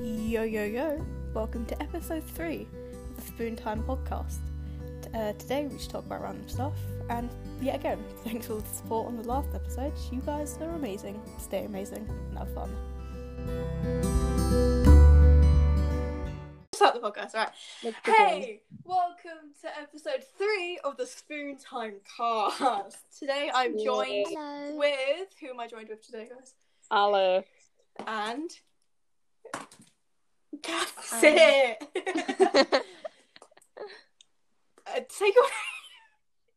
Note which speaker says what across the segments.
Speaker 1: Yo, yo, yo! Welcome to episode three of the Spoon Time podcast. T- uh, today we just talk about random stuff, and yet again, thanks for all the support on the last episode. You guys are amazing. Stay amazing and have fun. Start the podcast, right? Hey, welcome to episode three of the Spoon Time cast. Today I'm joined
Speaker 2: Hello.
Speaker 1: with who am I joined with today, guys?
Speaker 3: Hello.
Speaker 1: and that's it. Uh, take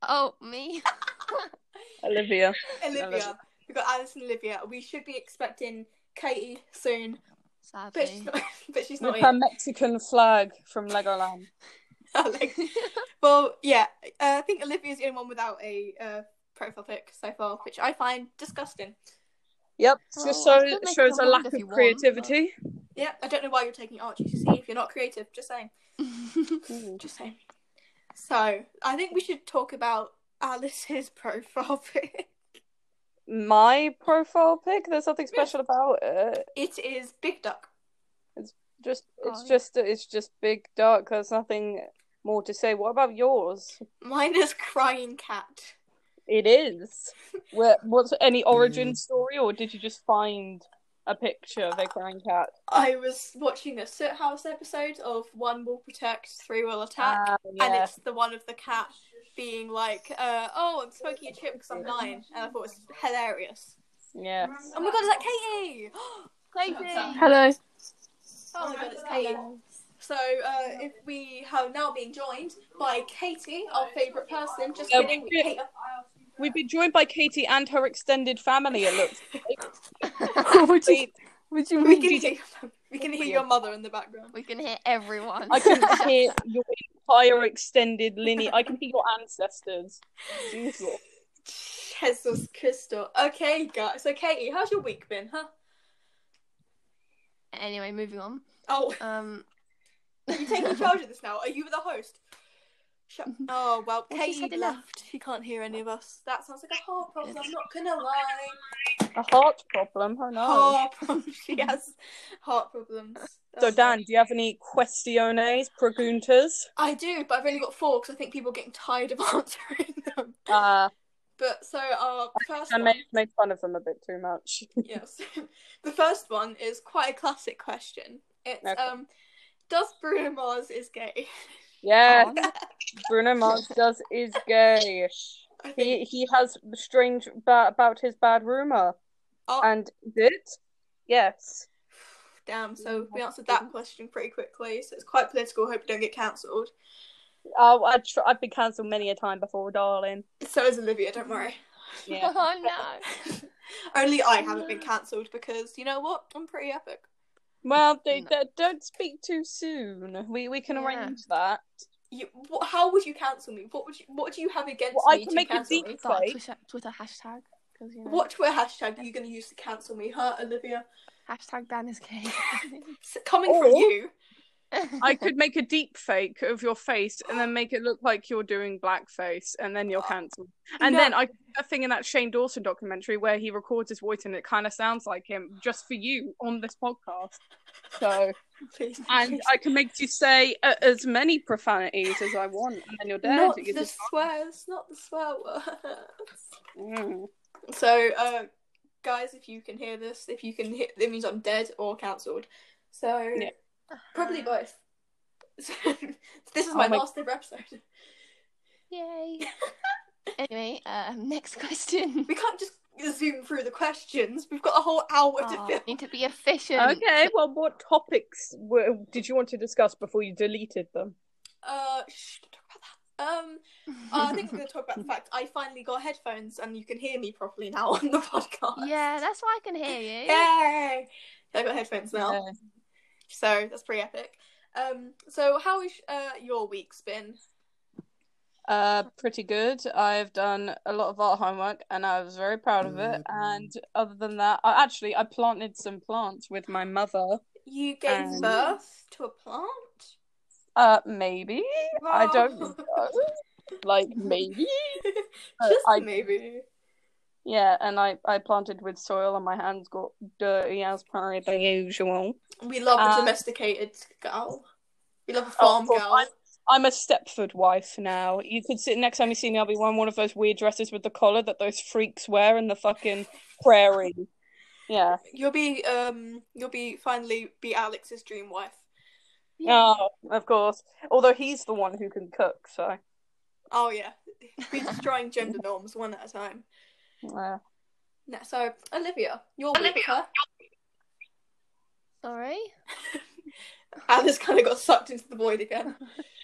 Speaker 2: Oh, me.
Speaker 3: Olivia.
Speaker 1: away Olivia. We've got Alice and Olivia. We should be expecting Katie soon, but she's
Speaker 2: Sadly.
Speaker 1: not. But she's not
Speaker 3: With her
Speaker 1: here.
Speaker 3: Mexican flag from Legoland.
Speaker 1: Alex. Well, yeah. Uh, I think Olivia's the only one without a uh, profile pic so far, which I find disgusting.
Speaker 3: Yep.
Speaker 2: Oh,
Speaker 3: Just
Speaker 2: I
Speaker 3: so
Speaker 2: could make
Speaker 3: shows
Speaker 2: a
Speaker 3: a
Speaker 2: wand
Speaker 3: lack
Speaker 2: if
Speaker 3: of
Speaker 2: you want,
Speaker 3: creativity.
Speaker 1: Yeah, I don't know why you're taking Archie to see if you're not creative. Just saying.
Speaker 2: Mm.
Speaker 1: Just saying. So I think we should talk about Alice's profile pic.
Speaker 3: My profile pic. There's nothing special about it.
Speaker 1: It is Big Duck.
Speaker 3: Just it's
Speaker 2: Oh, yeah.
Speaker 3: just it's just big dark. There's nothing more to say. What about yours?
Speaker 1: Mine is crying cat.
Speaker 3: It is. Where, what's any origin story, or did you just find a picture of a crying cat?
Speaker 1: I was watching a Soot House episode of One Will Protect, Three Will Attack,
Speaker 3: Ah,
Speaker 1: and
Speaker 3: yeah.
Speaker 1: it's the one of the cat being like, uh, "Oh, I'm smoking a chip because I'm nine. and I thought it was hilarious.
Speaker 3: yeah.
Speaker 1: Oh my god, is that Katie? Katie.
Speaker 2: Hello.
Speaker 1: Oh my god, it's Katie. So uh, if we have now been joined by Katie, our favourite person, just
Speaker 3: Yeah,
Speaker 1: kidding,
Speaker 3: we-
Speaker 1: Kate.
Speaker 3: We've been joined by Katie and her extended family. It looks.
Speaker 2: would
Speaker 3: Wait,
Speaker 2: would you
Speaker 1: We can hear, we can hear your mother in the background.
Speaker 2: We can hear everyone.
Speaker 3: I can hear your entire extended lineage. I can hear your ancestors. As usual.
Speaker 1: Jesus Crystal. Okay, guys. So Katie, how's your week been, huh?
Speaker 2: Anyway, moving on.
Speaker 1: Oh,
Speaker 2: Um,
Speaker 1: are you taking charge of this now? Are you the host? Shut- oh well,
Speaker 2: Well, she
Speaker 1: Katie
Speaker 2: said
Speaker 1: left.
Speaker 2: it
Speaker 1: She can't hear any of us. That sounds like a heart problem. I'm not gonna lie.
Speaker 3: A heart problem. Oh no.
Speaker 1: Heart problem. She has heart problems.
Speaker 3: So
Speaker 1: That's-
Speaker 3: Dan, do you have any questiones, preguntas?
Speaker 1: I do, but I've only got four because I think people are getting tired of answering them.
Speaker 3: Uh,
Speaker 1: But so our first
Speaker 3: I
Speaker 1: one,
Speaker 3: may have made fun of them a bit too much.
Speaker 1: yes, the first one is quite a classic question. It's
Speaker 3: Okay.
Speaker 1: um, does Bruno Mars is gay?
Speaker 3: Yeah,
Speaker 2: on.
Speaker 3: Bruno Mars does is gay.
Speaker 1: I think
Speaker 3: He he has strange ba- about his bad rumor.
Speaker 1: Oh.
Speaker 3: And is it? Yes.
Speaker 1: Damn, so we answered that question pretty quickly, so it's quite political. Hope you don't get cancelled.
Speaker 3: Oh, I tr- I've been cancelled many a time before, darling.
Speaker 1: So is Olivia, don't worry.
Speaker 3: Yeah.
Speaker 2: Oh no.
Speaker 1: Only I haven't been cancelled because you know what? I'm pretty epic.
Speaker 3: Well, they,
Speaker 2: No.
Speaker 3: they- don't speak too soon. We we can
Speaker 2: Yeah.
Speaker 3: arrange that.
Speaker 1: You, wh- how would you cancel me? What would you, what do you have against
Speaker 3: Well, I
Speaker 1: me
Speaker 3: can
Speaker 1: to
Speaker 3: make a
Speaker 1: cancel
Speaker 3: deep-
Speaker 1: me?
Speaker 2: It's like
Speaker 3: Right.
Speaker 2: Twitter, Twitter hashtag. 'cause, You know,
Speaker 1: What Twitter hashtag are you going to use to cancel me, huh, Olivia?
Speaker 2: Hashtag Dan is gay.
Speaker 1: It's coming from
Speaker 3: Or-
Speaker 1: you.
Speaker 3: I could make a deep fake of your face and then make it look like you're doing blackface, and then you're cancelled. And
Speaker 1: No.
Speaker 3: then I a thing in that Shane Dawson documentary where he records his voice and it kind of sounds like him, just for you on this podcast. So,
Speaker 1: Please,
Speaker 3: and
Speaker 1: please.
Speaker 3: I can make you say uh, as many profanities as I want, and then you're dead.
Speaker 1: not
Speaker 3: You can
Speaker 1: the
Speaker 3: just-
Speaker 1: swears, not the swear words.
Speaker 3: Mm.
Speaker 1: So, uh, guys, if you can hear this, if you can hear, it means I'm dead or cancelled. So,
Speaker 3: Yeah.
Speaker 2: Uh,
Speaker 1: probably both. this is
Speaker 3: Oh
Speaker 1: my
Speaker 3: my-
Speaker 1: last ever episode.
Speaker 2: Yay. anyway, um, next question.
Speaker 1: We can't just zoom through the questions. We've got a whole hour to
Speaker 3: Ah.
Speaker 2: Oh,
Speaker 1: film.
Speaker 2: need to be efficient.
Speaker 3: Okay, well, what topics were, did you want to discuss before you deleted them?
Speaker 1: Uh, shh, don't talk about that. Um, uh, I think we're going to talk about the fact I finally got headphones and you can hear me properly now on the podcast.
Speaker 2: yeah, that's why I can hear you.
Speaker 1: Yay! I got headphones now, so that's pretty epic. Um, so how is uh your week's been?
Speaker 3: Uh, pretty good. I've done a lot of art homework and I was very proud of it. And other than that, I actually I planted some plants with my mother.
Speaker 1: You gave
Speaker 3: Um,
Speaker 1: birth to a plant?
Speaker 3: Uh, maybe I don't know. Like maybe Uh,
Speaker 1: Just
Speaker 3: I-
Speaker 1: maybe.
Speaker 3: Yeah, and I, I planted with soil and my hands got dirty as per the usual.
Speaker 1: We love
Speaker 3: Uh, oh,
Speaker 1: a domesticated girl. We love a farm
Speaker 3: well,
Speaker 1: girl.
Speaker 3: I'm- I'm a Stepford wife now. You could sit next time you see me, I'll be wearing one of those weird dresses with the collar that those freaks wear in the fucking prairie. Yeah.
Speaker 1: You'll be um you'll be finally be Alex's dream wife.
Speaker 3: Oh, of course. Although he's the one who can cook, so.
Speaker 1: Oh yeah. We're destroying gender norms one at a time.
Speaker 3: Yeah.
Speaker 1: No, so Olivia, you're Olivia.
Speaker 2: Sorry.
Speaker 1: Alice kind of got sucked into the void again.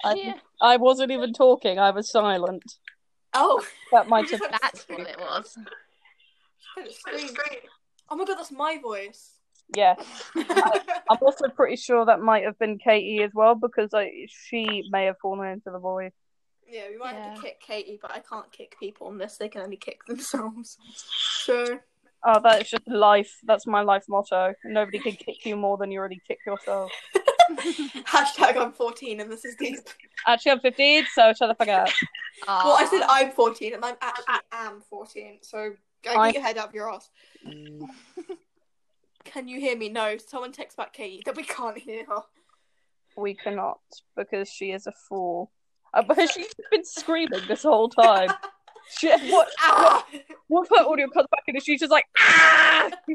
Speaker 3: I,
Speaker 2: Yeah.
Speaker 3: I wasn't even talking, I was silent.
Speaker 1: Oh,
Speaker 3: That might have.
Speaker 2: That's what it was.
Speaker 1: Scream. oh my god, that's my voice.
Speaker 3: Yeah. I'm also pretty sure that might have been Katie as well because I, she may have fallen into the void.
Speaker 1: Yeah, we might have
Speaker 2: Yeah.
Speaker 1: to kick Katie, but I can't kick people unless they can only kick themselves. So
Speaker 3: Oh, that's just life. That's my life motto. Nobody can kick you more than you already kick yourself.
Speaker 1: hashtag I'm 14 and this is deep.
Speaker 3: Actually, I'm 15, so shut the fuck up.
Speaker 1: Well, I said I'm 14 and I actually am 14. So go
Speaker 3: I-
Speaker 1: get your head up your ass. Can you hear me? No. Someone text back Katie that we can't hear her.
Speaker 3: We cannot because she is a fool. Uh, but she's been screaming this whole time. She, what,
Speaker 1: Ah!
Speaker 3: what if her audio comes back in and she's just like, ah!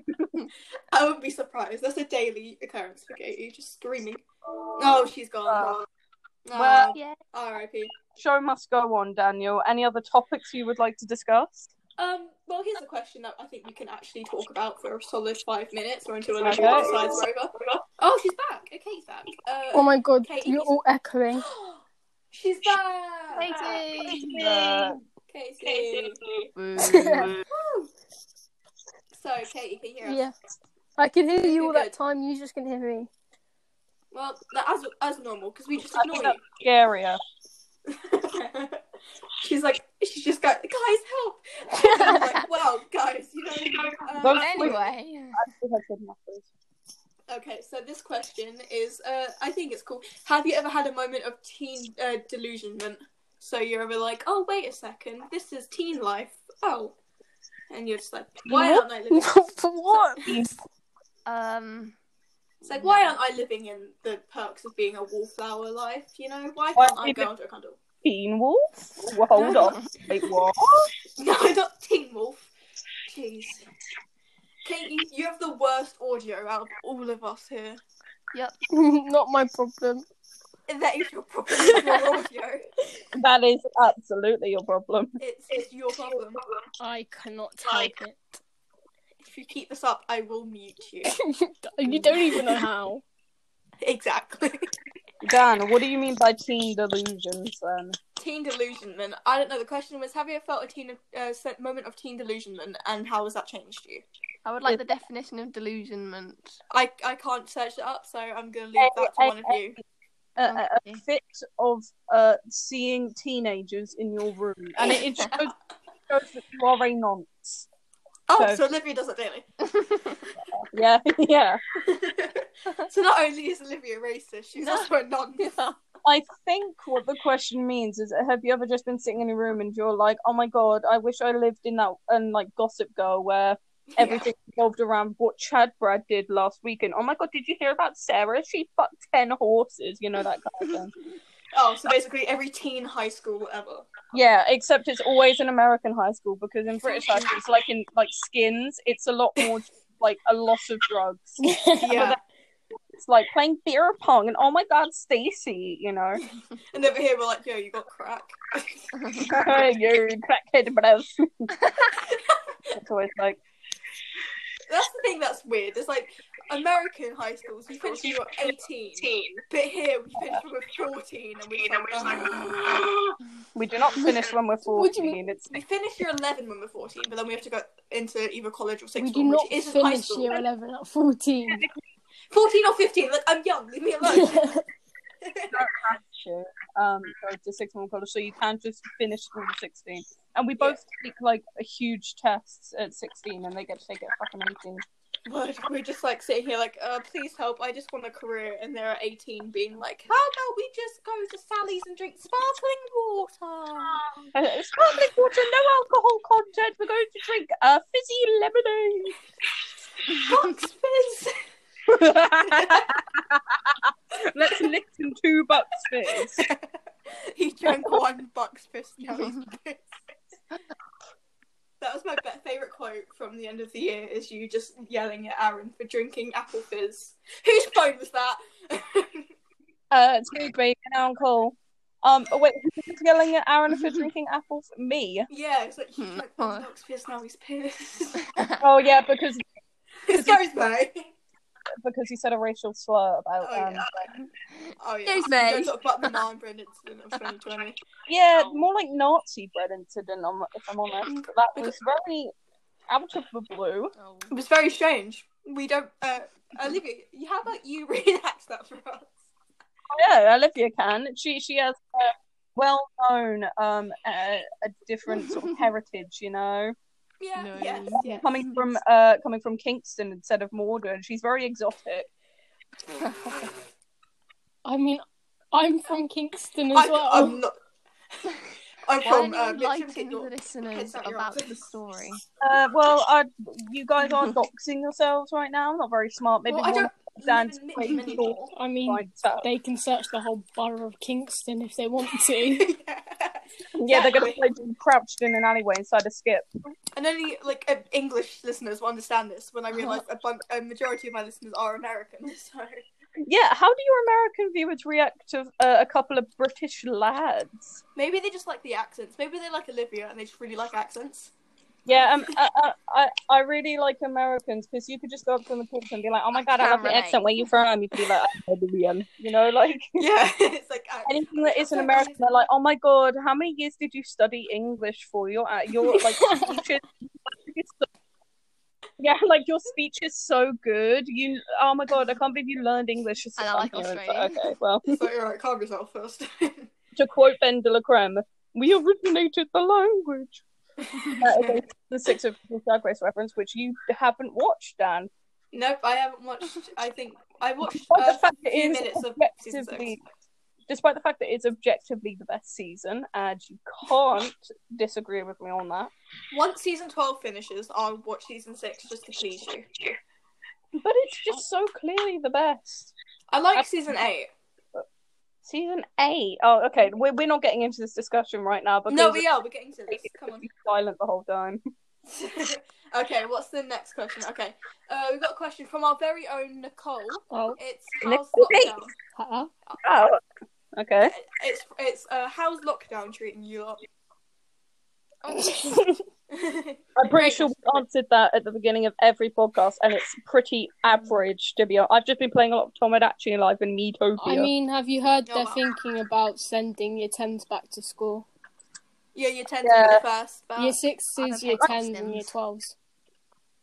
Speaker 1: I wouldn't be surprised. That's a daily occurrence for Katie, just screaming. Oh, she's gone. Oh,
Speaker 3: well-
Speaker 2: Yeah.
Speaker 1: R.I.P.
Speaker 3: Show must go on, Daniel. Any other topics you would like to discuss?
Speaker 1: Um, well, here's a question that I think we can actually talk about for a solid five minutes or until
Speaker 3: Okay.
Speaker 1: Olivia decides we're over. Oh, she's back. Okay, she's back.
Speaker 4: Oh
Speaker 1: Uh,
Speaker 4: my god,
Speaker 1: Katie.
Speaker 4: you're all echoing.
Speaker 1: she's back.
Speaker 2: Katie.
Speaker 3: Uh,
Speaker 1: Katie.
Speaker 2: Boo.
Speaker 1: So, Katie, can you hear us?
Speaker 4: Yeah. I can hear you all
Speaker 1: Good.
Speaker 4: that time, you just can hear me.
Speaker 1: Well, that- as as normal, because we just
Speaker 3: I think
Speaker 1: ignore
Speaker 3: that's scarier.
Speaker 1: you. she's like, she's just going, guys, help! And I'm like, well, guys, you know. um,
Speaker 3: Don't-
Speaker 2: anyway.
Speaker 1: okay, so this question is, uh, I think it's cool. Have you ever had a moment of teen uh, delusionment? So you're ever like, oh, wait a second, this is teen life. Oh, and you're just like, why aren't I living?
Speaker 4: For what?
Speaker 2: Um.
Speaker 1: It's like, why aren't I living in the perks of being a wallflower life? You know, why
Speaker 3: Why
Speaker 1: can't I
Speaker 3: you
Speaker 1: go
Speaker 3: been-
Speaker 1: under a candle?
Speaker 3: Teen Wolf? Well, hold on. Wait, what?
Speaker 1: No, not Teen Wolf. Jeez. Katie, you have the worst audio out of all of us here.
Speaker 4: Not my problem.
Speaker 1: That is your problem. it's your audio.
Speaker 3: That is absolutely your problem.
Speaker 1: It's, it's your problem.
Speaker 4: I cannot
Speaker 1: Like-
Speaker 4: help
Speaker 1: If you keep this up, I will mute you.
Speaker 4: it. you don't even know how.
Speaker 1: Exactly.
Speaker 3: Dan, what do you mean by teen delusions then?
Speaker 1: Teen delusionment. I don't know. The question was, have you ever felt a teen uh, se- moment of teen delusionment, and how has that changed you?
Speaker 2: I would like the definition of delusionment.
Speaker 1: I I can't search it up, so I'm gonna leave that to one of you.
Speaker 3: A, a, a
Speaker 2: Okay.
Speaker 3: fit of uh, seeing teenagers in your room. And it, it shows, shows that you are a nonce.
Speaker 1: Oh,
Speaker 3: So-
Speaker 1: so Olivia does it daily.
Speaker 3: Yeah, yeah.
Speaker 1: so not only is Olivia racist, she's
Speaker 2: No.
Speaker 1: also a non.
Speaker 3: I think what the question means is have you ever just been sitting in a room and you're like, oh my god, I wish I lived in that, and like Gossip Girl, where everything revolved around what Chad Brad did last weekend. Oh my god, did you hear about Sarah? She fucked 10 horses, you know, that kind of thing.
Speaker 1: Oh, so basically every teen high school ever.
Speaker 3: Yeah, except it's always an American high school because in British high school, it's like in like skins, it's a lot more like a lot of drugs.
Speaker 1: Yeah.
Speaker 3: It's like playing beer pong and oh my god, Stacy, you know,
Speaker 1: and over here we're like, yo, you got crack.
Speaker 3: you're a crackhead, bro. it's always like
Speaker 1: That's the thing that's weird. It's like American high schools, you finish when you're 18. But here we finish when we're 14 and we just like, "Ugh."
Speaker 3: we do not finish when we're
Speaker 4: What do you
Speaker 3: fourteen. It's
Speaker 1: we finish year 11 when we're 14, but then we have to go into either college or
Speaker 4: We
Speaker 1: sixth
Speaker 4: do
Speaker 1: form,
Speaker 4: not
Speaker 1: which isn't high
Speaker 4: finish
Speaker 1: school.
Speaker 4: year 11 at 14.
Speaker 1: 14 or 15, like, I'm young, leave me alone.
Speaker 3: shit. Um, go to six month college, so you can just finish school at sixteen. And we both take like a huge tests at sixteen, and they get to take it at fucking eighteen.
Speaker 1: But we're just like sitting here, like, uh, please help, I just want a career. And there are 18 being like, how about we just go to Sally's and drink sparkling water?
Speaker 3: Uh, Sparkling water, no alcohol content. We're going to drink uh, fizzy lemonade.
Speaker 1: Box fizz!
Speaker 3: Let's listen to Bucks Fizz.
Speaker 1: he drank one box fizz. Now he's pissed. That was my be- favorite quote from the end of the year is you just yelling at Aaron for drinking apple fizz. Whose phone was that?
Speaker 3: Uh, it's me, being an uncle. Um, oh, wait, who's yelling at Aaron for drinking apples? Me.
Speaker 1: yeah, it's like he
Speaker 2: Hmm.
Speaker 1: drank one box fizz. Now he's pissed.
Speaker 3: Oh yeah, because
Speaker 1: it goes me.
Speaker 3: because he said a racial slur about.
Speaker 1: Oh,
Speaker 3: um,
Speaker 1: yeah. Oh yeah.
Speaker 2: Excuse
Speaker 1: Don't
Speaker 2: me.
Speaker 5: me.
Speaker 1: talk about the Marlon Brando incident of 2020.
Speaker 3: yeah, more like Nazi bread incident. I'm- If I'm honest, that was very out of the blue.
Speaker 4: Oh.
Speaker 1: It was very strange. We don't. Uh, Olivia, you- how about you reenact that for us?
Speaker 3: Yeah, Olivia can. She she has a well known um a, a different sort of heritage, you know,
Speaker 1: Yeah.
Speaker 2: No.
Speaker 1: Yes. yes.
Speaker 3: coming from uh coming from Kingston instead of Morden. She's very exotic.
Speaker 4: I mean, I'm from Kingston as
Speaker 1: I,
Speaker 4: well.
Speaker 1: I'm not. I'm
Speaker 2: Why
Speaker 1: from uh,
Speaker 2: are you
Speaker 1: Mitcham
Speaker 2: lighting the
Speaker 1: Kidnall.
Speaker 2: listeners
Speaker 1: heads out your
Speaker 2: about
Speaker 1: office.
Speaker 2: the story?
Speaker 3: Uh, well, I you guys are doxing yourselves right now. I'm not very smart. Maybe
Speaker 1: Well, I
Speaker 3: you
Speaker 1: don't
Speaker 3: want to stand
Speaker 1: live in
Speaker 3: way
Speaker 1: Mitcham
Speaker 3: before
Speaker 1: anymore.
Speaker 4: I mean,
Speaker 3: like that.
Speaker 4: they can search the whole borough of Kingston if they want to.
Speaker 3: Yeah, they're gonna play crouched in an alleyway inside a skip.
Speaker 1: And only like uh, English listeners will understand this when I realise a, bun- a majority of my listeners are American. So
Speaker 3: Yeah, how do your American viewers react to uh, a couple of British lads?
Speaker 1: maybe they just like the accents. Maybe they like Olivia and they just really like accents.
Speaker 3: Yeah, um, I, I- I I really like Americans because you could just go up to them and talk to them and be like, "Oh my god, I, love your
Speaker 2: Can't
Speaker 3: accent. Where you from?" You could be like, "I'm Libyan," you know, like
Speaker 1: Yeah, it's like uh,
Speaker 3: anything that is an American. They're like, "Oh my god, how many years did you study English for? Your uh, your like speeches." Yeah, like your speech is so good. You, oh my god, I can't believe you learned English. It's
Speaker 2: And I like
Speaker 3: American, but
Speaker 2: Australian.
Speaker 3: Okay, well,
Speaker 1: it's like alright, calm yourself first.
Speaker 3: to quote Ben de la Creme, we originated the language. That is a- the Six of Drag Race reference, which you haven't watched, Dan.
Speaker 1: nope, I haven't watched. I think I watched
Speaker 3: Despite
Speaker 1: uh,
Speaker 3: the fact
Speaker 1: a
Speaker 3: that
Speaker 1: few
Speaker 3: it
Speaker 1: minutes
Speaker 3: is
Speaker 1: of season six.
Speaker 3: objectively, despite the fact that it's objectively the best season, and you can't disagree with me on that.
Speaker 1: Once season twelve finishes, I'll watch season six just to please you.
Speaker 3: But it's just so clearly the best.
Speaker 1: I like season eight.
Speaker 3: Season eight. Oh, okay. We're, we're not getting into this discussion right now because
Speaker 1: No, we are. We're getting to this.
Speaker 3: it's
Speaker 1: Come on.
Speaker 3: silent the whole time.
Speaker 1: okay, what's the next question? Okay, uh, we've got a question from our very own Nicole.
Speaker 4: oh,
Speaker 1: It's
Speaker 3: Nicole
Speaker 1: how's lockdown?
Speaker 4: huh?
Speaker 3: Oh, okay.
Speaker 1: It's it's uh, how's lockdown treating you lot? Oh.
Speaker 3: I'm pretty sure we answered that at the beginning of every podcast, and it's pretty average, to be honest. I've just been playing a lot of Tomodachi Live and Metopia.
Speaker 4: I mean, have you heard
Speaker 1: Yeah,
Speaker 4: they're
Speaker 1: well.
Speaker 4: thinking about sending your tens back to school?
Speaker 1: yeah, you tend
Speaker 3: Yeah.
Speaker 1: to be first, but
Speaker 4: Year
Speaker 2: I don't
Speaker 4: sixes,
Speaker 2: think
Speaker 4: year
Speaker 2: I like
Speaker 4: tens, and year
Speaker 2: Sims.
Speaker 4: twelves.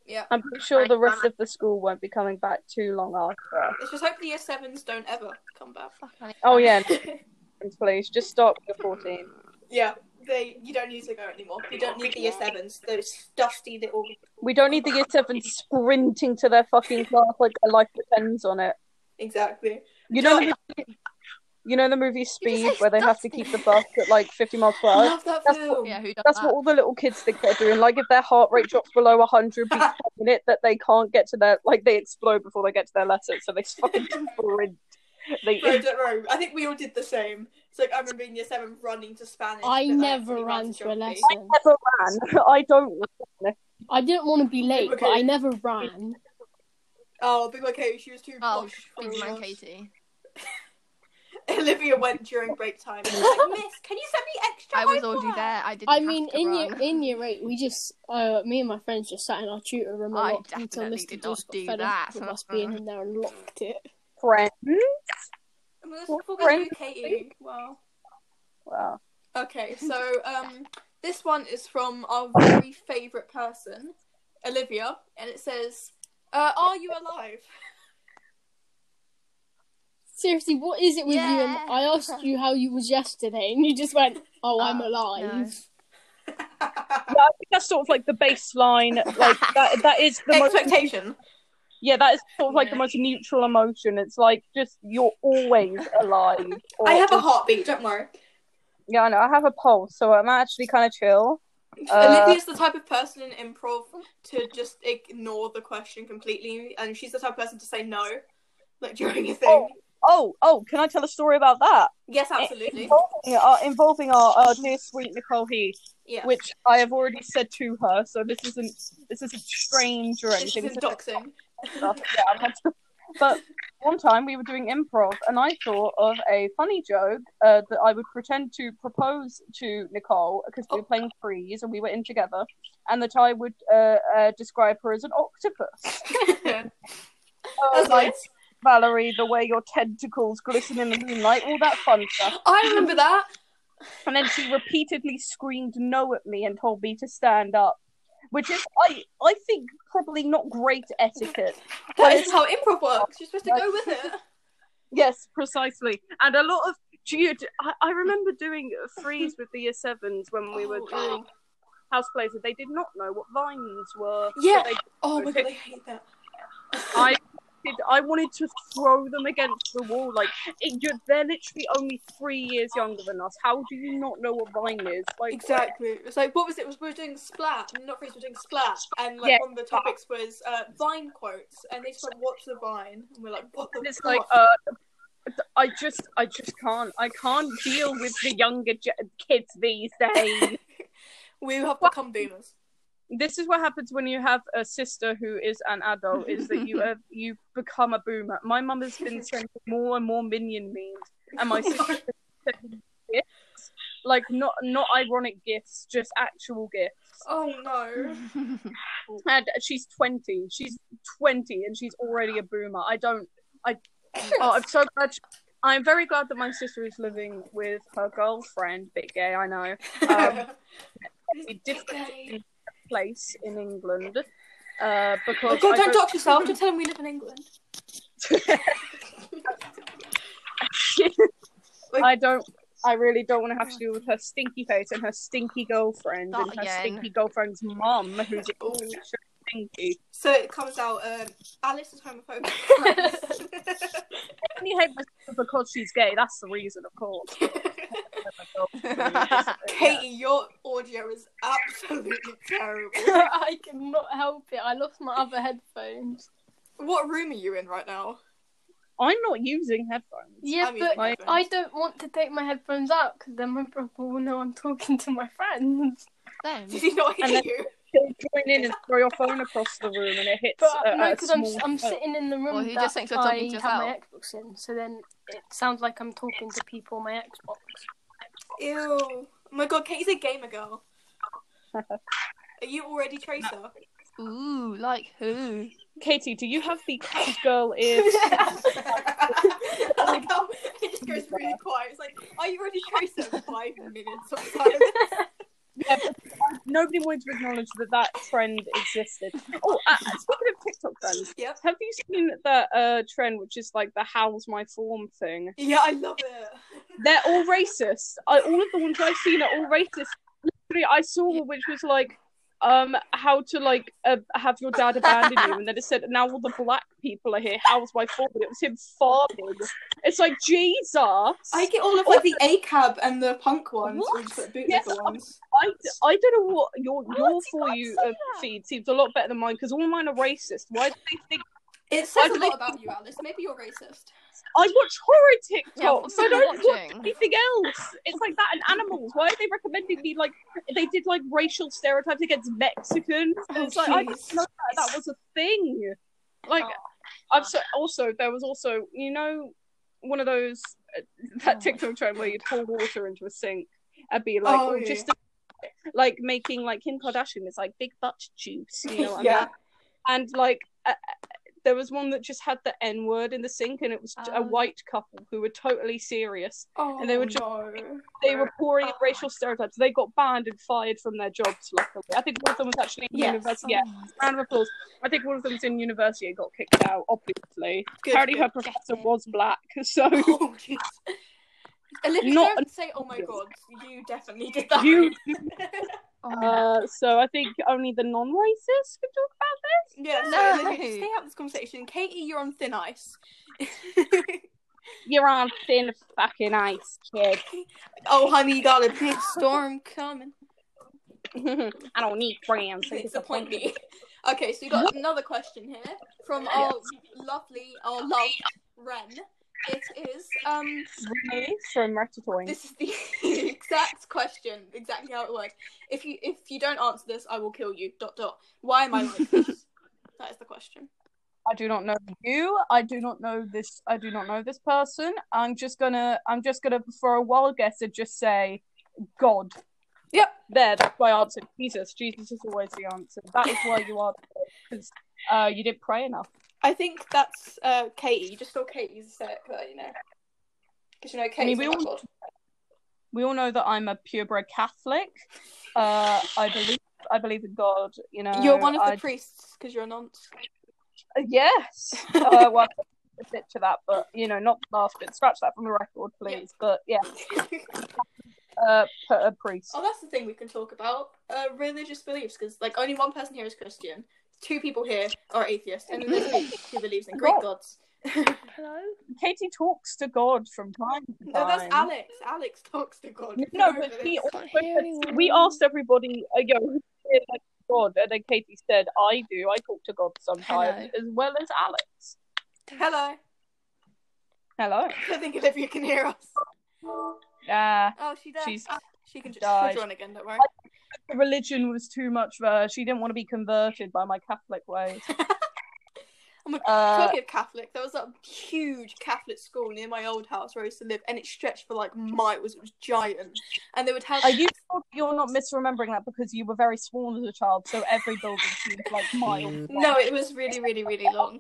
Speaker 1: yeah,
Speaker 3: I'm pretty sure the rest of the school won't be coming back too long after.
Speaker 1: it's just hopefully year sevens don't ever come back.
Speaker 3: Oh, yeah, please, just stop with 14.
Speaker 1: Yeah, they you don't need to go anymore. You don't need the year sevens. Those dusty little.
Speaker 3: We don't need the year 7 sprinting to their fucking class like their life depends on it.
Speaker 1: Exactly.
Speaker 3: You know, the movie, you know the movie Speed,
Speaker 2: say
Speaker 3: where they have to keep the bus at like 50 miles per hour?
Speaker 1: I love that
Speaker 3: That's
Speaker 1: film.
Speaker 2: Yeah, who does
Speaker 3: That's
Speaker 2: that?
Speaker 3: what all the little kids think they're doing. Like if their heart rate drops below 100 beats per minute, that they can't get to their like they explode before they get to their lesson, so they fucking sprint. They,
Speaker 1: Bro, don't worry. I think we all did the same. It's like I remember in year seven running to Spanish.
Speaker 4: I
Speaker 1: but, like,
Speaker 4: never
Speaker 1: we
Speaker 4: ran to a
Speaker 1: geography.
Speaker 4: lesson.
Speaker 3: never ran. I don't.
Speaker 4: I didn't want to be late, but
Speaker 1: Okay.
Speaker 4: I never ran.
Speaker 1: Oh, Big Man Katie, she was too
Speaker 2: Oh,
Speaker 1: posh. for
Speaker 2: big man
Speaker 1: us.
Speaker 2: Katie.
Speaker 1: Olivia went during break time and was like, Miss, can you send me extra?
Speaker 2: I was already
Speaker 1: homework?"
Speaker 2: there. I didn't.
Speaker 4: I
Speaker 2: have
Speaker 4: mean,
Speaker 2: to
Speaker 4: in
Speaker 2: run.
Speaker 4: year in year eight, we just uh, me and my friends just sat in our tutor room a
Speaker 2: I
Speaker 4: lot until
Speaker 2: definitely
Speaker 4: Mr.
Speaker 2: did not
Speaker 4: Dawes got
Speaker 2: do
Speaker 4: fed
Speaker 2: that.
Speaker 4: up with us being in there and locked it.
Speaker 3: Friend.
Speaker 1: And that's
Speaker 3: What
Speaker 1: before we
Speaker 3: friend-
Speaker 1: knew Katie. Wow.
Speaker 3: Wow.
Speaker 1: E. Okay, so um, this one is from our very favourite person, Olivia, and it says, uh, "Are you alive?"
Speaker 4: Seriously, what is it with you?
Speaker 2: Yeah.
Speaker 4: And I asked you how you was yesterday, and you just went, "Oh, I'm
Speaker 2: Oh,
Speaker 4: alive."
Speaker 3: Yeah, I think that's sort of like the baseline. Like that. That is the most.
Speaker 1: Expectation.
Speaker 3: Yeah, that is sort of like the
Speaker 2: Yeah.
Speaker 3: most neutral emotion. It's like just you're always alive. or-
Speaker 1: I have a heartbeat, don't worry.
Speaker 3: yeah, I know. I have a pulse, so I'm actually kind of chill. Uh,
Speaker 1: Olivia's the type of person in improv to just ignore the question completely, and she's the type of person to say no, like during a thing.
Speaker 3: Oh. Eh, Oh, oh! Can I tell a story about that
Speaker 1: Yes, absolutely.
Speaker 3: involving our, involving our, our dear sweet Nicole Heath,
Speaker 1: Yeah.
Speaker 3: which I have already said to her, so this isn't this isn't strange or
Speaker 1: This
Speaker 3: anything.
Speaker 1: is
Speaker 3: This is
Speaker 1: doxing.
Speaker 3: stuff. Yeah, I'm not sure. But one time we were doing improv, and I thought of a funny joke uh, that I would pretend to propose to Nicole because we were playing freeze and we were in together, and that I would uh, uh, describe her as an octopus.
Speaker 1: That's
Speaker 3: Oh, like
Speaker 1: nice.
Speaker 3: Valerie, the way your tentacles glisten in the moonlight, all that fun stuff.
Speaker 1: I remember that.
Speaker 3: And then she repeatedly screamed no at me and told me to stand up, which is I I think probably not great etiquette.
Speaker 1: That is how improv works. You're supposed to go with it.
Speaker 3: Yes, precisely. And a lot of do you, do- I, I remember doing a freeze with the year sevens when we were
Speaker 1: Oh,
Speaker 3: doing house plays and they did not know what vines were. so
Speaker 1: Yeah.
Speaker 3: they-
Speaker 1: Oh my god, I hate that.
Speaker 3: I did, I wanted to throw them against the wall. Like it, you're, they're literally only three years younger than us. How do you not know what vine is? Like
Speaker 1: Exactly. It's like what was it? Was we were doing splat, not freeze, we were doing splat, and like
Speaker 3: Yeah.
Speaker 1: one of the topics was uh, vine quotes, and they just like, "What's a vine?" And we're like, "What the?"
Speaker 3: And it's
Speaker 1: fuck?
Speaker 3: like uh I just I just can't I can't deal with the younger ge- kids these days.
Speaker 1: we have become boomers.
Speaker 3: this is what happens when you have a sister who is an adult is that you uh, you become a boomer my mum has been sending more and more minion memes and my sister has been sending gifts like not not ironic gifts just actual gifts
Speaker 1: Oh no.
Speaker 3: and she's 20 she's 20 and she's already a boomer i don't i oh, i'm so glad she- i'm very glad that my sister is living with her girlfriend bit gay i know um, a different place in england uh, because
Speaker 1: Oh, God, don't
Speaker 3: I don't-
Speaker 1: dox yourself. Don't tell him we live in England.
Speaker 3: I don't. I really don't want to have to deal with her stinky face and her stinky girlfriend
Speaker 2: Not
Speaker 3: and her
Speaker 2: again.
Speaker 3: stinky girlfriend's mum, who's
Speaker 1: Ooh.
Speaker 3: stinky.
Speaker 1: So it comes out. Um, Alice is homophobic.
Speaker 3: I only hate my sister because she's gay. That's the reason, of course.
Speaker 1: Katie, your audio is absolutely terrible.
Speaker 4: I cannot help it. I lost my other headphones.
Speaker 1: What room are you in right now?
Speaker 3: I'm not using headphones.
Speaker 4: Yeah,
Speaker 1: I'm
Speaker 4: but
Speaker 1: using headphones.
Speaker 4: I don't want to take my headphones out because then my brother will know I'm talking to my friends.
Speaker 2: Then
Speaker 1: Did he not hear
Speaker 3: And then-
Speaker 1: you?
Speaker 3: She'll join in and throw your phone across the room, and it hits.
Speaker 4: But
Speaker 3: uh,
Speaker 4: no,
Speaker 3: a
Speaker 4: because I'm,
Speaker 3: small
Speaker 4: I'm
Speaker 3: phone.
Speaker 4: sitting in the room
Speaker 2: Well,
Speaker 4: well,
Speaker 2: he
Speaker 4: that
Speaker 2: just thinks you're talking
Speaker 4: I
Speaker 2: to
Speaker 4: have my Xbox in, so then it sounds like I'm talking to people on my Xbox.
Speaker 1: Ew. Oh my god, Katie's a gamer girl. Are you already Tracer?
Speaker 2: ooh, like who?
Speaker 3: Katie, do you have the cat girl ears?
Speaker 1: I like how it just goes really quiet. It's like, are you already Tracer? Five minutes of silence.
Speaker 3: Yeah, but nobody wanted to acknowledge that that trend existed. Oh, uh, speaking of TikTok trends,
Speaker 1: Yep.
Speaker 3: have you seen that uh, trend which is like the "How's my form" thing?
Speaker 1: Yeah, I love it.
Speaker 3: They're all racist. I, all of the ones I've seen are all racist. Literally, I saw one which was like, um, how to like uh, have your dad abandon you, and then it said, "Now all the black people are here. How's my form?" And it was him farming. It's like Jesus.
Speaker 1: I get all of like the A cab and the punk ones, or just, like, bootlegger
Speaker 3: Yes.
Speaker 1: ones.
Speaker 3: I, I don't know what your your for you uh, feed seems a lot better than mine because all mine are racist. Why do they think
Speaker 1: It
Speaker 3: Why
Speaker 1: says
Speaker 3: do
Speaker 1: a
Speaker 3: they-
Speaker 1: lot about you, Alice. Maybe you're racist.
Speaker 3: I watch horror TikToks?
Speaker 2: Yeah, what
Speaker 3: I
Speaker 2: are you
Speaker 3: don't watch
Speaker 2: watching?
Speaker 3: anything else. It's like that and animals. Why are they recommending me like they did like racial stereotypes against Mexicans?
Speaker 1: Oh,
Speaker 3: it's like I
Speaker 1: jeez. Oh.
Speaker 3: didn't know that that was a thing. Like I've so, also there was also you know one of those uh,
Speaker 1: Oh.
Speaker 3: that TikTok trend where you'd pour water into a sink and be like
Speaker 1: Oh,
Speaker 3: oh,
Speaker 1: yeah.
Speaker 3: just like making like Kim Kardashian is like big butt juice, you know what I mean?
Speaker 1: yeah.
Speaker 3: and like uh, uh, there was one that just had the N word in the sink, and it was a
Speaker 2: Oh.
Speaker 3: white couple who were totally serious.
Speaker 1: Oh,
Speaker 3: And they were just-
Speaker 1: no.
Speaker 3: They were pouring in racial stereotypes. They got banned and fired from their jobs. Luckily, I think one of them was actually in
Speaker 1: Yes. Oh.
Speaker 3: university. Yeah, round of applause. I think one of them was in university and got kicked out. Obviously,
Speaker 1: Good,
Speaker 3: apparently
Speaker 1: good.
Speaker 3: her professor was black, so
Speaker 1: Oh, jeez. Olivia,
Speaker 3: Not-
Speaker 1: don't say, oh my god, you definitely did that.
Speaker 3: you.
Speaker 2: Oh,
Speaker 3: Uh, so I think only the non-racist can talk about
Speaker 1: yeah, so
Speaker 2: No.
Speaker 1: no,
Speaker 2: Right.
Speaker 1: stay out of this conversation. Katie, you're on thin ice.
Speaker 3: You're on thin fucking ice, kid.
Speaker 1: oh, honey, got a big storm coming.
Speaker 3: I don't need friends. They
Speaker 1: Disappoint me. Okay, so we got another question here from our lovely, our love, Ren. It is, um,
Speaker 3: Renee From Ratatouille.
Speaker 1: this is the exact question, exactly how it works. If you if you don't answer this, I will kill you. Dot dot. Why am I like this? that is the question.
Speaker 3: I do not know you. I do not know this. I do not know this person. I'm just gonna. I'm just gonna for a wild guess and just say, God.
Speaker 1: Yep.
Speaker 3: There. That's my answer. Jesus. Jesus is always the answer. That is why you are because uh, you didn't pray enough.
Speaker 1: I think that's uh, Katie. You just saw Katie's set, but you know, because you know Katie's.
Speaker 3: we
Speaker 1: not
Speaker 3: all-
Speaker 1: God.
Speaker 3: we all know that I'm a purebred Catholic. Uh, I believe I believe in God. You know,
Speaker 1: You're one of the
Speaker 3: I-
Speaker 1: priests because you're a nonce.
Speaker 3: yes. uh, well, a bit to that, but you know, not the last bit. Scratch that from the record, please. But yeah, uh, put a priest.
Speaker 1: oh, that's the thing we can talk about uh, religious beliefs because like only one person here is Christian, two people here are atheists, and then there's me who believes in Greek
Speaker 3: Right.
Speaker 1: gods.
Speaker 4: Hello?
Speaker 3: Katie talks to God from time to
Speaker 1: No,
Speaker 3: time.
Speaker 1: that's Alex. Alex talks to God.
Speaker 3: No, but we
Speaker 4: I can't hear anyone.
Speaker 3: we asked everybody. Uh, yo, who here likes God? And then Katie said, "I do. I talk to God sometimes, as well as Alex."
Speaker 1: Hello.
Speaker 3: Hello.
Speaker 1: I think Olivia can hear us.
Speaker 3: Yeah.
Speaker 1: Oh, she does.
Speaker 3: She's-
Speaker 1: she can just
Speaker 3: died.
Speaker 1: she'll join again. Don't worry.
Speaker 3: religion was too much for her. She didn't want to be converted by my Catholic ways.
Speaker 1: Oh my-
Speaker 3: Uh,
Speaker 1: Talking of Catholic, there was a huge Catholic school near my old house where I used to live, and it stretched for like miles. It was giant, and they would have.
Speaker 3: are you sure you're not misremembering that because you were very small as a child, so every building seemed like miles?
Speaker 1: No, it was really, really, really long.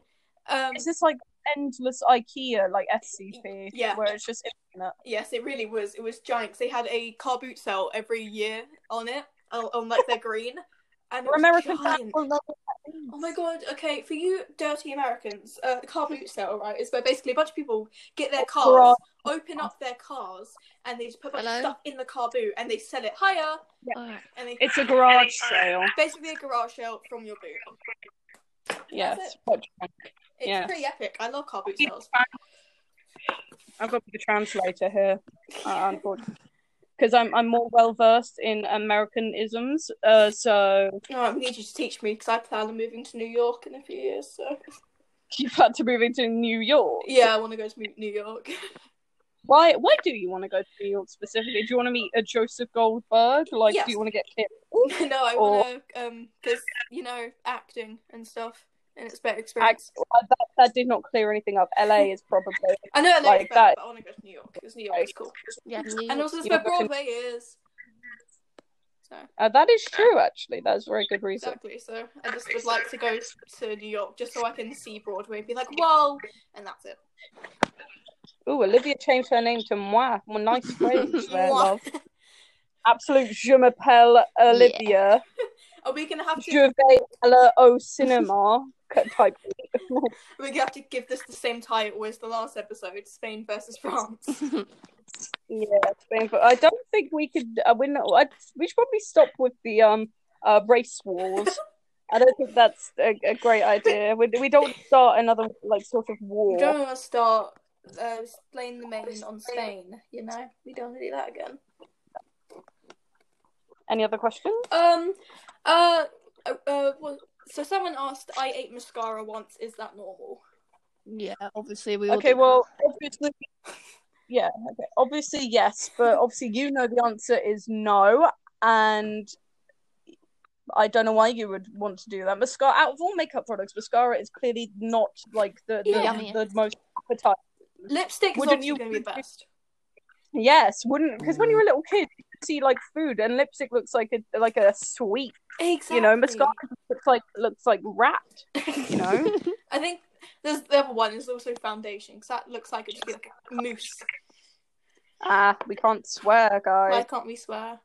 Speaker 1: Um,
Speaker 3: Is this like endless IKEA, like SCP?
Speaker 1: Yeah.
Speaker 3: Where it's just infinite.
Speaker 1: yes, it really was. It was giant. 'cause they had a car boot sale every year on it, on, on like their green, and it
Speaker 3: Or
Speaker 1: was
Speaker 3: American
Speaker 1: giant.
Speaker 3: Dad will know what that means.
Speaker 1: Oh my god, okay, for you dirty Americans, uh, the car boot sale, right, is where basically a bunch of people get their cars,
Speaker 3: Right.
Speaker 1: open up their cars, and they just put a bunch of
Speaker 4: Hello?
Speaker 1: stuff in the car boot and they sell it higher,
Speaker 2: Uh,
Speaker 4: Alright.
Speaker 1: and they
Speaker 3: It's a garage
Speaker 1: uh,
Speaker 3: sale.
Speaker 1: basically a garage sale from your boot.
Speaker 3: Yes.
Speaker 1: It's
Speaker 3: Yes.
Speaker 1: pretty epic. I love car boot sales.
Speaker 3: I've got the translator here, uh, unfortunately. Because I'm I'm more well versed in Americanisms, uh, so
Speaker 1: No, I need you to teach me because I plan on moving to New York in a few years. So
Speaker 3: you've had to move into New York.
Speaker 1: yeah, I want to go to Mo- New York.
Speaker 3: Why? Why do you want to go to New York specifically? Do you want to meet a Joseph Goldberg? Like,
Speaker 1: Yes.
Speaker 3: do you want to get kicked?
Speaker 1: no, I want to um, because you know acting and stuff, and it's better experience.
Speaker 3: Uh, That, that did not clear anything up. LA is probably
Speaker 1: I know I
Speaker 3: like
Speaker 1: like better,
Speaker 3: that.
Speaker 1: but I want to go to New York because New York is cool,
Speaker 4: Yeah,
Speaker 1: and also it's
Speaker 3: You
Speaker 1: where
Speaker 3: know, I can-
Speaker 1: Broadway is. So
Speaker 3: uh, that is true. Actually, that's a very good reason.
Speaker 1: exactly. So I just would like to go to New York just so I can see Broadway and be like, whoa, and that's it.
Speaker 3: Ooh, Olivia changed her name to Moi. Well, nice phrase there,
Speaker 1: Mwah.
Speaker 3: love. Absolute je m'appelle Olivia.
Speaker 1: Are we gonna have to?
Speaker 3: Je vais à la au cinéma. type.
Speaker 1: We're gonna have to give this the same title as the last episode: Spain versus France.
Speaker 3: Yeah, it's painful. I don't think we could. Uh, we're not, I, we should probably stop with the um uh, race wars. I don't think that's a, a great idea. We, we don't start another like sort of war.
Speaker 1: We don't want to start uh, blame the main on Spain, you know? We don't want to do that again.
Speaker 3: Any other questions?
Speaker 1: Um, uh, uh, uh well, so someone asked, I ate mascara once, is that normal?
Speaker 4: Yeah, obviously we all
Speaker 3: Okay,
Speaker 4: do
Speaker 3: well, obviously, yeah, okay. obviously yes, but obviously you know the answer is no, and I don't know why you would want to do that. Mascara out of all makeup products, mascara is clearly not like the the,
Speaker 1: Yeah.
Speaker 3: the most appetizing.
Speaker 1: Lipstick is
Speaker 3: Wouldn't
Speaker 1: obviously
Speaker 3: you-
Speaker 1: going to be the best.
Speaker 3: Yes, wouldn't because when you were a little kid, you could see like food, and lipstick looks like a like a sweet,
Speaker 1: Exactly.
Speaker 3: you know. Mascara looks like looks like wrapped, you know.
Speaker 1: I think there's the other one is also foundation, because that looks like it should be like a mousse.
Speaker 3: Ah, we can't swear,
Speaker 1: Why
Speaker 3: guys,
Speaker 1: can't we swear?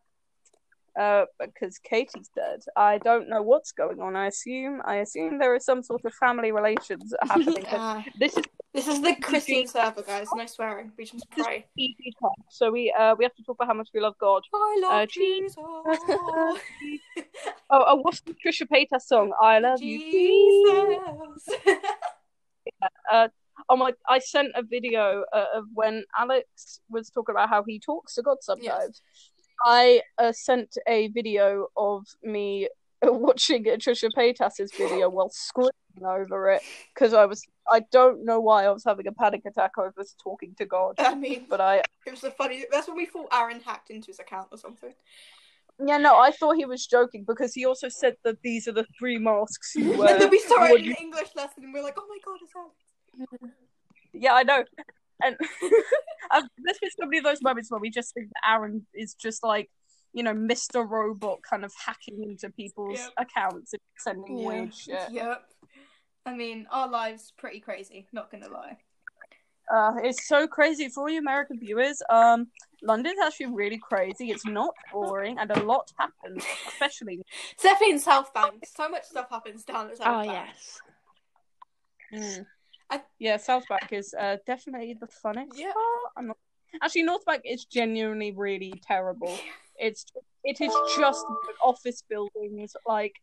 Speaker 3: uh, because Katie's dead. I don't know what's going on. I assume I assume there is some sort of family relations happening. but
Speaker 1: Ah.
Speaker 3: this is
Speaker 1: this is the Christian server, guys. No swearing. We just pray.
Speaker 3: easy time, E so we uh we have to talk about how much we love God.
Speaker 1: I love
Speaker 3: Uh,
Speaker 1: Jesus.
Speaker 3: Oh, oh what's the Trisha Paytas song? I love you, Jesus.
Speaker 1: Jesus.
Speaker 3: Uh, oh my! I sent a video uh, of when Alex was talking about how he talks to God sometimes. I uh, sent a video of me uh, watching Trisha Paytas's video while screaming over it because I was I don't know why I was having a panic attack over talking to God,
Speaker 1: I mean,
Speaker 3: but I
Speaker 1: it was the funny. That's when we thought Aaron hacked into his account or something.
Speaker 3: yeah no I thought he was joking because he also said that these are the three masks you
Speaker 1: and
Speaker 3: wear.
Speaker 1: then we started
Speaker 3: would
Speaker 1: an English lesson, and we are like, "Oh my god, it's Alex!"
Speaker 3: Yeah, I know. And um, this is probably those moments where we just think that Aaron is just like, you know, Mr. Robot kind of hacking into people's
Speaker 1: Yep.
Speaker 3: accounts and sending
Speaker 6: Yeah.
Speaker 3: weird shit.
Speaker 1: Yep. I mean, our lives pretty crazy. Not gonna lie.
Speaker 3: Uh, it's so crazy for all you American viewers. Um, London's actually really crazy. It's not boring, and a lot happens, especially.
Speaker 1: Except in Southbank, so much stuff happens down at
Speaker 2: Oh
Speaker 1: Southbank.
Speaker 2: yes.
Speaker 1: I-
Speaker 3: Mm. Yeah, South Bank is uh, definitely the funnest
Speaker 1: Yeah.
Speaker 3: part. I'm not... Actually, North Bank is genuinely really terrible. It's it is just office buildings. Like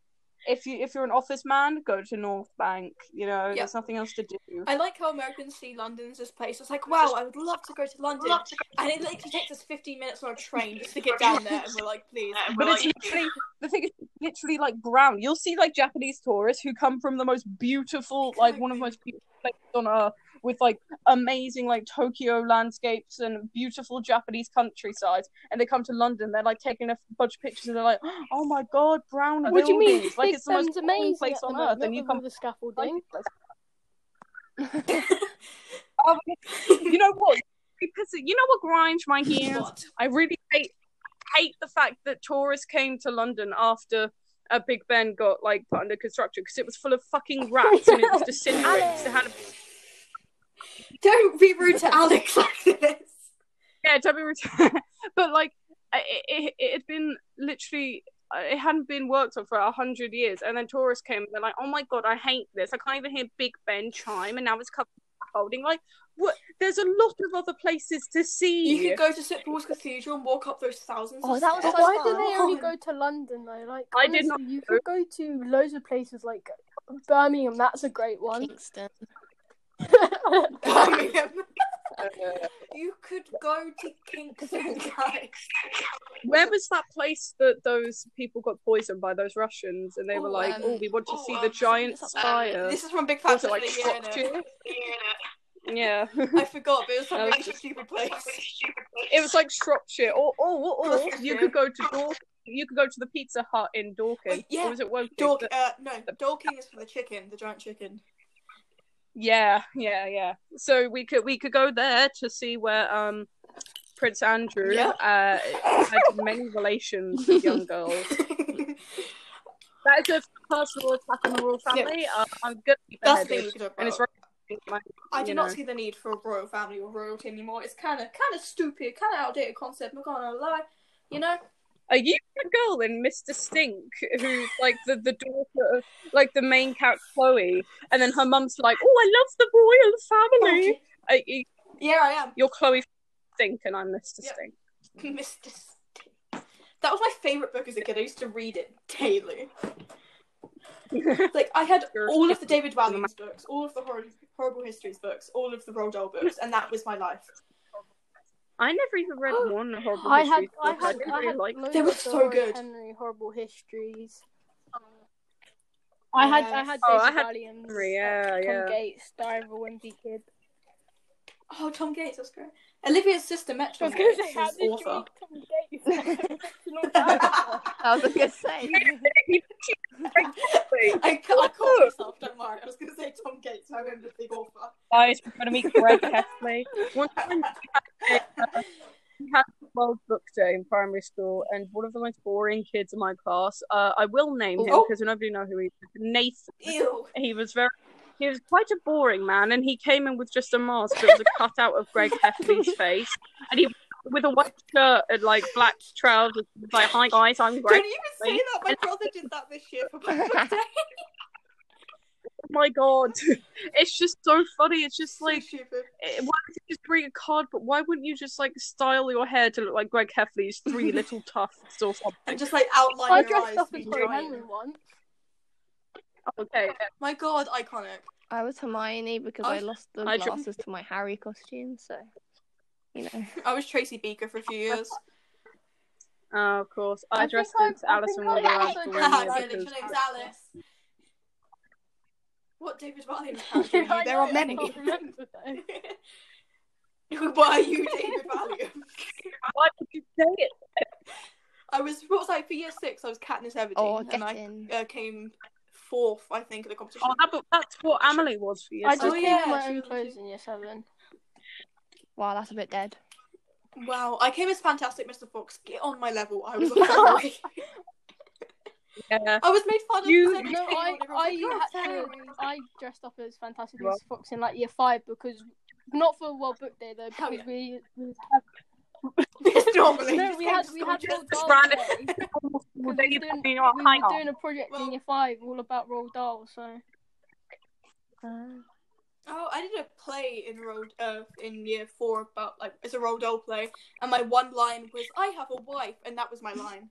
Speaker 3: if you if you're an office man, go to North Bank. You know,
Speaker 1: Yeah.
Speaker 3: there's nothing else to do.
Speaker 1: I like how Americans see London as this place. It's like, wow, I would love to go to London, and it literally takes us 15 minutes on a train just to get down there, and we're like, please.
Speaker 3: But it's literally the thing is literally like brown. You'll see like Japanese tourists who come from the most beautiful, like one of the most beautiful places on earth, with like amazing like Tokyo landscapes and beautiful Japanese countryside, and they come to London. They're like taking a bunch of pictures, and they're like, "Oh my god, brown
Speaker 4: What do you mean?
Speaker 3: buildings!" Like it's the most boring place on earth, and you come
Speaker 4: the scaffolding.
Speaker 3: Um, you know what? Because you know what grinds my gears.
Speaker 1: What?
Speaker 3: I really hate hate the fact that tourists came to London after a Big Ben got like put under construction because it was full of fucking rats and it was disintegrates. It had a-
Speaker 1: Don't be rude to Alex like this.
Speaker 3: yeah, don't be rude. but like it, it, it had been literally. uh, It hadn't been worked on for a hundred years, and then tourists came and they're like, "Oh my god, I hate this! I can't even hear Big Ben chime, and now it's covered in holding." Like, what? There's a lot of other places to see.
Speaker 1: You could go to St Paul's Cathedral and walk up those thousands.
Speaker 2: Oh,
Speaker 1: of
Speaker 2: that was
Speaker 1: steps.
Speaker 2: so
Speaker 4: why
Speaker 2: fun.
Speaker 4: do they only go to London though? Like,
Speaker 3: I did not
Speaker 4: honestly, You could go to loads of places like Birmingham. That's a great one.
Speaker 2: Kingston. Oh,
Speaker 1: Birmingham. You could go to Kingston, guys.
Speaker 3: Where was that place that those people got poisoned by those Russians and they were
Speaker 1: Oh,
Speaker 3: like,
Speaker 1: um,
Speaker 3: "Oh, we want to
Speaker 1: oh,
Speaker 3: see
Speaker 1: um,
Speaker 3: the giant
Speaker 1: something's up
Speaker 3: spider."
Speaker 1: This is from Big Fat
Speaker 3: was it
Speaker 1: Saturday,
Speaker 3: like
Speaker 1: yeah, I know.
Speaker 3: Shropshire? Yeah,
Speaker 1: I forgot, but it was some
Speaker 3: No,
Speaker 1: really stupid place.
Speaker 3: it was like Shropshire. Or, or, or, or you
Speaker 1: Gloucestershire.
Speaker 3: could go to Dor- you could go to the Pizza Hut in Dorking.
Speaker 1: Oh, yeah.
Speaker 3: Or was it Woking?
Speaker 1: Dork, uh, no, Dorking is for the chicken, the giant chicken.
Speaker 3: Yeah, yeah, yeah. So we could we could go there to see where um Prince Andrew
Speaker 1: Yeah.
Speaker 3: uh, had many relations with young girls. That is a personal attack on the royal family. Uh, I'm gonna be
Speaker 1: That's the thing
Speaker 3: beheaded.
Speaker 1: we could talk
Speaker 3: and it's
Speaker 1: about.
Speaker 3: right.
Speaker 1: I do
Speaker 3: you
Speaker 1: not
Speaker 3: know.
Speaker 1: see the need for a royal family or royalty anymore. It's kind of kind of stupid, kind of outdated concept. Not gonna lie, you know.
Speaker 3: Are you the girl in Mr. Stink who's like the, the daughter of like the main character Chloe, and then her mum's like, "Oh, I love the royal family." Uh, you-
Speaker 1: Yeah, I am,
Speaker 3: You're Chloe Stink, and I'm Mr.
Speaker 1: Yeah.
Speaker 3: Stink.
Speaker 1: Mister. Stink. That was my favorite book as a kid. I used to read it daily. Like I had
Speaker 3: You're-
Speaker 1: all of the David Walliams books, all of the horrible, horrible histories books, all of the Roald Dahl books, and that was my life.
Speaker 3: I never even read one horrible
Speaker 4: Oh, I had,
Speaker 3: Histories
Speaker 4: I
Speaker 3: book.
Speaker 4: had,
Speaker 3: didn't
Speaker 4: I
Speaker 3: really
Speaker 4: had
Speaker 3: like.
Speaker 4: loads
Speaker 1: They were
Speaker 4: of
Speaker 1: so
Speaker 4: Laura
Speaker 1: good.
Speaker 4: Henry horrible histories. I had, I had
Speaker 3: Oh, I
Speaker 4: David
Speaker 3: had
Speaker 4: Williams,
Speaker 3: Henry, yeah,
Speaker 4: Tom
Speaker 3: yeah.
Speaker 4: Gates, Diary of a Wimpy Kid.
Speaker 1: Oh, Tom Gates, that's great. Olivia's sister met
Speaker 4: I
Speaker 1: Tom
Speaker 4: was gonna
Speaker 1: Gates,
Speaker 4: say,
Speaker 1: who's
Speaker 4: how
Speaker 1: an
Speaker 4: did you meet
Speaker 1: author.
Speaker 4: Tom Gates? Not that.
Speaker 2: I was gonna say.
Speaker 1: I, ca- I caught myself, don't worry. I was going to say Tom Gates, I remember the big author.
Speaker 3: Guys, we're gonna meet Greg Heffley. One time we had, a- we had World Book Day in primary school, and one of the most boring kids in my class. Uh, I will name him
Speaker 1: Oh.
Speaker 3: because nobody know who he is. Nathan.
Speaker 1: Ew.
Speaker 3: He was very. He was quite a boring man, and he came in with just a mask that was a cutout of Greg Heffley's face, and he with a white shirt and like black trousers. He was like, "Hi guys, I'm Greg."
Speaker 1: Don't even say that. My brother did that this year for my birthday.
Speaker 3: Oh my god, it's just so funny. It's just
Speaker 1: so
Speaker 3: like
Speaker 1: stupid.
Speaker 3: eh, why would you just bring a card? But why wouldn't you just like style your hair to look like Greg Heffley's three little tufts or something?
Speaker 1: And just like outline
Speaker 4: I
Speaker 1: your eyes.
Speaker 4: dressed up
Speaker 1: to be
Speaker 4: as Laura
Speaker 1: giant.
Speaker 4: Henry once.
Speaker 3: Okay.
Speaker 1: My god, iconic.
Speaker 7: I was Hermione because I,
Speaker 1: I-
Speaker 7: lost the
Speaker 3: I dr-
Speaker 7: glasses to my Harry costume, so you know.
Speaker 1: I was Tracy Beaker for a few years.
Speaker 3: Oh, of course. I,
Speaker 4: I
Speaker 3: dressed
Speaker 4: think
Speaker 3: as
Speaker 4: I- I
Speaker 3: Alice in
Speaker 4: think I
Speaker 3: Wonderland.
Speaker 4: also
Speaker 3: for
Speaker 4: did.
Speaker 3: one
Speaker 1: Haha,
Speaker 3: year
Speaker 1: Sorry,
Speaker 3: because-
Speaker 1: your name's Alice. What David Valiant character are you? There
Speaker 4: I
Speaker 1: are
Speaker 4: know,
Speaker 1: many.
Speaker 4: I can't remember though.
Speaker 1: Why are you David Valiant?
Speaker 3: Why did you say it?
Speaker 1: I was what was I for year six? I was Katniss Everdeen,
Speaker 2: Oh,
Speaker 7: Or
Speaker 1: and I
Speaker 7: getting.
Speaker 1: uh, came fourth, I think, in the competition.
Speaker 3: Oh, that, but that's what Amelie was for you.
Speaker 4: I
Speaker 3: so-
Speaker 4: just
Speaker 1: Oh,
Speaker 4: came
Speaker 1: yeah,
Speaker 4: in my
Speaker 1: she
Speaker 4: own
Speaker 1: was
Speaker 4: clothes
Speaker 1: into-
Speaker 4: in year seven.
Speaker 7: Wow, that's a bit dead.
Speaker 1: Wow, I came as Fantastic Mr. Fox. Get on my level. I was on that way.
Speaker 3: yeah.
Speaker 1: I was made fun of.
Speaker 3: You-
Speaker 1: because was
Speaker 4: No,
Speaker 1: pale
Speaker 4: I
Speaker 1: and everyone was
Speaker 4: I
Speaker 1: like, "Oh,
Speaker 4: had
Speaker 1: "You're a
Speaker 4: to
Speaker 1: fairy."
Speaker 4: I dressed up as Fantastic
Speaker 3: Well.
Speaker 4: Mr. Fox in like year five because not for World Book Day though
Speaker 1: Hell
Speaker 4: because
Speaker 1: yeah.
Speaker 4: we we had
Speaker 1: It's normally.
Speaker 4: no we had we had Roald
Speaker 3: just
Speaker 4: Dahl
Speaker 3: random-
Speaker 4: today.
Speaker 3: Well,
Speaker 4: Because
Speaker 3: then
Speaker 4: we
Speaker 3: you
Speaker 4: were doing-
Speaker 3: you know what,
Speaker 4: we
Speaker 3: hang
Speaker 4: were
Speaker 3: on.
Speaker 4: doing a project
Speaker 1: Well-
Speaker 4: in year five all about Roald Dahl, so
Speaker 1: Oh, I did a play in Roald uh, in year four about like it's a Roald Dahl play, and my one line was "I have a wife," and that was my line.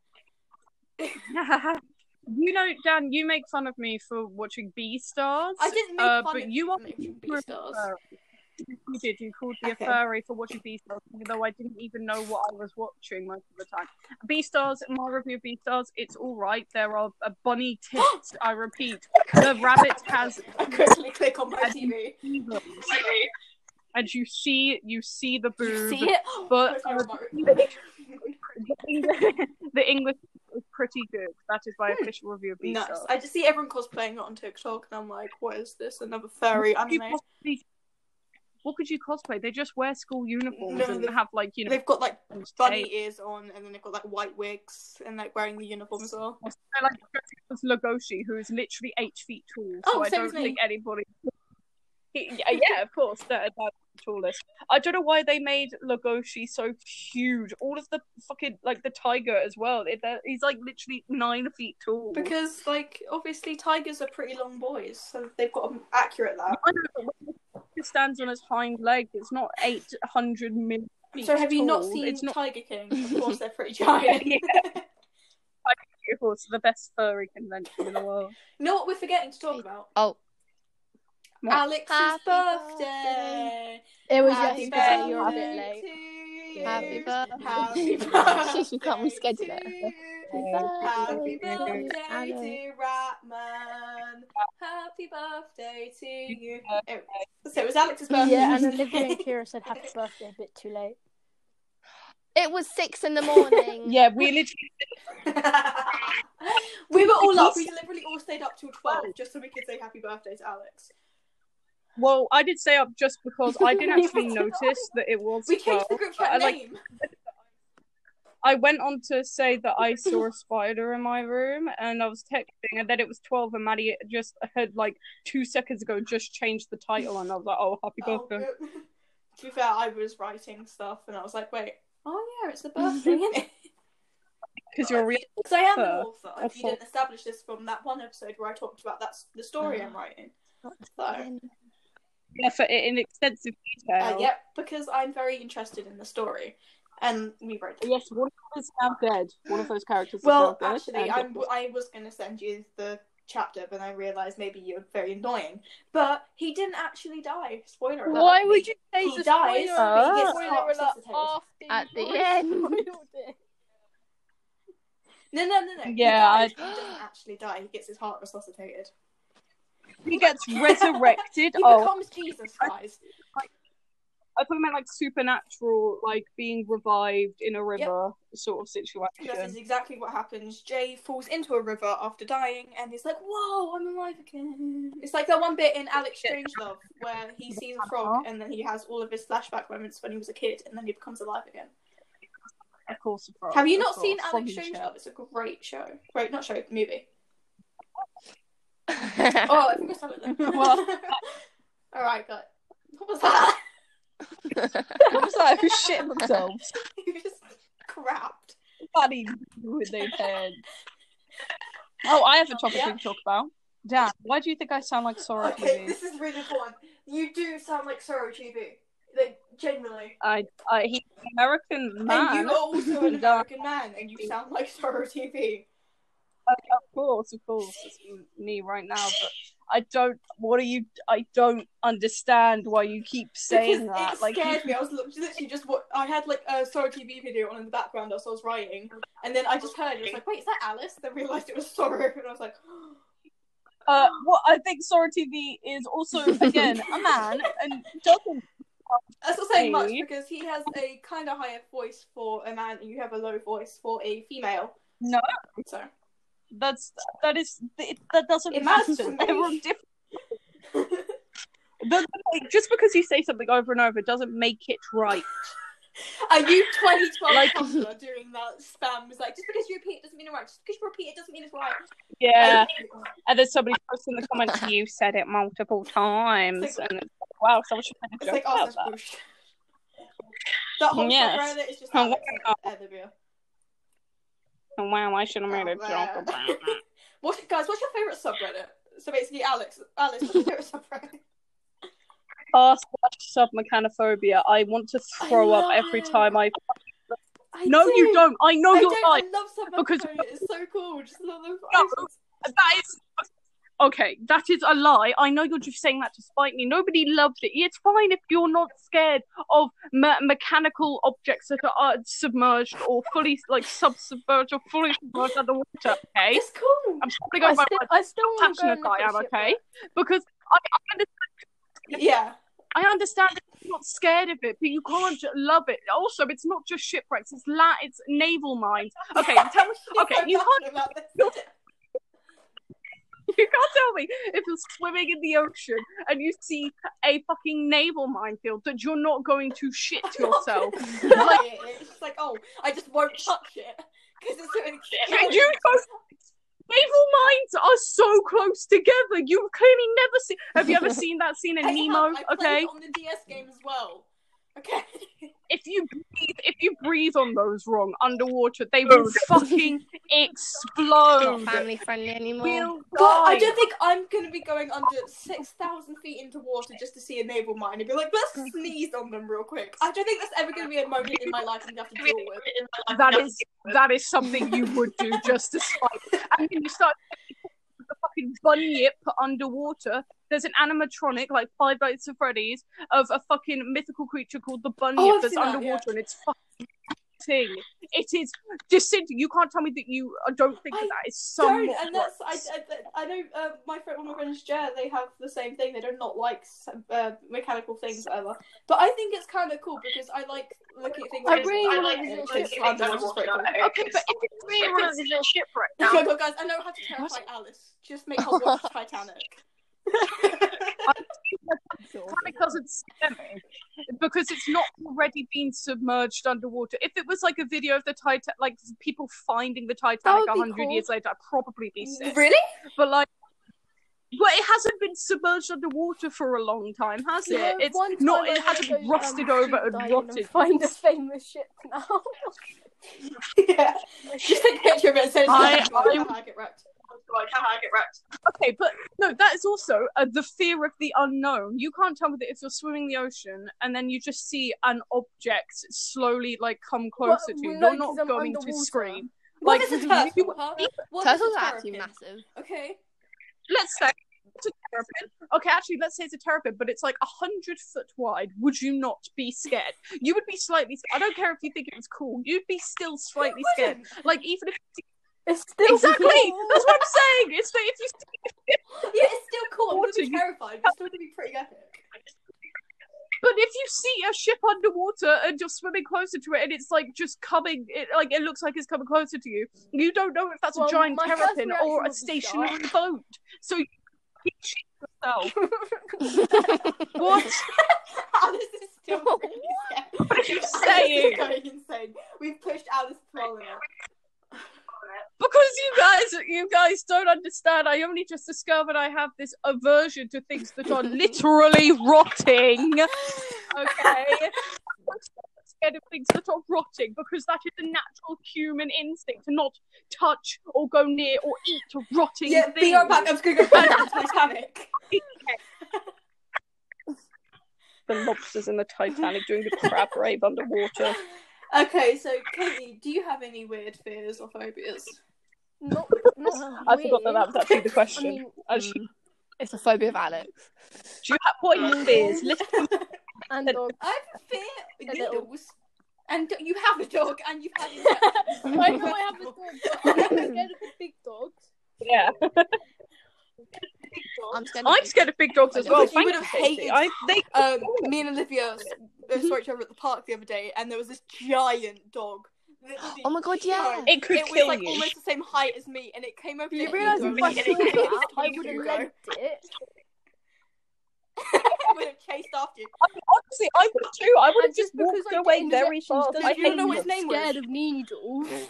Speaker 3: you know, Dan, you make fun of me for watching B Stars.
Speaker 1: I didn't make
Speaker 3: uh,
Speaker 1: fun
Speaker 3: but
Speaker 1: of
Speaker 3: you are
Speaker 1: Beastars.
Speaker 3: furry. You did. You called me
Speaker 1: Okay.
Speaker 3: a furry for watching B Stars, though I didn't even know what I was watching most of the time. B Stars, my review of B Stars, it's all right. There are a bunny tits. I repeat, the rabbit has
Speaker 1: I quickly click on my TV.
Speaker 3: evils, and you see, you see the boob.
Speaker 1: You see it?
Speaker 3: But-
Speaker 1: Where's my remote?
Speaker 3: The English, the English is pretty good. That is my official review of B
Speaker 1: Hmm. nice.
Speaker 3: Stars.
Speaker 1: I just see everyone cosplaying it on TikTok, and I'm like, "What is this? Another furry
Speaker 3: could you
Speaker 1: anime?"
Speaker 3: possibly- what could you cosplay? They just wear school uniforms
Speaker 1: No,
Speaker 3: and
Speaker 1: they-
Speaker 3: have like you know
Speaker 1: They've got like
Speaker 3: tape.
Speaker 1: bunny ears on, and then they've got like white wigs, and like wearing the uniform as well.
Speaker 3: They're like dressing up as Lugoshi, who is literally eight feet tall. So
Speaker 1: Oh,
Speaker 3: I
Speaker 1: same
Speaker 3: don't
Speaker 1: as me.
Speaker 3: think anybody. Yeah, yeah, of course, they're about the tallest. I don't know why they made Lugoshi so huge. All of the fucking like the tiger as well. It- they're- He's like literally nine feet tall.
Speaker 1: Because like obviously tigers are pretty long boys, so they've got to accurate that.
Speaker 3: I know, but when he stands on his hind leg, it's not eight hundred million. feet
Speaker 1: So have you not
Speaker 3: tall.
Speaker 1: seen
Speaker 3: It's not
Speaker 1: Tiger King? Of course, they're pretty giant.
Speaker 3: Yeah. beautiful. It's the best furry convention in the world.
Speaker 1: You know what we're forgetting to talk about?
Speaker 7: Oh,
Speaker 3: What?
Speaker 1: Alex's
Speaker 7: Happy
Speaker 1: birthday.
Speaker 4: it was
Speaker 1: Happy
Speaker 4: yesterday. You're a bit
Speaker 1: birthday
Speaker 7: late.
Speaker 1: to you.
Speaker 7: Happy birthday.
Speaker 1: Happy
Speaker 7: Can't
Speaker 1: birthday
Speaker 7: reschedule
Speaker 1: to
Speaker 7: it.
Speaker 1: you. Happy
Speaker 7: Happy
Speaker 1: birthday
Speaker 7: birthday, Alex.
Speaker 1: to Ratman. Happy birthday to you. Anyway, So it was Alex's birthday.
Speaker 4: Yeah, and Olivia and Kira said happy birthday a bit too late.
Speaker 7: it was six in the morning.
Speaker 3: Yeah, we literally
Speaker 1: we were all up. We literally all stayed up till twelve just so we could say happy birthday to Alex.
Speaker 3: Well, I did stay up just because I didn't actually notice that it was
Speaker 1: We changed
Speaker 3: 12.
Speaker 1: the group
Speaker 3: I,
Speaker 1: chat
Speaker 3: like,
Speaker 1: name.
Speaker 3: I went on to say that I saw a spider in my room and I was texting and then it was 12 and Maddie just had like two seconds ago just changed the title and I was like, oh, happy
Speaker 1: Oh,
Speaker 3: birthday.
Speaker 1: uh, to be fair, I was writing stuff and I was like, wait, oh yeah, it's the birthday, isn't it?
Speaker 3: Because you're a real.
Speaker 1: Because I am an
Speaker 3: Author.
Speaker 1: author. If you
Speaker 3: Author.
Speaker 1: didn't establish this from that one episode where I talked about that's the
Speaker 3: Ah.
Speaker 1: story I'm writing. So, uh,
Speaker 3: effort in extensive detail.
Speaker 1: yep, because I'm very interested in the story, and we wrote. it.
Speaker 3: Yes, one of those is now dead. One of those characters
Speaker 1: Well,
Speaker 3: is now dead.
Speaker 1: actually,
Speaker 3: and-
Speaker 1: I'm, I was going to send you the chapter, but I realised maybe you're very annoying. But he didn't actually die. Spoiler alert.
Speaker 4: Why would you say
Speaker 1: He
Speaker 4: the
Speaker 1: dies,
Speaker 4: spoiler
Speaker 3: but he
Speaker 4: alert-
Speaker 3: gets
Speaker 4: spoiler alert
Speaker 1: resuscitated.
Speaker 4: after
Speaker 7: At
Speaker 4: you've
Speaker 7: the
Speaker 4: already
Speaker 7: end.
Speaker 4: spoiled it?
Speaker 1: No, no, no, no.
Speaker 3: Yeah,
Speaker 1: he,
Speaker 3: I-
Speaker 1: dies, but he doesn't actually die. He gets his heart resuscitated.
Speaker 3: He gets resurrected.
Speaker 1: He
Speaker 3: oh,
Speaker 1: becomes Jesus, guys.
Speaker 3: I thought you meant like supernatural, like being revived in a river sort of
Speaker 1: That is
Speaker 3: situation.
Speaker 1: exactly what happens. Jay falls into a river after dying, and he's like, "Whoa, I'm alive again!" It's like that one bit in Alex Strangelove where he sees a frog, and then he has all of his flashback moments when he was a kid, and then he becomes alive again.
Speaker 3: Of course, of course,
Speaker 1: Have you
Speaker 3: of
Speaker 1: not
Speaker 3: course.
Speaker 1: seen Alex
Speaker 3: Foggy
Speaker 1: Strangelove?
Speaker 3: Chair.
Speaker 1: It's a great show. Great, not show, movie. Oh, I think I said it then.
Speaker 3: Well-
Speaker 1: all right, got it. What was that?
Speaker 3: I was like, who shit themselves?
Speaker 1: you just crapped.
Speaker 3: Bloody with their head. Oh, I have a topic
Speaker 1: Yeah.
Speaker 3: to talk about. Dan, why do you think I sound like Sora?
Speaker 1: Okay,
Speaker 3: Lee?
Speaker 1: this is really important. You do sound like Sorrow TV. Like, genuinely.
Speaker 3: I, I, Uh, he's an American man.
Speaker 1: And you are also an
Speaker 3: Dark.
Speaker 1: American man, and you sound like Sorrow TV.
Speaker 3: Uh, of course, of course, it's me right now. But I don't. What are you? I don't understand why you keep saying
Speaker 1: because
Speaker 3: that.
Speaker 1: it
Speaker 3: Like,
Speaker 1: scared me. I was li- literally just what I had like a Sorry TV video on in the background as I was writing, and then I just heard it. I was like, "Wait, is that Alice?" Then realised it was Sorrow, and I was like,
Speaker 3: uh, what I think Sora TV is also again a man and doesn't.
Speaker 1: "That's not saying much
Speaker 3: Hey.
Speaker 1: because he has a kind of higher voice for a man, and you have a low voice for a female."
Speaker 3: No.
Speaker 1: so
Speaker 3: That's that is it, that doesn't
Speaker 1: It
Speaker 3: matter.
Speaker 1: matters to me.
Speaker 3: They're all different. But, like, just because you say something over and over doesn't make it right.
Speaker 1: are you 2012
Speaker 3: Like-
Speaker 1: Tumblr doing that spam? Was like, just because you repeat it doesn't mean it's right. Just because you repeat it doesn't mean it's right.
Speaker 3: Yeah.
Speaker 1: Like,
Speaker 3: And then somebody posts in the comments, you said it multiple times.
Speaker 1: It's like-
Speaker 3: and it's like, wow, someone should make a
Speaker 1: It's
Speaker 3: joke
Speaker 1: like oh,
Speaker 3: about
Speaker 1: that's
Speaker 3: that.
Speaker 1: bullshit. That whole
Speaker 3: Yes.
Speaker 1: subreddit is just
Speaker 3: Oh,
Speaker 1: Alex
Speaker 3: wow.
Speaker 1: and Etherbeer.
Speaker 3: And wow, I should have made a
Speaker 1: Oh,
Speaker 3: joke
Speaker 1: wow.
Speaker 3: about that.
Speaker 1: What guys? What's your favorite subreddit? So basically, Alex, Alice, what's your favorite subreddit?
Speaker 3: R slash submechanophobia. I want to throw
Speaker 1: I
Speaker 3: up every
Speaker 1: love it.
Speaker 3: time I.
Speaker 1: I
Speaker 3: No, you
Speaker 1: do.
Speaker 3: don't. I know
Speaker 1: I
Speaker 3: you're
Speaker 1: don't.
Speaker 3: lying.
Speaker 1: I love subreddit
Speaker 3: because-
Speaker 1: It's so cool. Just love the
Speaker 3: No. That is okay. That is a lie. I know you're just saying that to spite me. Nobody loves it. It's fine if you're not scared of me- mechanical objects that are uh, submerged or fully like submerged or fully submerged underwater. Okay,
Speaker 1: It's cool.
Speaker 3: I'm sorry
Speaker 4: I
Speaker 3: going by
Speaker 4: still,
Speaker 3: my
Speaker 4: I still want to go
Speaker 3: passionate
Speaker 4: and look
Speaker 3: I
Speaker 4: at
Speaker 3: am.
Speaker 4: shipwreck.
Speaker 3: Okay, because I, I understand.
Speaker 1: Yeah.
Speaker 3: I understand that you're not scared of it, but you can't ju- love it. Also, it's not just shipwrecks; it's la- it's naval mines. Okay, tell me, okay,
Speaker 1: I'm
Speaker 3: you
Speaker 1: talking about this.
Speaker 3: you can't tell me if you're swimming in the ocean and you see a fucking naval minefield that you're not going to shit
Speaker 1: I'm not
Speaker 3: yourself.
Speaker 1: gonna deny it. It's just like, oh, I just won't touch it because it's so
Speaker 3: Can you go? Naval mines are so close together. You've clearly never seen. Have you ever seen that scene in
Speaker 1: I have-
Speaker 3: Nemo?
Speaker 1: I played
Speaker 3: Okay,
Speaker 1: it on the DS game as well. Okay.
Speaker 3: if you breathe, if you breathe on those wrong underwater, they
Speaker 1: Oh,
Speaker 3: will fucking explode.
Speaker 7: Not family friendly anymore.
Speaker 3: Will
Speaker 1: God, I
Speaker 3: die.
Speaker 1: don't think I'm going to be going under 6,000 feet into water just to see a naval mine and be like, let's sneeze on them real quick. I don't think that's ever going to be a moment in my life I'm going to have to deal with.
Speaker 3: that is that is something you would do just to spite. And then you start the fucking bunyip underwater. There's an animatronic, like Five Nights at Freddy's, of a fucking mythical creature called the bunyip
Speaker 1: Oh, I've
Speaker 3: that's
Speaker 1: seen that,
Speaker 3: underwater,
Speaker 1: yeah.
Speaker 3: and it's fucking thing. It is disin. You can't tell me that you uh, don't think
Speaker 1: I
Speaker 3: that that is
Speaker 1: Don't,
Speaker 3: somewhat.
Speaker 1: and that's I, I, I know uh, my friend, one of my friends, Jer, they have the same thing. They do not like some, uh, mechanical things ever, but I think it's kind of cool because I like looking at things.
Speaker 4: I really wanna visit
Speaker 1: it.
Speaker 4: ships
Speaker 1: It's underwater, it's pretty cool.
Speaker 3: okay, but if you really want to visit shipwreck
Speaker 1: Oh my god, guys! I know how to terrify Alice. Just make her watch Titanic.
Speaker 3: Titanic doesn't scare me because it's not already been submerged underwater. If it was like a video of the Titanic, like people finding the Titanic
Speaker 4: would be
Speaker 3: hundred
Speaker 4: cool.
Speaker 3: years later, I'd probably be sick.
Speaker 1: Really?
Speaker 3: But like, but it hasn't been submerged underwater for a long time, has
Speaker 4: You
Speaker 3: it?
Speaker 4: know,
Speaker 3: It's
Speaker 4: one
Speaker 3: not.
Speaker 4: time
Speaker 3: It
Speaker 4: I
Speaker 3: hasn't
Speaker 4: wanna go,
Speaker 3: rusted
Speaker 4: um,
Speaker 3: over
Speaker 4: deep
Speaker 3: and
Speaker 4: diving
Speaker 3: rotted.
Speaker 4: Find a famous ship now.
Speaker 1: yeah. Just take a picture of it and send it to
Speaker 3: I-
Speaker 1: me. Can I get wrecked? Can I get wrecked?
Speaker 3: Okay, but no, that is also uh, the fear of the unknown. You can't tell that if you're swimming the ocean and then you just see an object slowly like come closer to you,
Speaker 4: no,
Speaker 3: you're not
Speaker 4: 'cause I'm
Speaker 3: going to
Speaker 4: underwater.
Speaker 3: scream.
Speaker 1: What is
Speaker 3: Like,
Speaker 1: a
Speaker 3: you-
Speaker 1: turtle? huh? What is a
Speaker 7: Turtles are actually
Speaker 1: terrapin?
Speaker 7: massive.
Speaker 1: Okay.
Speaker 3: let's say it's a terrapin. Okay, actually, let's say it's a terrapin, but it's like a hundred foot wide. Would you not be scared? You would be slightly. I don't care if you think it was cool. You'd be still slightly scared. Like even if
Speaker 4: It's still
Speaker 3: exactly that's what I'm saying. It's that if you
Speaker 1: Yeah, it's still cool. I'm going to
Speaker 3: Water,
Speaker 1: be
Speaker 3: you-
Speaker 1: terrified, but it's still going to be pretty epic.
Speaker 3: But if you see a ship underwater and you're swimming closer to it, and it's like just coming, it, like it looks like it's coming closer to you, you don't know if that's
Speaker 4: Well,
Speaker 3: a giant
Speaker 4: my first
Speaker 3: terrapin
Speaker 4: reaction
Speaker 3: or a
Speaker 4: was a shark.
Speaker 3: stationary boat. So you can shit yourself. what
Speaker 1: Alice is still pretty scared.
Speaker 3: are you
Speaker 1: Alice
Speaker 3: saying?
Speaker 1: is going insane. We've pushed Alice to the limit.
Speaker 3: Because you guys, you guys don't understand. I only just discovered I have this aversion to things that are literally rotting. Okay. I'm so scared of things that are rotting because that is a natural human instinct to not touch or go near or eat rotting
Speaker 1: Yeah,
Speaker 3: things.
Speaker 1: be right back. I'm just going to go back to the Titanic.
Speaker 3: The lobsters in the Titanic doing the crab rave underwater.
Speaker 1: Okay, so Katie, do you have any weird fears or phobias?
Speaker 7: Not, not
Speaker 3: I forgot that that was actually the
Speaker 7: I
Speaker 3: question.
Speaker 7: mean,
Speaker 3: Actually,
Speaker 2: It's a phobia of Alex.
Speaker 3: Hmm. do you have what are your fears? List
Speaker 7: and dogs.
Speaker 1: I fear
Speaker 7: A little.
Speaker 1: needles. And do- you have a dog, and you've had. a-
Speaker 4: I know I have a dog, but I'm not scared of the big dogs.
Speaker 3: yeah.
Speaker 2: I'm scared.
Speaker 3: I'm scared of big dogs as well.
Speaker 1: You would
Speaker 3: thank
Speaker 1: have
Speaker 3: you, Stacey.
Speaker 1: hated-
Speaker 3: I, they,
Speaker 1: um, me and Olivia s- uh, saw each other at the park the other day, and there was this giant dog. Literally
Speaker 2: Oh my god, yeah.
Speaker 1: giant.
Speaker 3: it could
Speaker 1: It was
Speaker 3: kill
Speaker 1: like
Speaker 3: you.
Speaker 1: almost the same height as me, and it came over.
Speaker 4: You
Speaker 1: to
Speaker 4: realise
Speaker 1: me, and
Speaker 4: if I
Speaker 1: it
Speaker 4: saw
Speaker 1: was
Speaker 4: that,
Speaker 1: like,
Speaker 4: I
Speaker 1: "Chase
Speaker 4: would
Speaker 1: you,
Speaker 4: have
Speaker 1: bro."
Speaker 4: legged it.
Speaker 1: I would have chased after you.
Speaker 3: Honestly, I would too. I would have
Speaker 4: And
Speaker 3: just
Speaker 4: just because
Speaker 3: walked
Speaker 4: I
Speaker 3: away
Speaker 4: get
Speaker 3: very
Speaker 4: injections
Speaker 3: fast.
Speaker 4: doesn't
Speaker 3: I
Speaker 4: mean
Speaker 1: don't
Speaker 3: hate
Speaker 1: know
Speaker 4: I'm
Speaker 1: his
Speaker 4: not
Speaker 1: name was.
Speaker 4: Scared of needles.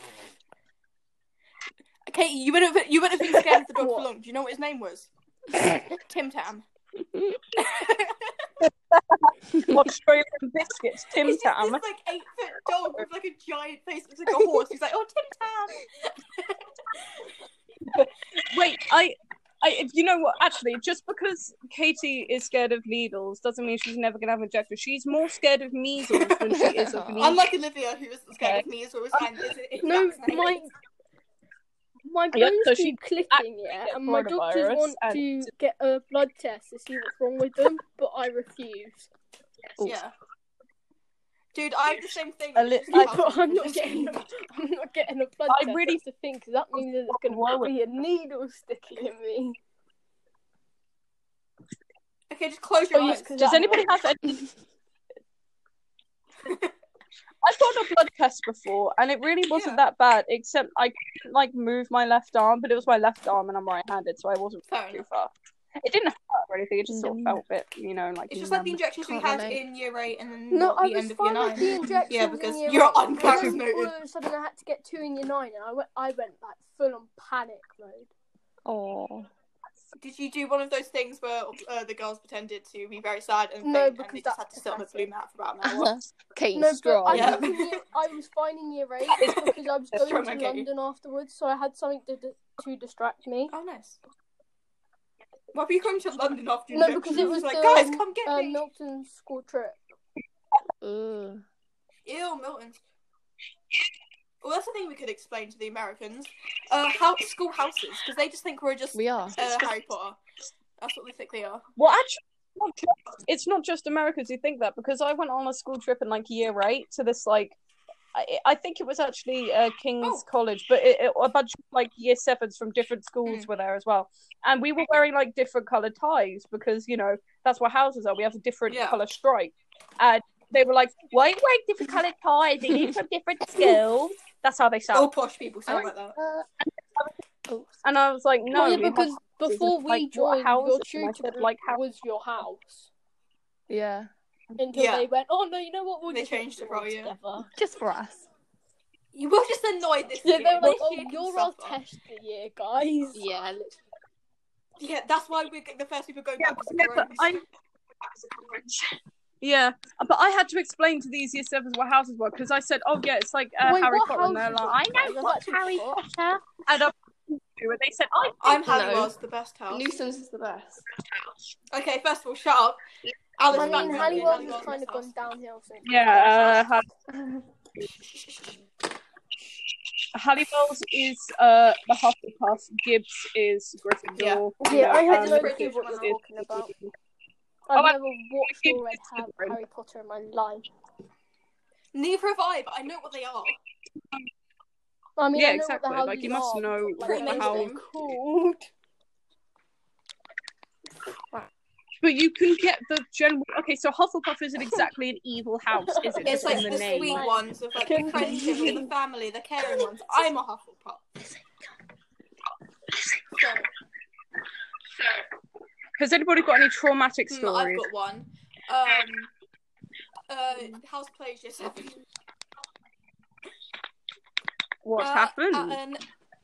Speaker 1: Katie, you would have you would have been scared of the dog for long. Do you know what his name was? Tim Tam.
Speaker 3: Australian biscuits, Tim
Speaker 1: It's just
Speaker 3: Tam.
Speaker 1: this like eight foot dog with like a giant face, looks like a horse. He's like, oh Tim Tam.
Speaker 3: Wait, I, I, you know what? Actually, just because Katie is scared of needles doesn't mean she's never gonna have injections. She's more scared of measles than she is of needles.
Speaker 1: Unlike Olivia, who was scared of me as well. And is it,
Speaker 4: Uh, No,
Speaker 1: that's-
Speaker 4: my my
Speaker 3: Yeah,
Speaker 4: bones
Speaker 3: so she
Speaker 4: keep clicking, yeah,
Speaker 3: get
Speaker 4: and my doctors
Speaker 3: coronavirus
Speaker 4: want
Speaker 3: and-
Speaker 4: to get a blood test to see what's wrong with them, but I refuse.
Speaker 1: Yeah. Dude, I have the same thing.
Speaker 3: A li-
Speaker 4: I,
Speaker 1: Just-
Speaker 4: am not getting a, I'm not getting a blood
Speaker 3: I
Speaker 4: test.
Speaker 3: really-
Speaker 4: That's the thing, 'cause that means there's going to be a needle sticking in me.
Speaker 1: Okay, just close your
Speaker 4: Oh, yes,
Speaker 1: eyes.
Speaker 4: 'cause
Speaker 3: Does
Speaker 4: that-
Speaker 3: anybody have any? I've got a blood test before, and it really wasn't that bad. Except I couldn't like move my left arm, but it was my left arm, and I'm right-handed, so I wasn't
Speaker 1: Fair
Speaker 3: too
Speaker 1: enough. Mm.
Speaker 3: far. It didn't hurt or anything. It just sort of felt a bit, you know, like
Speaker 1: It's just like the
Speaker 3: numb.
Speaker 1: injections we
Speaker 2: Can't
Speaker 1: had
Speaker 2: relate.
Speaker 1: in year eight and then
Speaker 4: No,
Speaker 1: at Mm,
Speaker 4: I
Speaker 1: the end
Speaker 4: was
Speaker 1: of year
Speaker 4: fine
Speaker 1: nine.
Speaker 4: with the injections.
Speaker 1: Yeah, because
Speaker 4: in year
Speaker 1: you're
Speaker 4: eight, but then
Speaker 1: unvaccinated.
Speaker 4: All of a sudden, I had to get two in year nine, and I went, I went like full on panic mode.
Speaker 2: Oh.
Speaker 1: Did you do one of those things where uh, the girls pretended to be very sad and
Speaker 4: No,
Speaker 1: faint
Speaker 4: because
Speaker 1: and they just had
Speaker 4: that's
Speaker 1: to sit on a blue
Speaker 4: depressing.
Speaker 1: mat for about an hour?
Speaker 2: Kate's
Speaker 4: No, but I,
Speaker 2: strong.
Speaker 1: Yeah.
Speaker 4: was in year, I was fine in year eight because I was
Speaker 3: That's
Speaker 4: going to
Speaker 1: traumatic.
Speaker 4: London afterwards, so I had something to, to distract me.
Speaker 1: oh, nice. Well, if you come to London after
Speaker 4: No, because it
Speaker 1: injections,
Speaker 4: was
Speaker 1: like,
Speaker 4: the,
Speaker 1: guys, come get
Speaker 4: Uh,
Speaker 1: me.
Speaker 4: Milton school trip.
Speaker 2: Ugh.
Speaker 1: Ew, Milton. Well, that's the thing we could explain to the Americans. Uh, how school houses, because they just think we're just
Speaker 2: We are.
Speaker 1: uh, Harry Potter. That's what they think they are.
Speaker 3: Well, actually, it's not just- it's not just Americans who think that because I went on a school trip in like year eight to this like, I, I think it was actually uh, King's
Speaker 1: Oh.
Speaker 3: College, but it, it, a bunch of like year sevens from different schools were there as well, and we were wearing like different colored ties because you know that's what houses are. We have a different
Speaker 1: Yeah.
Speaker 3: color stripe, and they were like, "Why are you wearing different colored ties? Are you from different schools?" That's how they
Speaker 1: All
Speaker 3: sound,
Speaker 1: posh people sound like that.
Speaker 3: and I was like, "No,
Speaker 4: Well, Oh, yeah,
Speaker 3: we have
Speaker 4: because
Speaker 3: houses
Speaker 4: before
Speaker 3: with,
Speaker 4: we
Speaker 3: like, what
Speaker 4: joined,
Speaker 3: houses?"
Speaker 4: your
Speaker 3: And I
Speaker 4: tutor
Speaker 3: said,
Speaker 4: group
Speaker 3: like, how-
Speaker 4: was your house
Speaker 2: Yeah.
Speaker 4: until
Speaker 1: Yeah.
Speaker 4: they went. Oh no, you know what? We'll
Speaker 1: They
Speaker 4: just
Speaker 1: changed
Speaker 4: mix
Speaker 1: it for
Speaker 4: all
Speaker 1: you.
Speaker 4: together."
Speaker 2: Just for us.
Speaker 1: You were just annoyed this
Speaker 4: Yeah,
Speaker 1: year.
Speaker 4: they were like,
Speaker 1: This year
Speaker 4: "Oh,
Speaker 1: can
Speaker 4: you're our
Speaker 1: suffer."
Speaker 4: test year, guys."
Speaker 2: Yeah.
Speaker 1: Yeah, that's why we're the first people going
Speaker 3: Yeah,
Speaker 1: back.
Speaker 3: but- yeah, but I- Yeah, but I had to explain to these year sevens what houses were because I said, "Oh yeah, it's like uh,
Speaker 4: Wait,
Speaker 3: Harry
Speaker 4: what
Speaker 3: Potter." And they're
Speaker 4: house is
Speaker 3: like,
Speaker 4: it?
Speaker 3: "I know
Speaker 4: That's
Speaker 3: what
Speaker 4: actually
Speaker 3: Harry
Speaker 4: hot.
Speaker 3: Potter." And I'm and they said, "I."
Speaker 1: I'm having
Speaker 2: No.
Speaker 1: ours the best house.
Speaker 2: Newsom's is the best.
Speaker 1: Okay, first of all, shut up. Alice
Speaker 4: I mean,
Speaker 1: Blackman,
Speaker 4: Halliwell
Speaker 1: Halliwell's
Speaker 4: has kind of
Speaker 1: house.
Speaker 4: gone downhill since.
Speaker 3: Yeah, uh, Ha- Halliwell's is uh, the Hufflepuff. Gibbs is Gryffindor.
Speaker 4: Yeah, I had
Speaker 3: um,
Speaker 4: no
Speaker 1: idea what
Speaker 3: Gibbs
Speaker 1: you were
Speaker 3: is-
Speaker 4: talking about.
Speaker 3: Oh,
Speaker 4: I've
Speaker 3: I-
Speaker 4: never watched or read Ha- Harry Potter in my life.
Speaker 1: Neither have I, but I know what they are.
Speaker 4: I mean,
Speaker 3: Yeah,
Speaker 4: I know
Speaker 3: exactly,
Speaker 4: What the
Speaker 3: like, you
Speaker 4: houses
Speaker 3: must
Speaker 4: are,
Speaker 3: know
Speaker 4: but,
Speaker 1: what
Speaker 4: like,
Speaker 1: the
Speaker 4: I
Speaker 1: house-
Speaker 4: know what they're called.
Speaker 3: But you can get the general. Okay, so Hufflepuff isn't exactly an evil house, is it?
Speaker 1: It's
Speaker 3: Just
Speaker 1: like
Speaker 3: in
Speaker 1: the,
Speaker 3: the name.
Speaker 1: sweet ones of like the friendship and the family, the caring ones. I'm a Hufflepuff. So,
Speaker 3: Has anybody got any traumatic
Speaker 1: hmm, I've
Speaker 3: stories?
Speaker 1: got one. Um, uh, house plays year seven.
Speaker 3: What's
Speaker 1: Well,
Speaker 3: happened?
Speaker 1: uh, and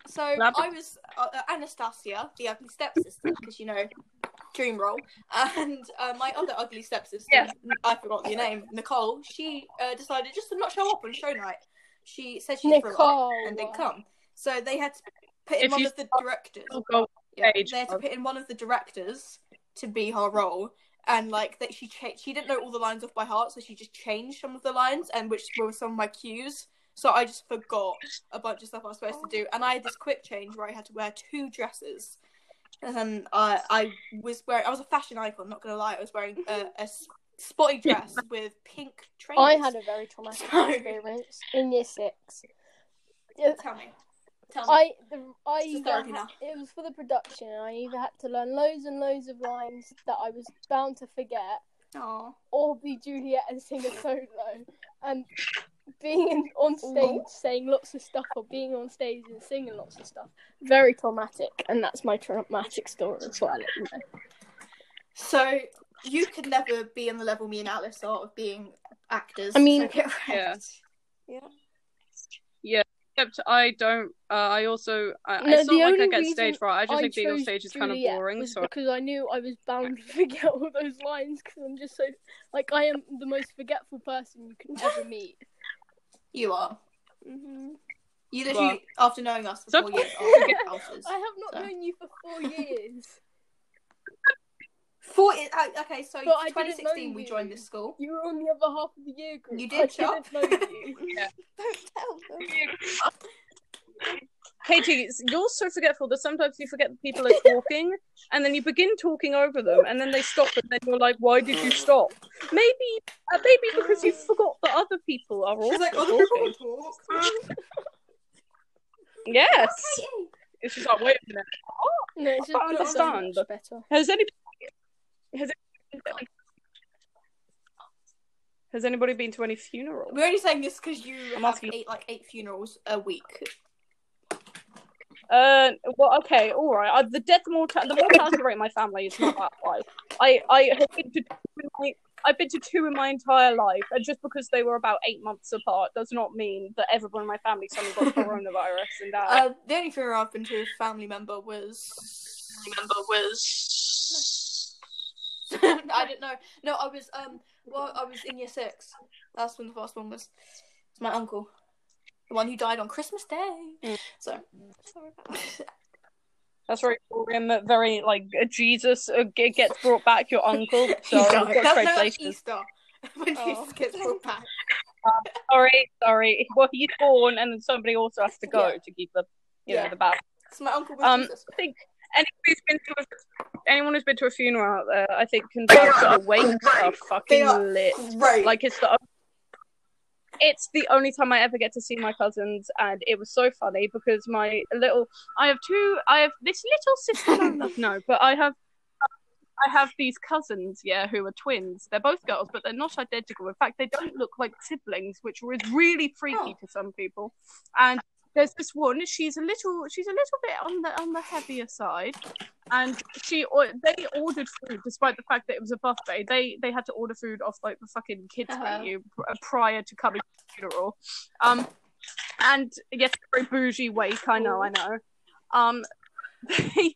Speaker 1: so
Speaker 3: Lab-
Speaker 1: I was uh, uh, Anastasia, the ugly stepsister, because you know, dream role. And uh, my other ugly stepsister,
Speaker 3: Yeah.
Speaker 1: I forgot your name, Nicole. She uh, decided just to not show up on show night. She said she threw up
Speaker 4: Nicole.
Speaker 1: and didn't come, so they had to put in
Speaker 3: If
Speaker 1: one
Speaker 3: you-
Speaker 1: of the directors.
Speaker 3: I'll go
Speaker 1: Yeah,
Speaker 3: Stage
Speaker 1: they had to
Speaker 3: of-
Speaker 1: put in one of the directors to be her role, and like that she cha- she didn't know all the lines off by heart, so she just changed some of the lines, and which were some of my cues. So I just forgot a bunch of stuff I was supposed to do, and I had this quick change where I had to wear two dresses. And I, I was wearing, I was a fashion icon, not gonna lie. I was wearing a, a s- spotty dress with pink trainers.
Speaker 4: I had a very traumatic
Speaker 1: Sorry.
Speaker 4: experience in year six.
Speaker 1: Tell me, tell me.
Speaker 4: I the,
Speaker 1: Um,
Speaker 4: I
Speaker 1: It's just
Speaker 4: either
Speaker 1: therapy
Speaker 4: had-
Speaker 1: now.
Speaker 4: it was for the production, and I either had to learn loads and loads of lines that I was bound to forget,
Speaker 1: Aw.
Speaker 4: or be Juliet and sing a solo, and being in, on stage saying lots of stuff, or being on stage and singing lots of stuff, very traumatic, and that's my traumatic story. That's what I let you know.
Speaker 1: So you could never be on the level me and Alice are of being actors.
Speaker 4: I mean-
Speaker 1: so get
Speaker 3: Yeah.
Speaker 1: wrecked.
Speaker 3: Except I don't. Uh, I also. I,
Speaker 4: No,
Speaker 3: it's
Speaker 4: the
Speaker 3: not like I
Speaker 4: only
Speaker 3: get
Speaker 4: reason
Speaker 3: stage fright. I just
Speaker 4: I
Speaker 3: think being on
Speaker 4: chose
Speaker 3: stage is kind of
Speaker 4: Juliet
Speaker 3: boring.
Speaker 4: was
Speaker 3: So
Speaker 4: because I knew I was bound to forget all those lines because I'm just so like I am the most forgetful person you could ever meet.
Speaker 1: You are.
Speaker 3: Mm-hmm.
Speaker 7: hmm
Speaker 1: You literally, after knowing us for
Speaker 3: So-
Speaker 1: four years, are forget ulcers.
Speaker 4: I have not
Speaker 1: So.
Speaker 4: known you for four years.
Speaker 1: Four. I, okay, so
Speaker 4: But I didn't know
Speaker 1: 2016 we
Speaker 4: you.
Speaker 1: joined this school.
Speaker 4: You were on the other half of the year group.
Speaker 1: You
Speaker 4: I
Speaker 1: did, Chuck.
Speaker 4: didn't know you.
Speaker 7: Don't tell them.
Speaker 3: Katie, it's- you're so forgetful that sometimes you forget that people are talking, and then you begin talking over them, and then they stop, and then you're like, "Why did you stop?" Maybe, uh, maybe because you forgot that other people are also
Speaker 1: She's like, other people
Speaker 3: talking.
Speaker 1: talk.
Speaker 3: Yes, it's just like, wait a minute.
Speaker 4: No, it's just
Speaker 3: I
Speaker 4: not so
Speaker 3: understand.
Speaker 4: much better.
Speaker 3: Has anybody has anybody, has anybody been to any funeral?
Speaker 1: We're only saying this because you
Speaker 3: I'm
Speaker 1: have
Speaker 3: asking-
Speaker 1: eight, like eight funerals a week.
Speaker 3: Uh, well, okay, all right. Uh, the death mortal, the mortality rate in my family is not that high. I, I have been to two in my, I've been to two in my entire life, and just because they were about eight months apart does not mean that everyone in my family suddenly got coronavirus and died.
Speaker 1: Uh, the only funeral I've been to, a family member was. Member was. I don't know. No, I was um. Well, I was in year six. That's when the first one was. It's my uncle, the one who died on Christmas Day.
Speaker 3: Mm.
Speaker 1: So sorry about that.
Speaker 3: That's very grim, very like uh, Jesus uh, g- gets brought back your uncle. So
Speaker 1: Sorry.
Speaker 3: I've got
Speaker 1: That's no,
Speaker 3: trade
Speaker 1: that's
Speaker 3: places.
Speaker 1: Easter. When Jesus gets brought back.
Speaker 3: Sorry, sorry. Well, he's born, and then somebody also has to go
Speaker 1: Yeah.
Speaker 3: to keep the, you know,
Speaker 1: Yeah.
Speaker 3: the battle.
Speaker 1: So my uncle was
Speaker 3: Um,
Speaker 1: Jesus.
Speaker 3: anyone who's been to a, anyone who's been to a funeral out there, I think can vouch that the wakes are
Speaker 1: They
Speaker 3: fucking
Speaker 1: are
Speaker 3: lit.
Speaker 1: Right.
Speaker 3: Like it's the it's the only time I ever get to see my cousins, and it was so funny because my little I have two I have this little sister that I love no, but I have. I have these cousins, yeah, who are twins. They're both girls, but they're not identical. In fact, they don't look like siblings, which is really freaky
Speaker 1: Oh.
Speaker 3: to some people. And there's this one. She's a little. She's a little bit on the on the heavier side, and she or they ordered food despite the fact that it was a buffet. They they had to order food off like the fucking kids
Speaker 1: Uh-huh.
Speaker 3: menu pr- prior to coming to the funeral. Um, and yes, very bougie wake. I know, I know. Um, they,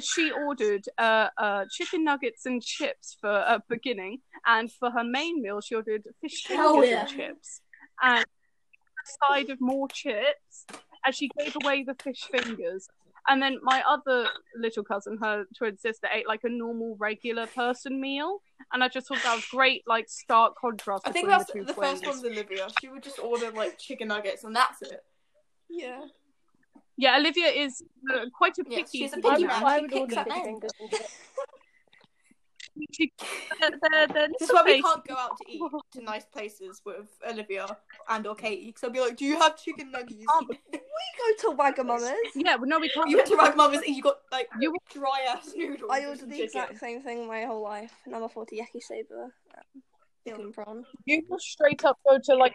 Speaker 3: she ordered uh, uh chicken nuggets and chips for a beginning, and for her main meal she ordered fish
Speaker 1: Hell
Speaker 3: fingers
Speaker 1: yeah.
Speaker 3: and chips, and a side of more chips, and she gave away the fish fingers. And then my other little cousin, her twin sister, ate like a normal, regular person meal, and I just thought that was great, like stark contrast.
Speaker 1: I think
Speaker 3: between
Speaker 1: that's
Speaker 3: the, two
Speaker 1: the first
Speaker 3: twins.
Speaker 1: one's Olivia. She would just order like chicken nuggets and that's it.
Speaker 7: Yeah.
Speaker 3: Yeah, Olivia is uh, quite a picky.
Speaker 1: Yeah, she's a
Speaker 3: eater
Speaker 4: I
Speaker 1: picky
Speaker 4: would,
Speaker 3: now.
Speaker 1: man. she
Speaker 4: I
Speaker 1: kicks her
Speaker 4: would order fish
Speaker 1: name.
Speaker 4: fingers and chips.
Speaker 3: She- they're- they're- they're
Speaker 1: This is why we
Speaker 3: little
Speaker 1: can't go out to eat to nice places with Olivia and or Katie because I'll be like, "Do you have chicken nuggets?"
Speaker 7: We go to Wagamama's.
Speaker 3: Yeah, well, no, we can't.
Speaker 1: you went to Ragmama's and you got like
Speaker 3: You-
Speaker 1: dry ass noodles.
Speaker 7: I
Speaker 1: and
Speaker 7: ordered the
Speaker 1: chicken.
Speaker 7: exact same thing my whole life, and I'm a 40 yakisoba. um, Chicken prawn.
Speaker 3: you will straight up go to like,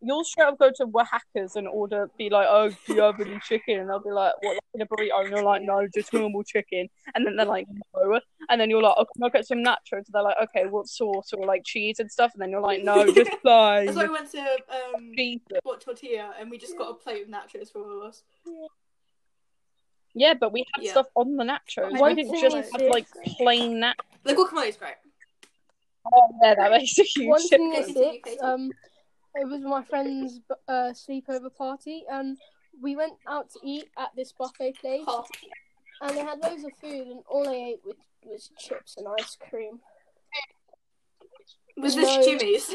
Speaker 3: you'll straight up go to Oaxaca's and order, be like, oh, do you have any chicken? And they'll be like, what, like in a burrito? And you're like, no, just normal chicken. And then they're like, no. And then you're like, oh, can I get some nachos? And they're like, okay, what sauce or like cheese and stuff? And then you're like, no, just
Speaker 1: That's why
Speaker 3: plain.
Speaker 1: we went to um,
Speaker 3: cheese.
Speaker 1: what tortilla and we just got a plate of nachos for all of us.
Speaker 3: Yeah, but we had
Speaker 1: Yeah.
Speaker 3: stuff on the nachos.
Speaker 4: One
Speaker 3: We didn't
Speaker 4: thing
Speaker 3: just
Speaker 4: is
Speaker 3: have like plain nachos.
Speaker 1: The guacamole is great.
Speaker 3: Yeah, that makes a huge
Speaker 4: One thing
Speaker 1: chips.
Speaker 4: that's
Speaker 1: Continue,
Speaker 4: it,
Speaker 1: Katie.
Speaker 4: um, it was my friend's uh, sleepover party, and we went out to eat at this buffet place,
Speaker 6: Oh.
Speaker 1: Hot.
Speaker 4: and they had loads of food, and all I ate was, was chips and ice cream.
Speaker 1: Was this
Speaker 4: No.
Speaker 1: Jimmy's?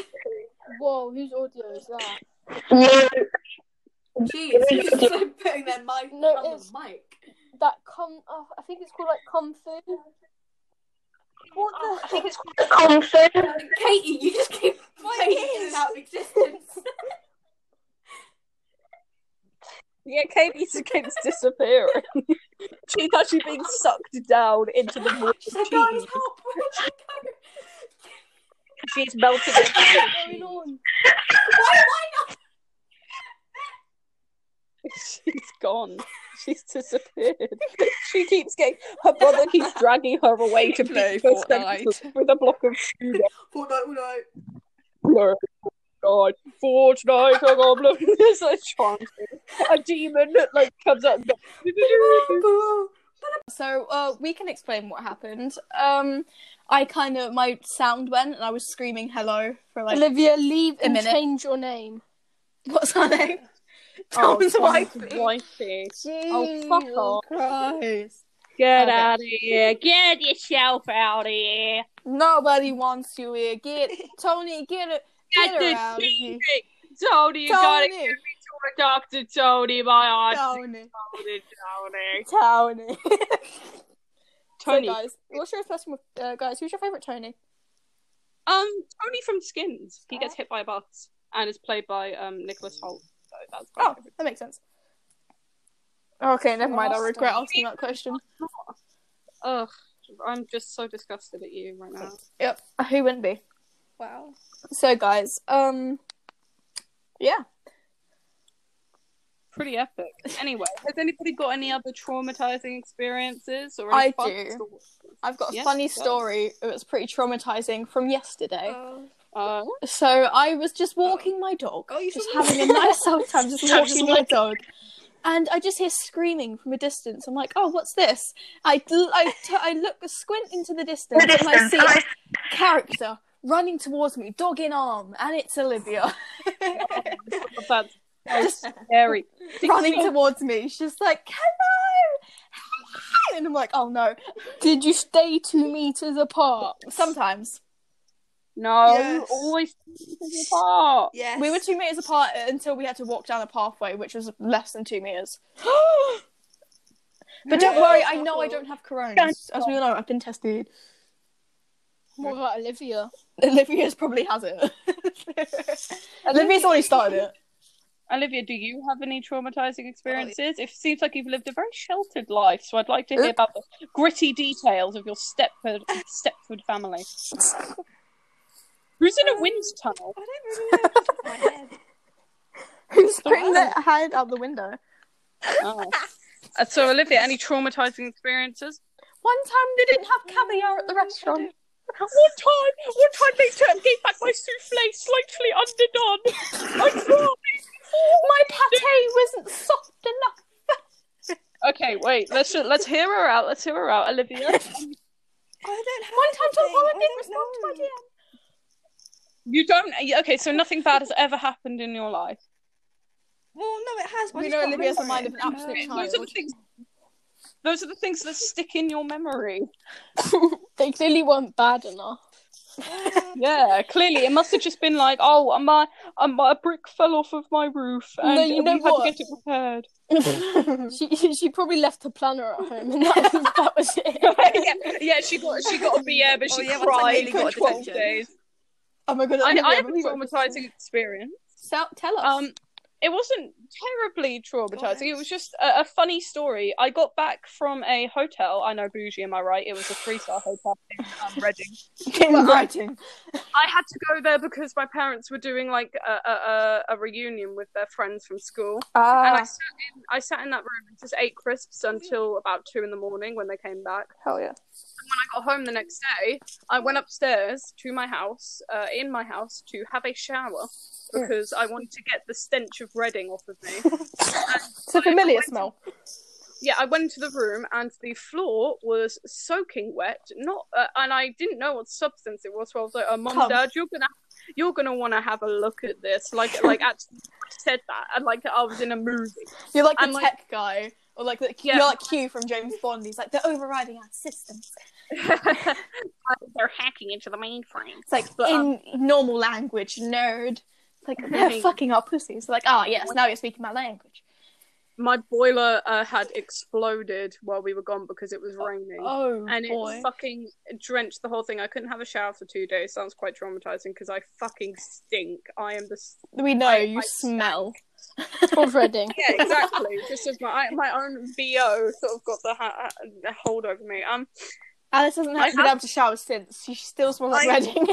Speaker 4: Whoa, whose audio is that?
Speaker 1: Jeez, you just keep putting their mic
Speaker 4: No,
Speaker 1: on
Speaker 4: it's-
Speaker 1: the mic.
Speaker 4: That com, oh, I think it's called like comfort. What the heck?
Speaker 1: Katie, you just keep playing it out of existence.
Speaker 3: Yeah, Katie's keeps disappearing. She's actually being sucked down into the water.
Speaker 1: She's like, guys, help! Where'd she go?
Speaker 3: She's melted. into
Speaker 4: What's going on?
Speaker 3: She's gone. She's disappeared. She keeps getting her brother keeps dragging her away to
Speaker 8: Play
Speaker 3: beat her senseless with a block of sugar.
Speaker 1: Fortnite, Fortnite.
Speaker 3: No. God, Fortnite, a goblin. There's a chant. A demon that like comes out. And goes,
Speaker 6: So uh, we can explain what happened. Um, I kind of my sound went and I was screaming hello for like
Speaker 4: Olivia, leave
Speaker 6: A
Speaker 4: and
Speaker 6: minute.
Speaker 4: change your name.
Speaker 6: what's her name?
Speaker 3: Oh,
Speaker 6: Tom's wife.
Speaker 3: Tom's wifey.
Speaker 6: Oh
Speaker 3: fuck off.
Speaker 6: Christ!
Speaker 3: Get
Speaker 6: Okay.
Speaker 3: out of here. Get yourself out of here.
Speaker 6: Nobody wants you here. Get Tony. Get it. Get,
Speaker 3: Get
Speaker 6: her
Speaker 3: this
Speaker 6: out of here.
Speaker 3: Tony, you gotta
Speaker 6: Tony.
Speaker 3: talk to Tony, my aunt.
Speaker 6: Tony.
Speaker 3: Tony.
Speaker 6: Tony.
Speaker 3: Tony.
Speaker 6: So guys, what's your first one with, uh, guys? Who's your favorite Tony?
Speaker 3: Um, Tony from Skins. He
Speaker 6: Oh.
Speaker 3: gets hit by a bus and is played by um Nicholas Holt. So that's my
Speaker 6: Oh, that makes sense. Okay, never mind. I
Speaker 4: Last
Speaker 6: regret asking that question.
Speaker 3: Ugh, I'm just so disgusted at you right now.
Speaker 6: Yep. Who wouldn't be?
Speaker 7: Wow.
Speaker 6: So guys, um, yeah.
Speaker 3: Pretty epic. Anyway, has anybody got any other traumatizing experiences or
Speaker 6: I
Speaker 3: any fun
Speaker 6: do.
Speaker 3: stories?
Speaker 6: I've got a
Speaker 3: Yes,
Speaker 6: funny
Speaker 3: go.
Speaker 6: story. It was pretty traumatizing from yesterday.
Speaker 7: Oh.
Speaker 3: Uh,
Speaker 6: so I was just walking my dog,
Speaker 7: Oh, you
Speaker 6: just
Speaker 7: should-
Speaker 6: having a nice old time, just walking my dog, and I just hear screaming from a distance. I'm like, "Oh, what's this?" I l- I t- I look a squint into the distance, and I see a character running towards me, dog in arm, and it's Olivia
Speaker 3: that's
Speaker 6: just
Speaker 3: scary.
Speaker 6: running towards me. She's like, "Hello, hello," and I'm like, "Oh no!"
Speaker 4: Did you stay two meters
Speaker 6: Oh,
Speaker 4: apart?
Speaker 6: Sometimes.
Speaker 3: No, you
Speaker 7: Yes.
Speaker 3: always tears apart.
Speaker 7: Yes.
Speaker 6: We were two meters apart until we had to walk down a pathway, which was less than two meters. but don't worry, I know I don't have corona. As we all know, I've been tested.
Speaker 4: What about Olivia?
Speaker 6: Olivia's probably has it. Olivia's already started it.
Speaker 3: Olivia, do you have any traumatizing experiences? It seems like you've lived a very sheltered life, so I'd like to hear about the gritty details of your Stepford Stepford family. Who's in a wind tunnel?
Speaker 7: I don't really know off the top of my head.
Speaker 6: Who's putting their hand out the window?
Speaker 3: Oh. Uh, So, Olivia, any traumatizing experiences?
Speaker 6: One time they didn't have caviar at the restaurant.
Speaker 3: One time, one time they turned, gave back my souffle slightly underdone. I cried.
Speaker 6: My pate wasn't soft enough.
Speaker 3: Okay, wait. Let's let's hear her out. Let's hear her out, Olivia.
Speaker 7: I don't have
Speaker 6: One time Tom
Speaker 7: anything.
Speaker 6: Holland
Speaker 7: I
Speaker 6: didn't
Speaker 7: don't
Speaker 6: respond to my
Speaker 7: know.
Speaker 6: DM.
Speaker 3: You don't. Okay, so nothing bad has ever happened in your life.
Speaker 7: Well, no, it has. But
Speaker 6: We
Speaker 7: I just
Speaker 6: know
Speaker 7: can't
Speaker 6: Olivia's the
Speaker 7: remember
Speaker 6: mind
Speaker 7: it.
Speaker 6: of an absolute
Speaker 3: Those are the
Speaker 6: child.
Speaker 3: things. Those are the things that stick in your memory.
Speaker 4: They clearly weren't bad enough.
Speaker 3: Yeah, clearly it must have just been like, oh, my, um, a brick fell off of my roof, and
Speaker 4: No, you know
Speaker 3: we
Speaker 4: what?
Speaker 3: had to get it repaired.
Speaker 6: Mm-hmm.
Speaker 4: She she probably left her planner at home, and that was, that was it.
Speaker 3: yeah, yeah, she got she got a BA, but
Speaker 7: Oh,
Speaker 3: she
Speaker 7: yeah, once I
Speaker 3: cried
Speaker 7: nearly
Speaker 3: for
Speaker 7: got a
Speaker 3: twelve
Speaker 7: detention. uh,
Speaker 3: days.
Speaker 6: Oh my god,
Speaker 3: I,
Speaker 6: Olivia,
Speaker 3: I have a
Speaker 6: we've got-
Speaker 3: traumatizing experience.
Speaker 6: So- tell us.
Speaker 3: Um, it wasn't terribly traumatizing. It was just a, a funny story. I got back from a hotel. I know bougie, am I right? It was a three star hotel in um, Reading.
Speaker 6: in writing.
Speaker 3: I had to go there because my parents were doing like a, a, a, a reunion with their friends from school. And I
Speaker 6: Ah.
Speaker 3: sat in I sat in that room and just ate crisps until about two in the morning when they came back.
Speaker 6: Hell yeah.
Speaker 3: When I got home the next day, I went upstairs to my house, uh, in my house, to have a shower because I wanted to get the stench of Reading off of me.
Speaker 6: It's a familiar smell.
Speaker 3: yeah, I went into the room and the floor was soaking wet. Not, uh, and I didn't know what substance it was. So I was like, oh, "Mom,
Speaker 6: Come.
Speaker 3: Dad, you're gonna." You're gonna want to have a look at this, like, like actually I said that, and like I was in a movie.
Speaker 6: You're like the
Speaker 3: And, like-
Speaker 6: tech guy, or like the,
Speaker 3: Yeah.
Speaker 6: you're like Q from James Bond. He's like they're overriding our systems.
Speaker 3: They're hacking into the mainframe.
Speaker 6: It's like
Speaker 3: But,
Speaker 4: uh,
Speaker 6: in normal language, nerd. Like they're fucking our pussies. Like,
Speaker 4: "Oh,
Speaker 6: ah, yes, now you're speaking my language.
Speaker 3: My boiler uh, had exploded while we were gone because it was raining.
Speaker 6: Oh
Speaker 3: and
Speaker 6: boy.
Speaker 3: it fucking drenched the whole thing. I couldn't have a shower for two days. Sounds quite traumatizing because I fucking stink. I am the s-
Speaker 6: we know
Speaker 3: I-
Speaker 6: you
Speaker 3: I
Speaker 6: smell.
Speaker 4: already.
Speaker 3: yeah exactly. Just as my I, my own bo sort of got the, ha- the hold over me. Um,
Speaker 6: Alice hasn't
Speaker 3: I
Speaker 6: actually been
Speaker 3: have-
Speaker 6: able to shower since. She still smells like
Speaker 3: I-
Speaker 6: redding.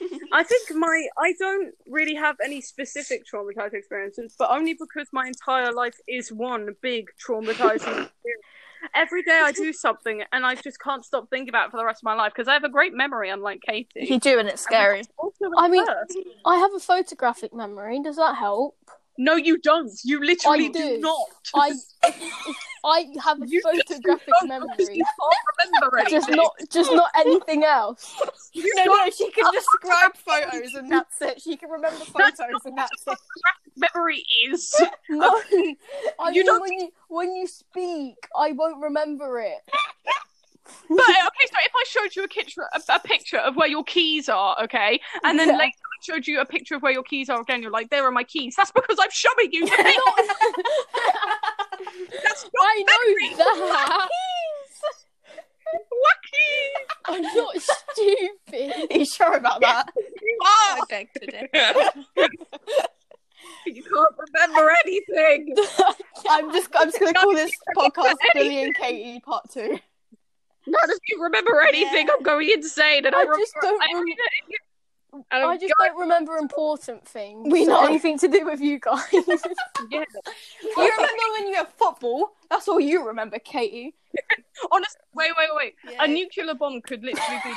Speaker 3: I think my I don't really have any specific traumatized experiences, but only because my entire life is one big traumatizing. experience. Every day I do something and I just can't stop thinking about it for the rest of my life because I have a great memory, unlike Katie.
Speaker 6: you do, and it's scary.
Speaker 3: Also,
Speaker 4: I
Speaker 3: at
Speaker 4: mean-
Speaker 3: first-
Speaker 4: I have a photographic memory. Does that help?
Speaker 3: no, you don't. You literally
Speaker 4: I
Speaker 3: do.
Speaker 4: do.
Speaker 3: not.
Speaker 4: I I have a
Speaker 3: You just don't
Speaker 4: photographic
Speaker 3: because
Speaker 4: memory.
Speaker 3: You can't remember anything.
Speaker 4: Just not, just not anything else.
Speaker 3: You
Speaker 6: No,
Speaker 3: don't
Speaker 6: no, she can describe photos and that's it. She can remember
Speaker 3: That's
Speaker 6: photos and that's it.
Speaker 3: memory is.
Speaker 4: No, I
Speaker 3: You
Speaker 4: mean,
Speaker 3: don't-
Speaker 4: when you when you speak, I won't remember it.
Speaker 3: But uh, okay, so if I showed you a, kitch- a, a picture of where your keys are, okay, and then
Speaker 4: Yeah.
Speaker 3: later I showed you a picture of where your keys are again, you're like, there are my keys. That's because I'm showing you. The thing. That's not
Speaker 4: I know that.
Speaker 3: wacky.
Speaker 4: I'm not stupid.
Speaker 6: Are you sure about that?
Speaker 3: You are.
Speaker 6: I beg to differ.
Speaker 3: you can't remember anything.
Speaker 6: I'm just I'm just gonna call this podcast Billy and Katie Part Two.
Speaker 3: Not if you remember anything, I'm going insane. And I,
Speaker 4: I
Speaker 3: remember-
Speaker 4: just don't
Speaker 3: I,
Speaker 4: rem-
Speaker 3: I,
Speaker 4: I just don't remember important things.
Speaker 6: Oh, We know.
Speaker 4: anything to do with you guys.
Speaker 6: You remember when you had football? That's all you remember, Katie.
Speaker 3: Honestly, wait, wait, wait. A nuclear bomb could literally be.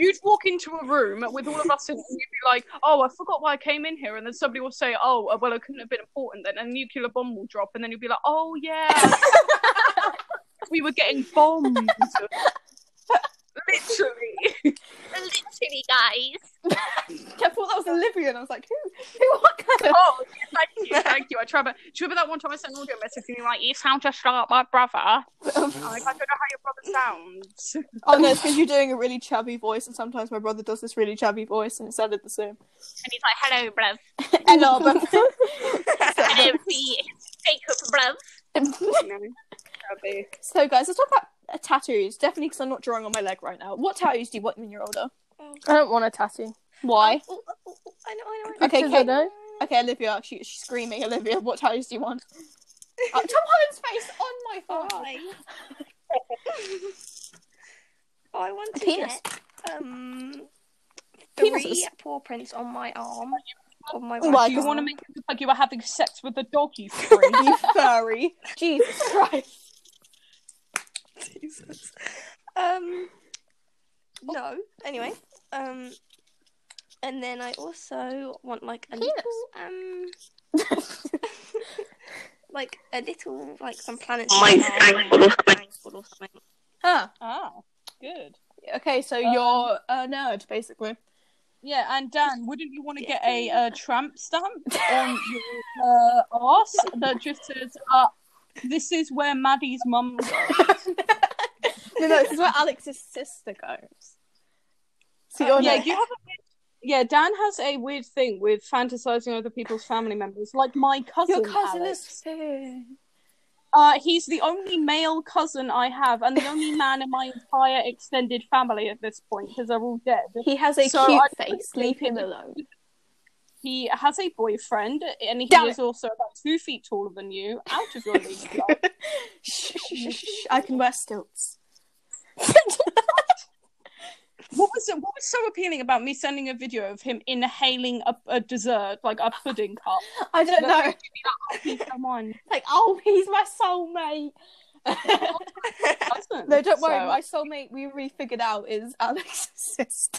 Speaker 3: You'd walk into a room with all of us in, and you'd be like, "Oh, I forgot why I came in here," and then somebody will say, "Oh, uh, well, it couldn't have been important." Then and a nuclear bomb will drop, and then you'll be like, "Oh yeah, we were getting bombed." literally,
Speaker 6: I thought that was Olivia, and I was like, who? Who? What kind of?
Speaker 3: oh, thank you, thank you. I try, but do you remember that one time I sent an audio message and you're like, "You sound just like my brother." I'm like, I don't know how your brother sounds.
Speaker 6: Oh no, it's because you're doing a really chubby voice, and sometimes my brother does this really chubby voice, and it sounded the same.
Speaker 3: And he's like, "Hello, bruv.
Speaker 6: Hello, but
Speaker 3: Hello, Jacob, bruv."
Speaker 6: so guys, let's talk about uh, tattoos. Definitely, because I'm not drawing on my leg right now. What tattoos do you want when you're older?
Speaker 4: I don't want a tattoo.
Speaker 6: Why?
Speaker 7: Oh, oh, oh, oh, I know, I know, I know.
Speaker 6: Okay,
Speaker 4: Because I
Speaker 6: Kate-
Speaker 4: don't.
Speaker 6: Okay, Olivia, she, she's screaming. Olivia, what tattoos do you want? Uh, Tom Holland's face on my
Speaker 7: Oh,
Speaker 6: phone.
Speaker 7: hi. oh, I want
Speaker 6: A
Speaker 7: to
Speaker 6: penis.
Speaker 7: get um
Speaker 6: Penises.
Speaker 7: three paw prints on my arm. On my
Speaker 6: Why?
Speaker 7: right
Speaker 3: Do you
Speaker 6: Because-
Speaker 3: want to
Speaker 7: arm.
Speaker 3: make it look like you were having sex with the dog, you freak?
Speaker 6: you furry. Jesus Christ.
Speaker 7: Jesus. Um, no. Anyway, um, and then I also want like a little um, like a little like some planets. Mine or something.
Speaker 6: Huh.
Speaker 3: ah, good.
Speaker 6: Okay, so
Speaker 3: Um,
Speaker 6: you're a nerd, basically.
Speaker 3: Yeah, and Dan, wouldn't you want to get a uh, tramp stamp on your uh, arse that just says, uh, this is where Maddie's mum goes?
Speaker 6: No, no, this is where Alex's sister goes. Um, So you're
Speaker 3: yeah,
Speaker 6: nerd.
Speaker 3: you have a weird- yeah, Dan has a weird thing with fantasizing other people's family members, like my cousin.
Speaker 6: Your cousin
Speaker 3: Alex.
Speaker 6: is fair.
Speaker 3: Uh, he's the only male cousin I have, and the only man in my entire extended family at this point, because they're all dead.
Speaker 6: He has a
Speaker 3: So
Speaker 6: cute
Speaker 3: I-
Speaker 6: face. Leave him alone.
Speaker 3: He has a boyfriend, and he
Speaker 6: Damn
Speaker 3: is also about two feet taller than you. Out of your league. love.
Speaker 6: Shh, shh, shh, shh. I can wear stilts.
Speaker 3: what was what was so appealing about me sending a video of him inhaling a, a dessert, like a pudding cup?
Speaker 6: I don't know.
Speaker 3: Please, Come on,
Speaker 6: Like, oh, he's my soulmate.
Speaker 3: cousin.
Speaker 6: No, don't worry.
Speaker 3: So,
Speaker 6: My soulmate, we already figured out, is Alex's sister.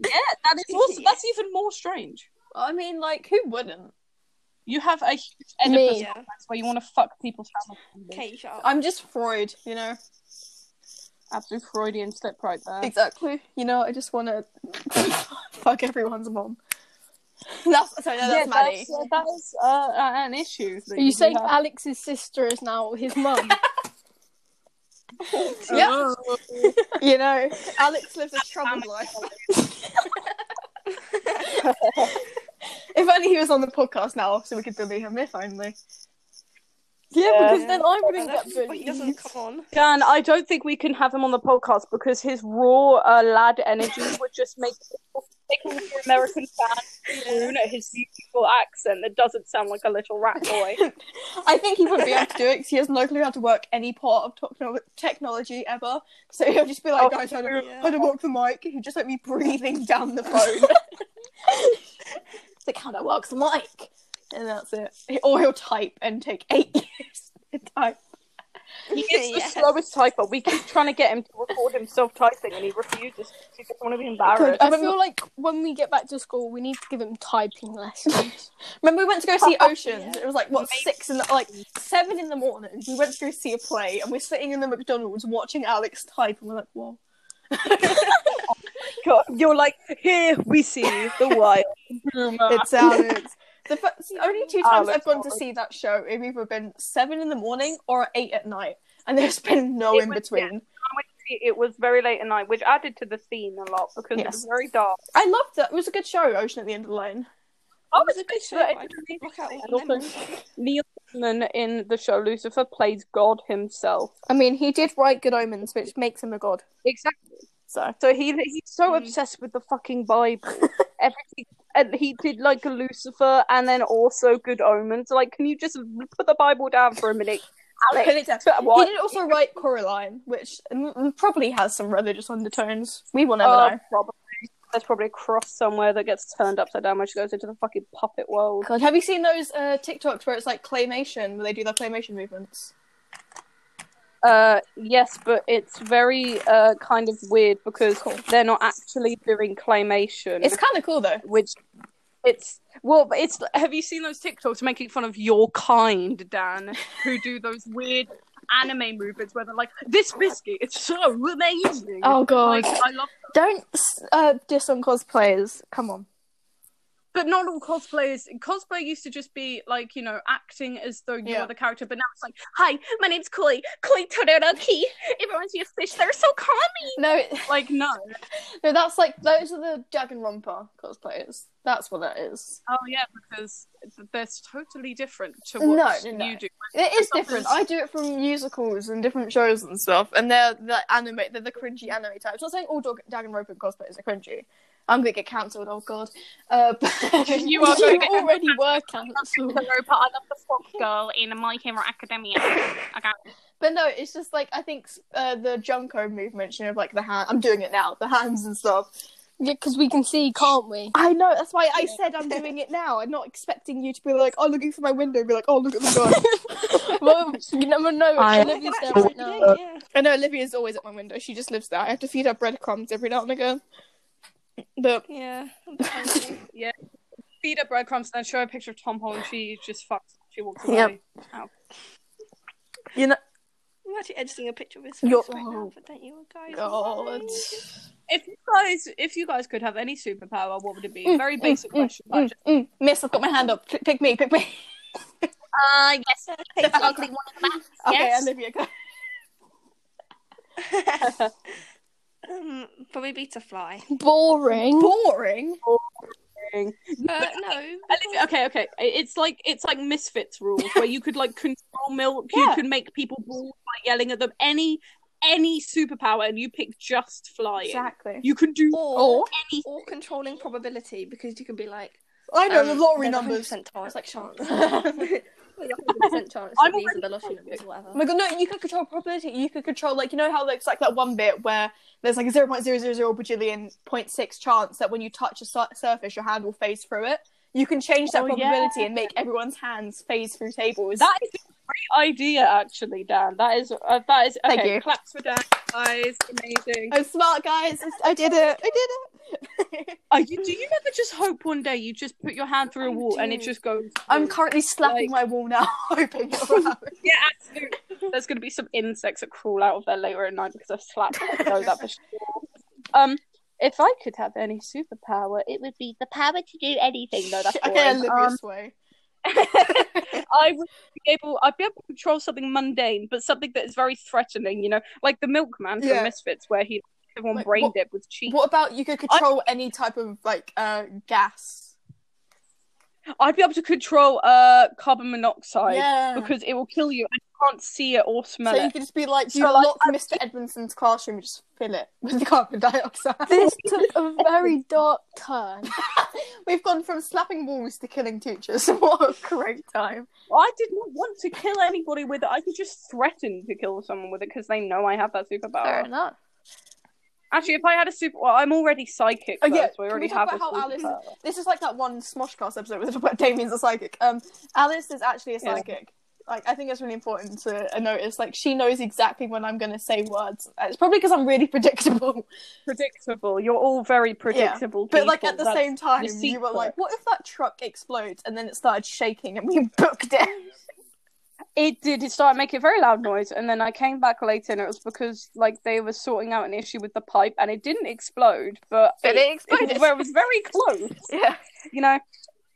Speaker 3: that is also, that's even more strange.
Speaker 6: I mean, like, who wouldn't?
Speaker 3: You have a huge
Speaker 4: Me.
Speaker 3: Oedipus
Speaker 7: Yeah.
Speaker 3: complex where you want to fuck people's family. members.
Speaker 7: Kate, shut up.
Speaker 6: I'm just Freud, you know.
Speaker 3: Absolute Freudian slip right there.
Speaker 6: Exactly. You know, I just want to fuck everyone's mom. That's sorry, no, that's Maddie.
Speaker 3: that's, uh, that is uh, uh, an issue. that
Speaker 4: Are you
Speaker 3: do
Speaker 4: saying
Speaker 3: have.
Speaker 4: Alex's sister is now his mum?
Speaker 6: Yeah. you know, Alex lives a troubled life.
Speaker 4: If only he was on the podcast now, so we could bully him if only.
Speaker 1: Yeah,
Speaker 3: Yeah.
Speaker 1: because then I wouldn't
Speaker 7: That's
Speaker 1: get
Speaker 7: why he doesn't
Speaker 1: bullied.
Speaker 7: come on.
Speaker 3: Dan, I don't think we can have him on the podcast because his raw uh, lad energy would just make making the American fan swoon at his beautiful accent that doesn't sound like a little rat boy.
Speaker 4: I think he wouldn't be able to do it because he has no clue how to work any part of techno- technology ever. So he'll just be like,
Speaker 3: Oh,
Speaker 4: guys, how to,
Speaker 7: yeah.
Speaker 4: how to walk the mic. He'll just like be breathing down the phone. It's like, how to work the mic. And that's it. He- Or he'll type and take eight years to type.
Speaker 3: He is the
Speaker 7: Yes.
Speaker 3: slowest typer. We keep trying to get him to record himself typing, and he refuses. He doesn't want to be embarrassed.
Speaker 1: I feel like when we get back to school, we need to give him typing lessons.
Speaker 4: Remember, we went to go see Oceans. It was like, what, six in the, like, seven in the morning. We went to go see a play and we're sitting in the McDonald's watching Alex type and we're like, whoa.
Speaker 3: God, You're like, here we see the wild rumor.
Speaker 4: It's Alex. The f- only two times
Speaker 3: Alex
Speaker 4: I've gone to see that show, it either been seven in the morning or eight at night, and there's been no
Speaker 3: It
Speaker 4: in
Speaker 3: was-
Speaker 4: between.
Speaker 3: It was very late at night, which added to the scene a lot because it was
Speaker 4: Yes.
Speaker 3: very dark.
Speaker 4: I loved that. It was a good show, Ocean at the End of the Lane.
Speaker 3: I
Speaker 7: was a good show. I Block out all the memories.
Speaker 3: Oh, Neil Gaiman in the show Lucifer plays God himself.
Speaker 4: I mean, he did write Good Omens, which makes him a god.
Speaker 3: Exactly.
Speaker 4: So
Speaker 3: So he he's so
Speaker 9: Mm.
Speaker 3: obsessed with the fucking Bible. Everything. And he did like Lucifer and then also Good Omens. Like, can you just put the Bible down for a minute, Alex?
Speaker 4: Put it down.
Speaker 3: What?
Speaker 4: he did also write Coraline, which mm, probably has some religious undertones. We will never
Speaker 3: Oh,
Speaker 4: know.
Speaker 3: probably. There's probably a cross somewhere that gets turned upside down when she goes into the fucking puppet world.
Speaker 4: God, have you seen those uh, TikToks where it's like claymation, where they do their claymation movements?
Speaker 3: Uh, yes, but it's very uh kind of weird because they're not actually doing claymation.
Speaker 4: It's kind of cool though.
Speaker 3: which it's well but it's have you seen those tiktoks making fun of your kind dan who do those weird anime movements where they're like this biscuit it's so amazing
Speaker 4: Oh, God,
Speaker 3: like, i love
Speaker 4: don't uh, diss on cosplayers. Come on.
Speaker 3: but not all cosplayers cosplay used to just be like you know acting as though you
Speaker 4: Yeah.
Speaker 3: are the character but now it's like hi my name's koi koi todoroki it reminds me of fish they're so calm
Speaker 4: No, it-
Speaker 3: like no
Speaker 4: No, that's like those are the Dragon Romper cosplayers. That's what that is.
Speaker 3: oh yeah because they're totally different to
Speaker 4: No,
Speaker 3: what
Speaker 4: no, no.
Speaker 3: you do
Speaker 4: It is different. I do it from musicals and different shows and stuff, and they're the anime, they're the cringy anime types. I'm not saying all Dog- Dragon Romper cosplayers are cringy. I'm gonna get cancelled. Oh god. Uh, but...
Speaker 3: You are going
Speaker 1: you
Speaker 3: to-
Speaker 1: already were cancelled.
Speaker 3: I love the frog girl in My Hero Academia.
Speaker 4: But no, it's just like I think uh, the Junko movement, you know, like the hand. I'm doing it now, the hands and stuff.
Speaker 1: Yeah, because we can see, can't we?
Speaker 4: I know. That's why I said I'm doing it now. I'm not expecting you to be like, oh, looking through my window, and be like, oh, look at the gun.
Speaker 1: well, you never know.
Speaker 3: I-
Speaker 1: Olivia's there right now.
Speaker 7: Yeah.
Speaker 4: I know Olivia's always at my window. She just lives there. I have to feed her breadcrumbs every now and again. But
Speaker 7: Yeah. yeah.
Speaker 3: Feed her breadcrumbs and then show a picture of Tom Holland. She just fucks. She walks away.
Speaker 4: Yep. you know,
Speaker 7: I'm actually editing a picture of his face
Speaker 4: Yo-
Speaker 7: right now, but don't you guys?
Speaker 4: God,
Speaker 7: mind?
Speaker 3: If you guys, if you guys could have any superpower, what would it be? Very basic question. but
Speaker 4: Mm, mm. miss, I've got my hand up. P- Pick me, pick me.
Speaker 3: I just- Uh, yes.
Speaker 4: Okay.
Speaker 3: Ugly one in the back.
Speaker 4: Okay,
Speaker 3: Yes.
Speaker 4: Olivia, go.
Speaker 7: um, probably be to fly.
Speaker 1: Boring.
Speaker 4: Boring.
Speaker 7: Uh, no.
Speaker 3: Olivia- Okay, okay. It's like it's like Misfits rules where you could like control milk, you
Speaker 4: Yeah.
Speaker 3: could make people bald by yelling at them. Any any superpower, and you pick just flying.
Speaker 4: Exactly.
Speaker 3: You can do
Speaker 7: Or,
Speaker 4: Or
Speaker 7: or controlling probability because you can be like.
Speaker 4: I know the
Speaker 7: um,
Speaker 4: lottery
Speaker 7: there's a
Speaker 4: numbers.
Speaker 7: 100% chance.
Speaker 4: It's like chance.
Speaker 7: There's a 100% chance
Speaker 3: I'm
Speaker 7: that these
Speaker 3: already-
Speaker 7: are the lottery numbers or whatever.
Speaker 4: Oh my god, no, you could control probability. You could control, like, you know how there's like that one bit where there's like a 0.000 bajillion 0.6 chance that when you touch a sur- surface, your hand will phase through it. You can change that
Speaker 3: Oh, yeah.
Speaker 4: probability and make everyone's hands phase through tables.
Speaker 3: That is a great idea, actually, Dan. That is uh, that is okay.
Speaker 4: Thank you.
Speaker 3: Claps for Dan, guys. Amazing.
Speaker 4: I'm smart, guys. I did it. I did it.
Speaker 3: Are you, do you never just hope one day you just put your hand through a
Speaker 7: I
Speaker 3: wall and it
Speaker 7: do.
Speaker 3: just goes?
Speaker 4: I'm
Speaker 3: through?
Speaker 4: currently slapping my wall now, hoping it will happen.
Speaker 3: yeah, absolutely. There's going to be some insects that crawl out of there later at night because I've slapped them. I know that for sure. Um, if I could have any superpower, it would be the power to do anything. No, that's
Speaker 4: Okay,
Speaker 3: boring. Um,
Speaker 4: Olivia's way.
Speaker 3: I would be able, I'd be able to control something mundane, but something that is very threatening. You know, like the milkman from
Speaker 4: Yeah.
Speaker 3: Misfits, where he everyone
Speaker 4: Like,
Speaker 3: brain
Speaker 4: what-
Speaker 3: dead with cheese.
Speaker 4: What about you could control any type of like uh gas?
Speaker 3: I'd be able to control uh carbon monoxide
Speaker 1: yeah.
Speaker 3: because it will kill you and you can't see it or smell
Speaker 1: so you
Speaker 3: it.
Speaker 1: could just be like,
Speaker 3: So,
Speaker 1: you
Speaker 3: like,
Speaker 1: lock Mr. Edmondson's classroom and just fill it with carbon dioxide.
Speaker 4: This took a very dark turn.
Speaker 1: We've gone from slapping walls to killing teachers. what a great time.
Speaker 3: I did not want to kill anybody with it. I could just threaten to kill someone with it because they know I have that superpower.
Speaker 1: Fair enough.
Speaker 3: Actually, if I had a super, well, I'm already psychic.
Speaker 1: Oh,
Speaker 3: though,
Speaker 1: yeah.
Speaker 3: so
Speaker 1: Can
Speaker 3: I
Speaker 1: we
Speaker 3: already
Speaker 1: talk
Speaker 3: have a
Speaker 1: about how Alice-
Speaker 3: superpower.
Speaker 1: This is like that one Smoshcast episode with about Damien's a psychic. Um, Alice is actually a
Speaker 3: Yeah.
Speaker 1: psychic. Like, I think it's really important to uh, notice. Like, she knows exactly when I'm going to say words. Uh, It's probably because I'm really predictable.
Speaker 3: Predictable. You're all very predictable.
Speaker 1: But like
Speaker 3: people.
Speaker 1: at the
Speaker 3: That's-
Speaker 1: same time, you were
Speaker 3: secret.
Speaker 1: like, "What if that truck explodes?" And then it started shaking, and we booked it.
Speaker 3: it did. It started making a very loud noise, and then I came back later, and it was because like they were sorting out an issue with the pipe, and it didn't explode, but
Speaker 10: But it
Speaker 3: it
Speaker 10: exploded.
Speaker 3: was very close.
Speaker 10: yeah.
Speaker 3: you know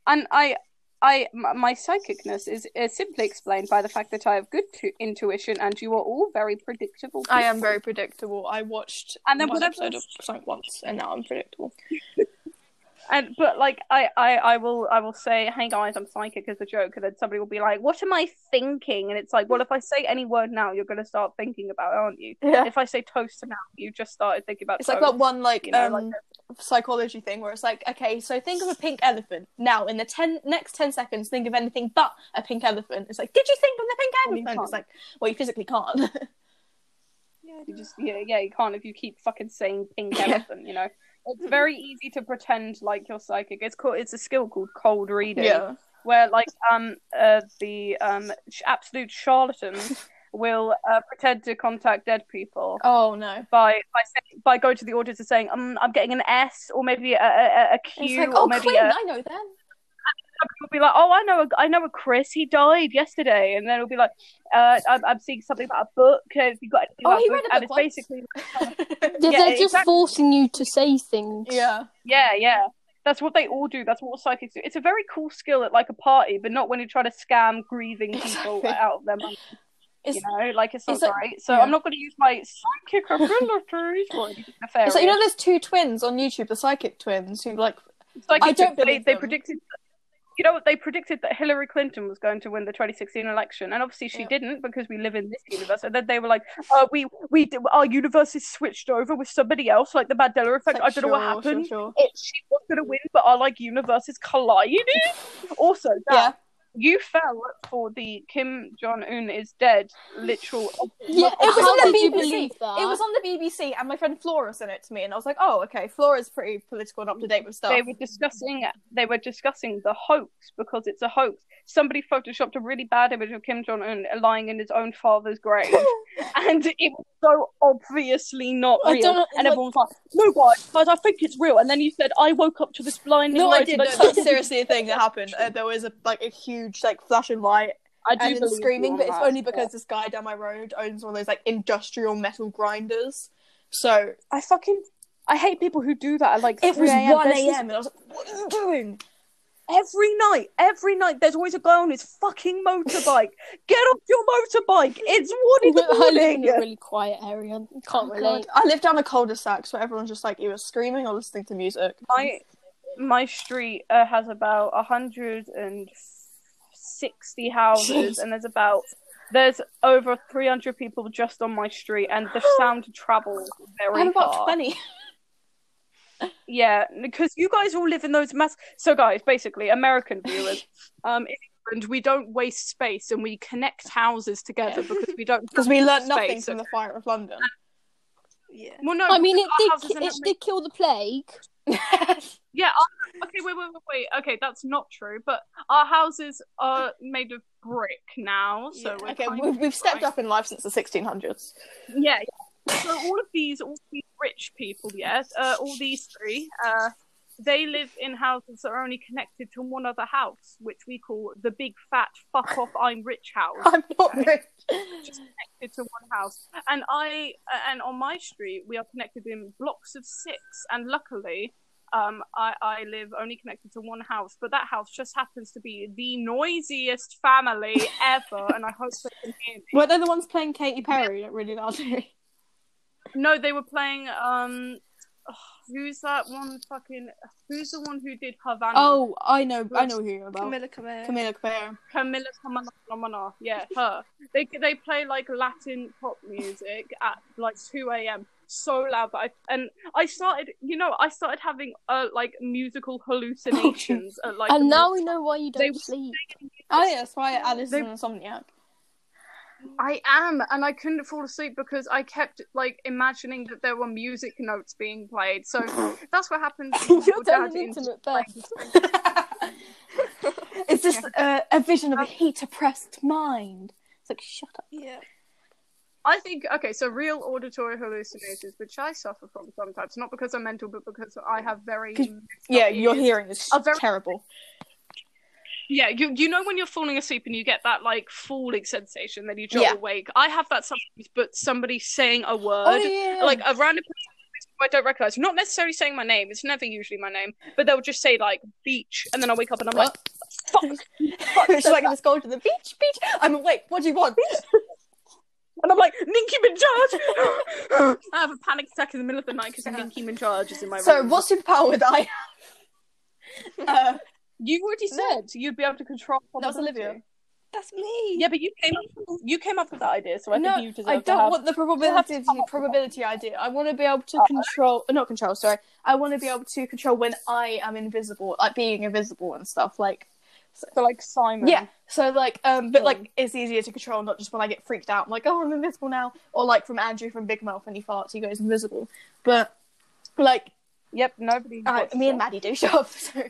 Speaker 3: and i i m- my psychicness is, is simply explained by the fact that i have good tu- intuition and you are all very predictable
Speaker 1: I am
Speaker 3: people.
Speaker 1: very predictable. I watched
Speaker 3: And then
Speaker 1: one
Speaker 3: whatever-
Speaker 1: episode of something once, and now I'm predictable.
Speaker 3: and but like I, I i will i will say hey guys i'm psychic as a joke and then somebody will be like what am i thinking and it's like well if i say any word now you're going to start thinking about it aren't you
Speaker 1: Yeah.
Speaker 3: if i say toast now you just started thinking about
Speaker 1: It's like
Speaker 3: toast.
Speaker 1: that one like
Speaker 3: you know,
Speaker 1: um,
Speaker 3: like
Speaker 1: psychology thing where it's like, okay, so think of a pink elephant. Now, in the ten next ten seconds, think of anything but a pink elephant. It's like, did you think of the pink
Speaker 3: And you
Speaker 1: elephant? It's
Speaker 3: can't.
Speaker 1: like, well, you physically can't.
Speaker 3: You just yeah, yeah, you can't if you keep fucking saying pink
Speaker 1: Yeah. Mm-hmm.
Speaker 3: elephant, you know. It's very easy to pretend like you're psychic. It's called it's a skill called cold reading. Where like um uh, the um sh- absolute charlatans will uh, pretend to contact dead people.
Speaker 1: Oh no.
Speaker 3: By by, say, by going to the audience and saying, um, I'm getting an S or maybe a, a, a- a Q
Speaker 1: It's like,
Speaker 3: or
Speaker 1: oh,
Speaker 3: maybe uh,
Speaker 1: Queen,
Speaker 3: a,
Speaker 1: I know them.
Speaker 3: You'll be like, oh, I know, a, I know a Chris. He died yesterday, and then it'll be like, uh, I'm, I'm seeing something about a book. Have you got anything
Speaker 1: Oh,
Speaker 3: about
Speaker 1: he
Speaker 3: books?
Speaker 1: read a
Speaker 3: And
Speaker 1: book
Speaker 3: it's
Speaker 1: once.
Speaker 3: basically
Speaker 4: Yeah,
Speaker 3: Yeah,
Speaker 4: they're just
Speaker 3: exactly.
Speaker 4: forcing you to say things.
Speaker 1: Yeah.
Speaker 3: Yeah, yeah. That's what they all do. That's what psychics do. It's a very cool skill at like a party, but not when you're trying to scam grieving people
Speaker 1: Exactly.
Speaker 3: out of their money.
Speaker 1: It's-
Speaker 3: you know, like it's not
Speaker 1: it's like-
Speaker 3: great. So
Speaker 1: yeah.
Speaker 3: I'm not going to use my psychic abilities for anything nefarious.
Speaker 1: It's like you know, there's two twins on YouTube, the psychic twins, who like,
Speaker 3: Psychics,
Speaker 1: I don't
Speaker 3: they,
Speaker 1: believe
Speaker 3: they
Speaker 1: them.
Speaker 3: predicted. You know what? They predicted that Hillary Clinton was going to win the 2016 election, and obviously she
Speaker 1: Yeah.
Speaker 3: didn't because we live in this universe. And then they were like, uh, "We, we, d- our universe is switched over with somebody else, like the Mandela effect.
Speaker 1: like,
Speaker 3: I don't know what
Speaker 1: sure,
Speaker 3: happened.
Speaker 1: Sure, sure.
Speaker 3: it, she was going to win, but our like universes collided. also, that
Speaker 1: Yeah.
Speaker 3: you fell for the Kim Jong Un is dead literal.
Speaker 4: Yeah,
Speaker 1: it was
Speaker 4: how
Speaker 1: on the
Speaker 4: did you
Speaker 1: BBC.
Speaker 4: believe that?
Speaker 1: It was on the BBC, and my friend Flora sent it to me, and I was like, "Oh, okay, Flora's pretty political and up to date with stuff."
Speaker 3: They were discussing. They were discussing the hoax because it's a hoax. Somebody photoshopped a really bad image of Kim Jong Un lying in his own father's grave, and it was so obviously not
Speaker 4: I
Speaker 3: real.
Speaker 4: don't know,
Speaker 3: and
Speaker 4: like-
Speaker 3: everyone was like, "No, guys, guys, I think it's real." And then you said, "I woke up to this blinding."
Speaker 1: No, I
Speaker 3: light,"
Speaker 1: did. No,
Speaker 3: and said,
Speaker 1: that's seriously a thing that happened. Uh, there was a like a huge like flash of light
Speaker 3: I do
Speaker 1: and then
Speaker 3: believe you
Speaker 1: screaming,
Speaker 3: on
Speaker 1: but it's
Speaker 3: that.
Speaker 1: only because this guy down my road owns one of those like industrial metal grinders. So
Speaker 3: I fucking I hate people who do that at like
Speaker 1: it was
Speaker 3: 3 a.m.
Speaker 1: one
Speaker 3: There's
Speaker 1: a.m. and I was like, "What are you doing?"
Speaker 3: this- Every night, every night, there's always a guy on his fucking motorbike. Get off your motorbike! It's one in the
Speaker 4: I live
Speaker 3: morning.
Speaker 4: in a really quiet area.
Speaker 3: Oh,
Speaker 4: Can't relate.
Speaker 1: Oh I live down a cul-de-sac, so everyone's just like either screaming or listening to music.
Speaker 3: My my street uh, has about hundred and sixty houses, and there's about there's over three hundred people just on my street, and the sound travels very
Speaker 1: I'm about
Speaker 3: far.
Speaker 1: twenty.
Speaker 3: Yeah, because you guys all live in those mass. So, guys, basically, American viewers, um, in England, we don't waste space and we connect houses together because we don't.
Speaker 1: Because we learnt nothing
Speaker 3: Space,
Speaker 1: from the fire of London.
Speaker 10: Yeah.
Speaker 3: Well, no,
Speaker 4: I mean, it
Speaker 3: because our houses
Speaker 4: did,
Speaker 3: are
Speaker 4: it
Speaker 3: not made-
Speaker 4: did kill the plague.
Speaker 3: yeah. our- Okay, wait, wait, wait, wait. Okay, that's not true. But our houses are made of brick now, so
Speaker 10: Yeah,
Speaker 3: we're
Speaker 1: Okay,
Speaker 3: kind
Speaker 1: we've, we've stepped
Speaker 3: right.
Speaker 1: up in life since the 1600s.
Speaker 3: yeah, yeah. So all of these, all these rich people, yes, uh, all these three, uh, they live in houses that are only connected to one other house, which we call the big fat fuck off I'm rich house.
Speaker 1: I'm not rich.
Speaker 3: Connected to one house, and I uh, and on my street we are connected in blocks of six, and luckily. Um, I, I live only connected to one house, but that house just happens to be the noisiest family ever, and I hope they can hear me.
Speaker 1: Were they the ones playing Katy Perry like, really loudly?
Speaker 3: No, they were playing. Um, oh, who's that one fucking? Who's the one who did Havana?
Speaker 1: Oh, I know, I know who you're about.
Speaker 7: Camilla Cabello.
Speaker 1: Camila Cabello.
Speaker 3: Camila Kamana. Yeah, her. They they play like Latin pop music at like two a.m. So loud, but I and I started. You know, I started having uh like musical hallucinations at like.
Speaker 4: and
Speaker 3: the-
Speaker 4: now we know why you
Speaker 3: They-
Speaker 4: don't sleep.
Speaker 1: Oh, yeah, that's why Alice
Speaker 3: They-
Speaker 1: is an insomniac.
Speaker 3: I am, and I couldn't fall asleep because I kept like imagining that there were music notes being played. So that's what happens. when
Speaker 4: You're
Speaker 3: your dad
Speaker 4: telling
Speaker 3: in-
Speaker 4: intimate birth.
Speaker 1: it's just uh, a vision of a heat oppressed mind. It's like, shut up.
Speaker 7: Yeah.
Speaker 3: I think okay, so real auditory hallucinations, which I suffer from sometimes, not because I'm mental, but because I have very
Speaker 1: Yeah,
Speaker 3: it
Speaker 1: your
Speaker 3: is
Speaker 1: hearing is
Speaker 3: a very-
Speaker 1: terrible.
Speaker 3: yeah. You you know when you're falling asleep and you get that like falling sensation, then you jolt
Speaker 1: Yeah. Oh,
Speaker 3: awake. I have that sometimes, but somebody saying a word,
Speaker 1: yeah.
Speaker 3: like a random person who I don't recognize, not necessarily saying my name. It's never usually my name, but they'll just say like beach, and then I wake up and I'm like,
Speaker 1: She's like, let's go to the beach, beach. I'm awake. What do you want?
Speaker 3: and I'm like, Ninky Minaj. I have a panic attack in the middle of the night because Ninky Minaj is in my
Speaker 1: So,
Speaker 3: room.
Speaker 1: what superpower would I have? Uh,
Speaker 3: You've already said you'd be able to control.
Speaker 1: That was
Speaker 3: probability.
Speaker 1: Olivia.
Speaker 7: That's me.
Speaker 3: Yeah, but you came up, you came up with that idea, so I
Speaker 1: no,
Speaker 3: think you deserve
Speaker 1: I
Speaker 3: to
Speaker 1: don't
Speaker 3: have.
Speaker 1: want the probability probability idea. I want to be able to control, uh, not control. Sorry, I want to be able to control when I am invisible, like being invisible and stuff. Like,
Speaker 3: for like Simon.
Speaker 1: yeah. So like, um, but like, it's easier to control, not just when I get freaked out. I'm like, oh, I'm invisible now, or like from Andrew from Big Mouth when he farts, he goes invisible. But like,
Speaker 3: Yep. Nobody.
Speaker 1: uh,
Speaker 3: watched
Speaker 1: me and
Speaker 3: that.
Speaker 1: Maddie do show up.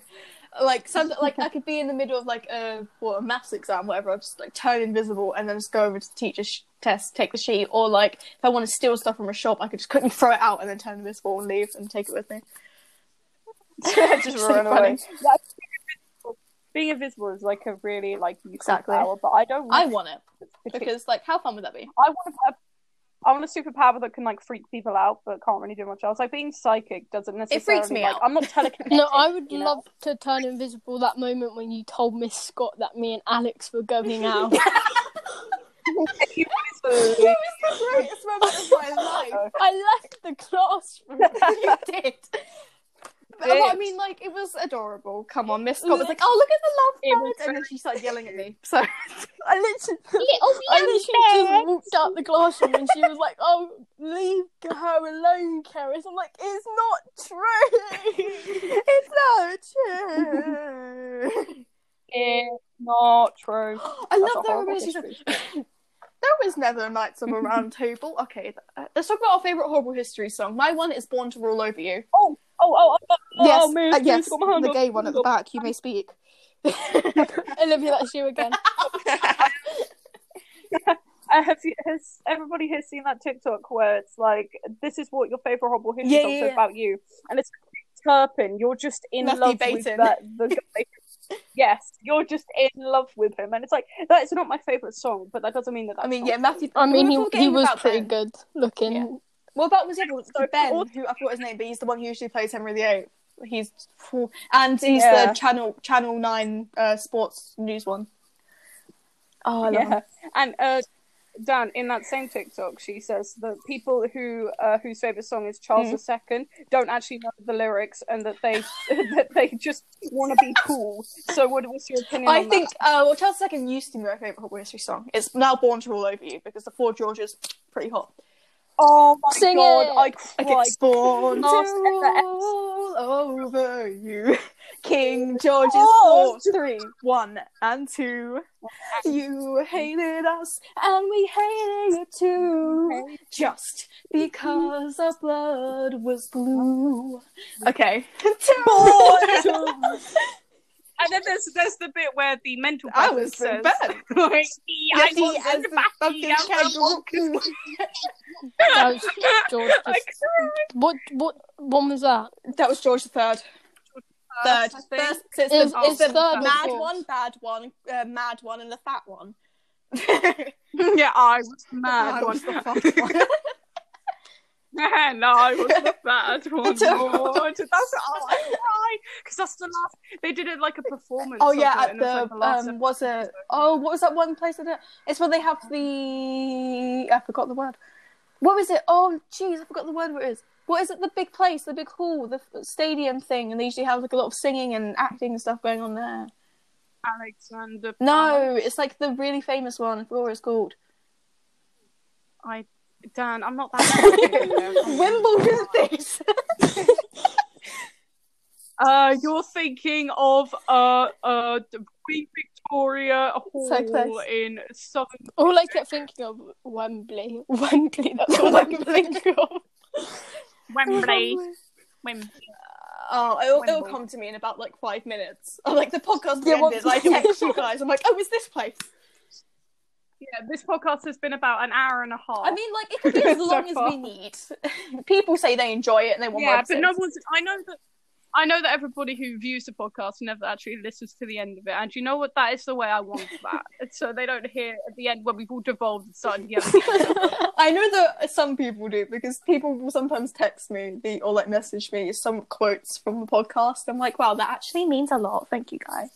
Speaker 1: So, like, some, like I could be in the middle of like a what a maths exam, whatever. I'll just like turn invisible and then just go over to the teacher's sh- test, take the sheet, or like if I want to steal stuff from a shop, I could just quickly throw it out and then turn invisible and leave and take it with me.
Speaker 3: just
Speaker 1: so
Speaker 3: run
Speaker 1: funny.
Speaker 3: away. Yeah, I think invisible- Being invisible is like a really like useful
Speaker 1: Exactly.
Speaker 3: power, but I don't.
Speaker 1: I
Speaker 3: want
Speaker 1: want it
Speaker 3: it to-
Speaker 1: because like how fun would that be?
Speaker 3: I want a, I want a superpower that can like freak people out, but can't really do much else. Like being psychic doesn't necessarily.
Speaker 1: me
Speaker 3: like,
Speaker 1: out.
Speaker 3: I'm not telekinetic.
Speaker 4: No, I would
Speaker 3: you know?
Speaker 4: love to turn invisible that moment when you told Miss Scott that me and Alex were going out.
Speaker 3: Invisible.
Speaker 1: It's the greatest moment of my life.
Speaker 4: I left the classroom.
Speaker 1: you did. But, well, I mean, like it was adorable. Come on, Miss Scott was like, "Oh, look at the
Speaker 3: It
Speaker 1: love
Speaker 3: was
Speaker 1: bird," and then she started yelling at me. So I literally
Speaker 4: Little
Speaker 1: I
Speaker 4: Alex just walked out the classroom and she was like, "Oh, leave her alone, Keris." I'm like, "It's not true."
Speaker 1: it's not true.
Speaker 3: It's not true. Oh,
Speaker 1: I
Speaker 3: That's
Speaker 1: love
Speaker 3: a
Speaker 1: that
Speaker 3: horrible
Speaker 1: when she's like, there was never a Knights of a Round Table. Okay, th- uh, let's talk about our favourite horrible history song. My one is Born to Rule Over You.
Speaker 3: Oh, oh, oh, oh, oh man,
Speaker 1: uh, yes,
Speaker 3: got my hand
Speaker 1: the
Speaker 3: up.
Speaker 1: gay one at the back. You may speak.
Speaker 4: Olivia, that's you again.
Speaker 3: Uh, have you, has everybody here seen that TikTok where it's like, this is what your favorite horrible history
Speaker 1: Yeah,
Speaker 3: songs
Speaker 1: yeah,
Speaker 3: are
Speaker 1: yeah.
Speaker 3: about you, and it's Turpin. You're just in
Speaker 1: Matthew
Speaker 3: love with
Speaker 1: Baton.
Speaker 3: that. The guy. yes, you're just in love with him, and it's like that's not my favorite song, but that doesn't mean that. That's
Speaker 1: I mean,
Speaker 3: not
Speaker 1: yeah, Matthew.
Speaker 4: I mean,
Speaker 1: we were
Speaker 4: he,
Speaker 1: talking
Speaker 4: he was
Speaker 1: about
Speaker 4: pretty
Speaker 1: Ben.
Speaker 4: good looking.
Speaker 1: Yeah. What about was it
Speaker 3: So-
Speaker 1: Ben, who I forgot his name, but he's the one who usually plays Henry VIII. He's and he's
Speaker 3: Yeah.
Speaker 1: the channel Channel Nine uh, sports news one. Oh, I love him.
Speaker 3: yeah. And uh, Dan, in that same TikTok, she says that people who uh, whose favorite song is
Speaker 1: Mm-hmm.
Speaker 3: Charles II don't actually know the lyrics, and that they that they just want to be cool. So, what what's your opinion?
Speaker 1: I
Speaker 3: on
Speaker 1: think uh, well, Charles II used to be my favorite Hot History song. It's now Born to Rule Over You because the Four Georges pretty hot.
Speaker 3: Oh my
Speaker 4: Sing
Speaker 3: god,
Speaker 4: it.
Speaker 3: I cried.
Speaker 1: Okay, it's Born to
Speaker 3: Ask at the
Speaker 1: Rule Over You. King George's
Speaker 3: Oh.
Speaker 1: thoughts three, one and two. You hated us and we hated you too. Just because our blood was blue. Okay.
Speaker 3: And then there's there's the bit where the mental
Speaker 1: I
Speaker 3: person
Speaker 1: was so
Speaker 3: says,
Speaker 1: bad.
Speaker 3: like, I
Speaker 1: Yeti
Speaker 3: want
Speaker 1: as
Speaker 3: this
Speaker 1: the
Speaker 3: back
Speaker 1: fucking
Speaker 3: here.
Speaker 1: kangaroo.
Speaker 4: That was George.
Speaker 3: I
Speaker 4: Just, what what one was that?
Speaker 1: That was George the Third. Third,
Speaker 3: I think.
Speaker 1: first, so it's
Speaker 4: It's-
Speaker 1: the,
Speaker 4: it's
Speaker 1: it's the
Speaker 4: third or
Speaker 1: mad
Speaker 4: fourth.
Speaker 1: one, bad one, uh, mad one, and the fat one.
Speaker 3: yeah, I was the mad
Speaker 1: I
Speaker 3: one.
Speaker 1: was the fat one.
Speaker 3: no, I was the bad one.
Speaker 1: It's a-
Speaker 3: Lord. That's oh, I cry because that's the last. They did it like a performance.
Speaker 1: oh
Speaker 3: of
Speaker 1: yeah,
Speaker 3: it,
Speaker 1: at
Speaker 3: and it's,
Speaker 1: the
Speaker 3: like, the last
Speaker 1: um, was it? Oh, what was that one place? That it? It's where they have the I forgot the word. What was it? Oh, jeez, I forgot the word. What it is? what is it? The big place, the big hall, the f- stadium thing, and they usually have like a lot of singing and acting and stuff going on there.
Speaker 3: Alexander.
Speaker 1: No, it's like the really famous one. I forgot what it's called.
Speaker 3: I Dan, I'm not that.
Speaker 1: Wimbledon things.
Speaker 3: uh, you're thinking of uh uh the Queen Victoria Hall
Speaker 1: close.
Speaker 3: in Southern.
Speaker 4: All I kept thinking of was Wembley. Wembley, that's all I could think
Speaker 1: Oh
Speaker 4: of.
Speaker 3: Wembley. Wembley.
Speaker 6: Oh, it'll, it'll
Speaker 3: Wembley.
Speaker 6: come to me in about like five minutes. Oh, like the podcast
Speaker 1: Yeah,
Speaker 6: ended,
Speaker 1: what-
Speaker 6: I text you guys. I'm like, oh, is this place?
Speaker 3: Yeah, this podcast has been about an hour and a half.
Speaker 1: I mean, like it could be as
Speaker 3: So
Speaker 1: long as
Speaker 3: far.
Speaker 1: we need. People say they enjoy it and they want more
Speaker 3: yeah, but
Speaker 1: episodes.
Speaker 3: no one's. I know that. I know that everybody who views the podcast never actually listens to the end of it, and you know what? That is the way I want that, And so they don't hear at the end when we've all devolved and started yelling.
Speaker 6: I know that some people do because people will sometimes text me the, or like message me some quotes from the podcast. I'm like, wow, that actually means a lot. Thank you guys.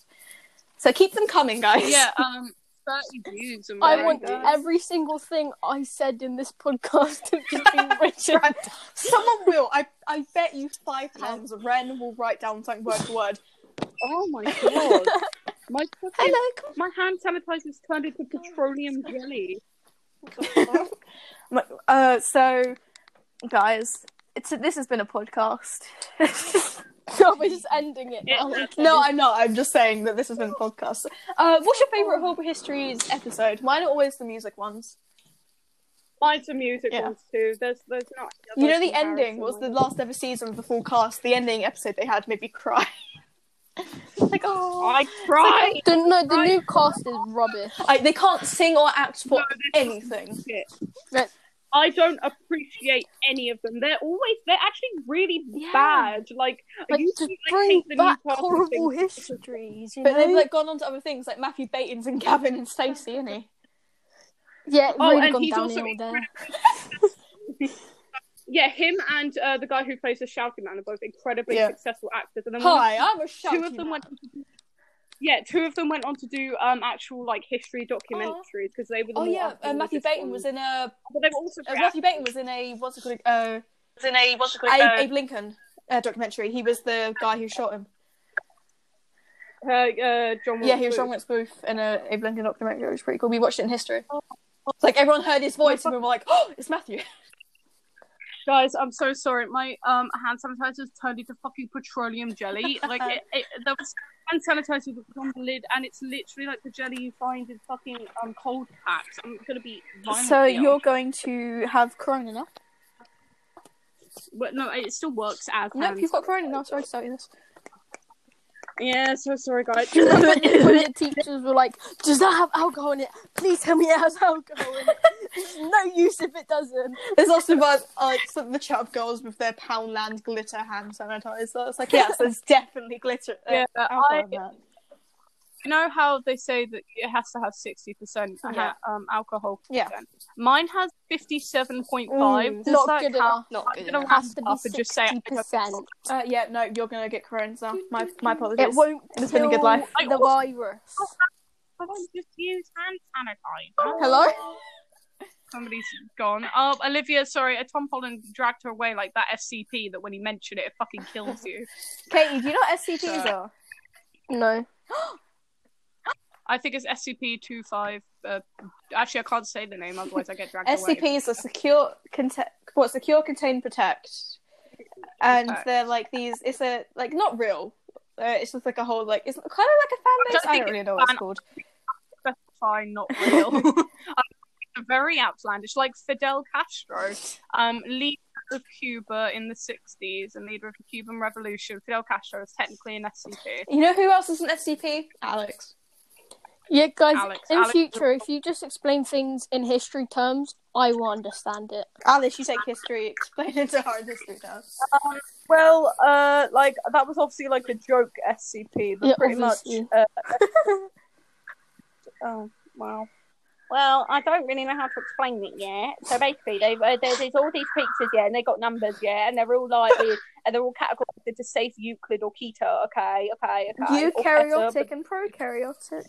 Speaker 6: So keep them coming, guys.
Speaker 3: yeah, um, thirty views. am
Speaker 4: I
Speaker 3: right,
Speaker 4: want
Speaker 3: guys?
Speaker 4: every single thing I said in this podcast to be written.
Speaker 6: Right. Someone will. I I bet you five pounds. Ren will write down something word for word.
Speaker 3: Oh my god. My fucking,
Speaker 6: Hello,
Speaker 3: my hand sanitizer's turned into petroleum jelly.
Speaker 6: Like, Uh, so, guys, it's this has been a podcast.
Speaker 4: No, we're just ending it
Speaker 6: Oh,
Speaker 4: now.
Speaker 3: It-
Speaker 6: no, I'm not. I'm just saying that this has been a podcast. Uh, what's your favorite
Speaker 1: Oh.
Speaker 6: Horrible Histories episode? Mine are always the music ones.
Speaker 3: Mine's a music
Speaker 6: Yeah.
Speaker 3: ones too. There's there's not
Speaker 6: You know, the ending was the last ever season of the full cast. The ending episode they had made me cry. like, oh,
Speaker 3: I cried.
Speaker 4: The, no, the new cast is rubbish.
Speaker 6: I, they can't sing or act for
Speaker 3: No, this is
Speaker 6: anything.
Speaker 4: Right.
Speaker 3: I don't appreciate any of them. They're always they're actually really
Speaker 4: Yeah.
Speaker 3: bad. Like,
Speaker 4: Like,
Speaker 3: you
Speaker 4: just
Speaker 3: see, I
Speaker 4: bring
Speaker 3: hate the
Speaker 4: back
Speaker 3: Newcastle
Speaker 4: horrible
Speaker 3: thing.
Speaker 4: histories. You
Speaker 6: But
Speaker 4: know?
Speaker 6: they've like gone on to other things, like Matthew Baton's and Gavin and Stacey, isn't he?
Speaker 4: yeah, it
Speaker 3: Oh,
Speaker 4: really
Speaker 3: and
Speaker 4: gone
Speaker 3: he's also
Speaker 4: downhill there.
Speaker 3: Yeah, him and uh, the guy who plays the shouting man are both incredibly
Speaker 6: Yeah.
Speaker 3: successful actors. And then one of
Speaker 6: Hi, I'm a shouty
Speaker 3: two of them
Speaker 6: man.
Speaker 3: went. Yeah, two of them went on to do um actual like history documentaries because they were. The
Speaker 6: Uh-huh. Oh
Speaker 3: more
Speaker 6: yeah, uh,
Speaker 3: unfamiliar
Speaker 6: Matthew Baton was
Speaker 3: ones.
Speaker 6: in a
Speaker 3: But they were also
Speaker 6: Uh,
Speaker 3: pretty
Speaker 6: Matthew Baton was in a what's it called? Uh,
Speaker 7: Was in a what's it called?
Speaker 6: Abe, Abe Lincoln uh, documentary. He was the guy who shot him.
Speaker 3: Uh, uh, John Wilkes
Speaker 6: yeah, he was
Speaker 3: Booth.
Speaker 6: John Wilkes Booth in a Abe Lincoln documentary. It was pretty cool. We watched it in history. It's like everyone heard his voice and we were like, "Oh, it's Matthew."
Speaker 3: Guys, I'm so sorry. My um hand sanitizer's turned into fucking petroleum jelly. Like, it, it, there was hand sanitizer that was on the lid, and it's literally like the jelly you find in fucking um cold packs. I'm gonna be.
Speaker 6: So
Speaker 3: violently
Speaker 6: you're going to have Corona now?
Speaker 3: upset. Well, no, it still works as.
Speaker 6: Nope,
Speaker 3: hand
Speaker 6: you've got Corona now. Sorry to tell you this.
Speaker 3: Yeah, so sorry, guys.
Speaker 4: when, when the teachers were like, "Does that have alcohol in it? Please tell me it has alcohol in it. It's no use if it doesn't."
Speaker 6: There's also about uh, some of the chat girls with their Poundland glitter hand sanitizer. It's like, yes, there's definitely glitter. uh,
Speaker 3: Yeah,
Speaker 6: alcohol
Speaker 3: I,
Speaker 6: in that.
Speaker 3: you know how they say that it has to have sixty percent
Speaker 6: Yeah.
Speaker 3: um alcohol.
Speaker 6: Yeah.
Speaker 3: content? Mine has fifty-seven point
Speaker 6: Ooh,
Speaker 3: five. Does
Speaker 4: Mm, not
Speaker 3: that
Speaker 4: good
Speaker 3: count?
Speaker 4: enough.
Speaker 7: Not
Speaker 3: I'm
Speaker 7: good
Speaker 3: gonna
Speaker 7: enough.
Speaker 3: wrap
Speaker 4: Has to
Speaker 3: up and
Speaker 4: be
Speaker 3: just say I
Speaker 4: sixty
Speaker 3: don't
Speaker 4: percent.
Speaker 6: Uh, yeah, no, you're gonna get Corona now. My my apologies.
Speaker 4: It won't
Speaker 6: It's
Speaker 4: kill
Speaker 6: been a good life.
Speaker 3: I
Speaker 4: the
Speaker 3: also-
Speaker 4: virus.
Speaker 3: I want to just use hand sanitizer.
Speaker 6: Hello.
Speaker 3: Somebody's gone. Oh, Olivia, sorry, uh, Tom Holland dragged her away like that SCP that when he mentioned it, it fucking kills you.
Speaker 6: Katie, do you know what SCPs are?
Speaker 4: No,
Speaker 3: I think it's SCP 25. Uh, actually, I can't say the name, otherwise, I get dragged away.
Speaker 6: SCPs are secure, contain, what secure, contain, protect, and
Speaker 3: Protect.
Speaker 6: they're like these. It's a like not real. Uh, it's just like a whole like it's kind of like a fan base.
Speaker 3: don't
Speaker 6: I
Speaker 3: think
Speaker 6: don't really
Speaker 3: it's
Speaker 6: know what it's
Speaker 3: fan-
Speaker 6: called.
Speaker 3: Specify not real. Um, very outlandish, like Fidel Castro, um, leader of Cuba in the 60s and leader of the Cuban Revolution. Fidel Castro is technically an SCP.
Speaker 6: You know who else is an SCP? Alex.
Speaker 4: yeah, guys.
Speaker 3: Alex,
Speaker 4: in
Speaker 3: Alex-
Speaker 4: future, if you just explain things in history terms, I will understand it.
Speaker 6: Alice, you take history. Explain it to her in history now.
Speaker 3: Well, uh, like that was obviously like a joke SCP, but
Speaker 4: Yeah,
Speaker 3: pretty
Speaker 4: obviously.
Speaker 3: much. Uh, oh wow. Well, I don't really know how to explain it yet. So basically, they've uh, there- there's all these pictures, yeah, and they got numbers, yeah, and they're all like, weird, and they're all categorized into safe Euclid or keto. Okay, okay, okay. or Keter,
Speaker 6: and prokaryotic.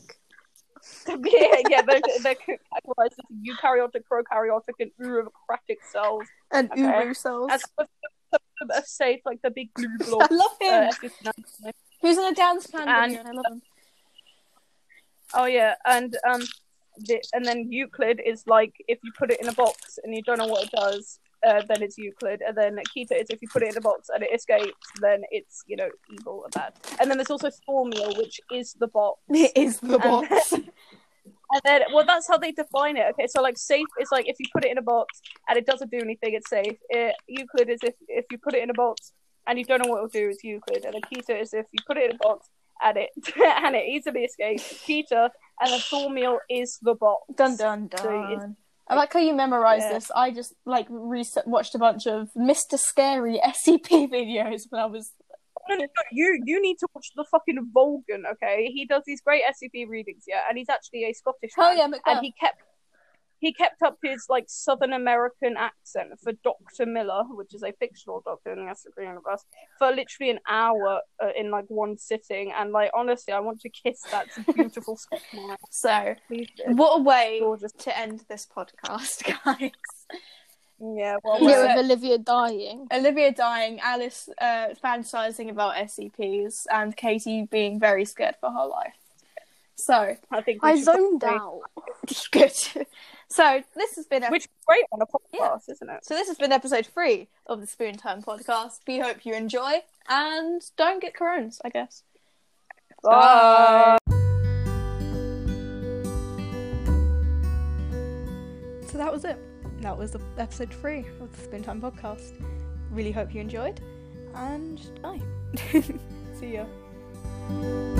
Speaker 3: but- yeah, yeah, they're, they're categorized into eukaryotic, prokaryotic, and urocratic cells.
Speaker 6: And
Speaker 3: Okay.
Speaker 6: Uru cells.
Speaker 3: And some of, some them that have saved like the big blue blob.
Speaker 4: I love
Speaker 3: uh,
Speaker 4: him.
Speaker 3: episode.
Speaker 4: Who's in a dance plan?
Speaker 3: And-
Speaker 4: video, and I love him.
Speaker 3: oh yeah, and um, the, and then Euclid is like if you put it in a box and you don't know what it does, uh, then it's Euclid, and then Keter is if you put it in a box and it escapes, then it's you know evil and bad. And then there's also Thormiel, which is the box.
Speaker 6: It is the
Speaker 3: And-
Speaker 6: box.
Speaker 3: And then, well, that's how they define it. Okay, so like safe is like if you put it in a box and it doesn't do anything, it's safe. It, Euclid is if if you put it in a box and you don't know what it'll do, it's Euclid. And then Keter is if you put it in a box and it and it easily escapes, Keter. And then Thormiel is the box.
Speaker 4: Dun dun
Speaker 3: So it's-
Speaker 4: dun. I like how you memorized
Speaker 3: Yeah.
Speaker 4: this. I just like reset watched a bunch of Mr. Scary SCP videos when I was.
Speaker 3: No, no, no, you you need to watch the fucking Volgan. Okay, he does these great SCP readings, yeah, and he's actually a Scottish.
Speaker 4: Oh
Speaker 3: man.
Speaker 4: yeah, Macbeth.
Speaker 3: and he kept he kept up his like Southern American accent for Doctor Miller, which is a fictional doctor in the Aztec universe, for literally an hour uh, in like one sitting. And like honestly, I want to kiss that beautiful Scottish man.
Speaker 6: So,
Speaker 3: Please do.
Speaker 6: what a way
Speaker 3: Gorgeous.
Speaker 6: to end this podcast, guys.
Speaker 3: Yeah, well,
Speaker 4: yeah,
Speaker 3: we're-
Speaker 4: with Olivia dying.
Speaker 6: Olivia dying, Alice uh, fantasizing about SCPs, and Katie being very scared for her life. So,
Speaker 3: I think we
Speaker 4: I
Speaker 3: should
Speaker 4: zoned
Speaker 3: probably-
Speaker 4: out.
Speaker 6: good. So, this has been
Speaker 3: Which is great on a podcast, isn't it?
Speaker 6: So this has been episode three of the Spoon Time podcast. We hope you enjoy and don't get coronas, I guess.
Speaker 4: Ah.
Speaker 3: Bye.
Speaker 6: So that was it. That was the episode three of the Spoon Time podcast. Really hope you enjoyed and bye. See ya.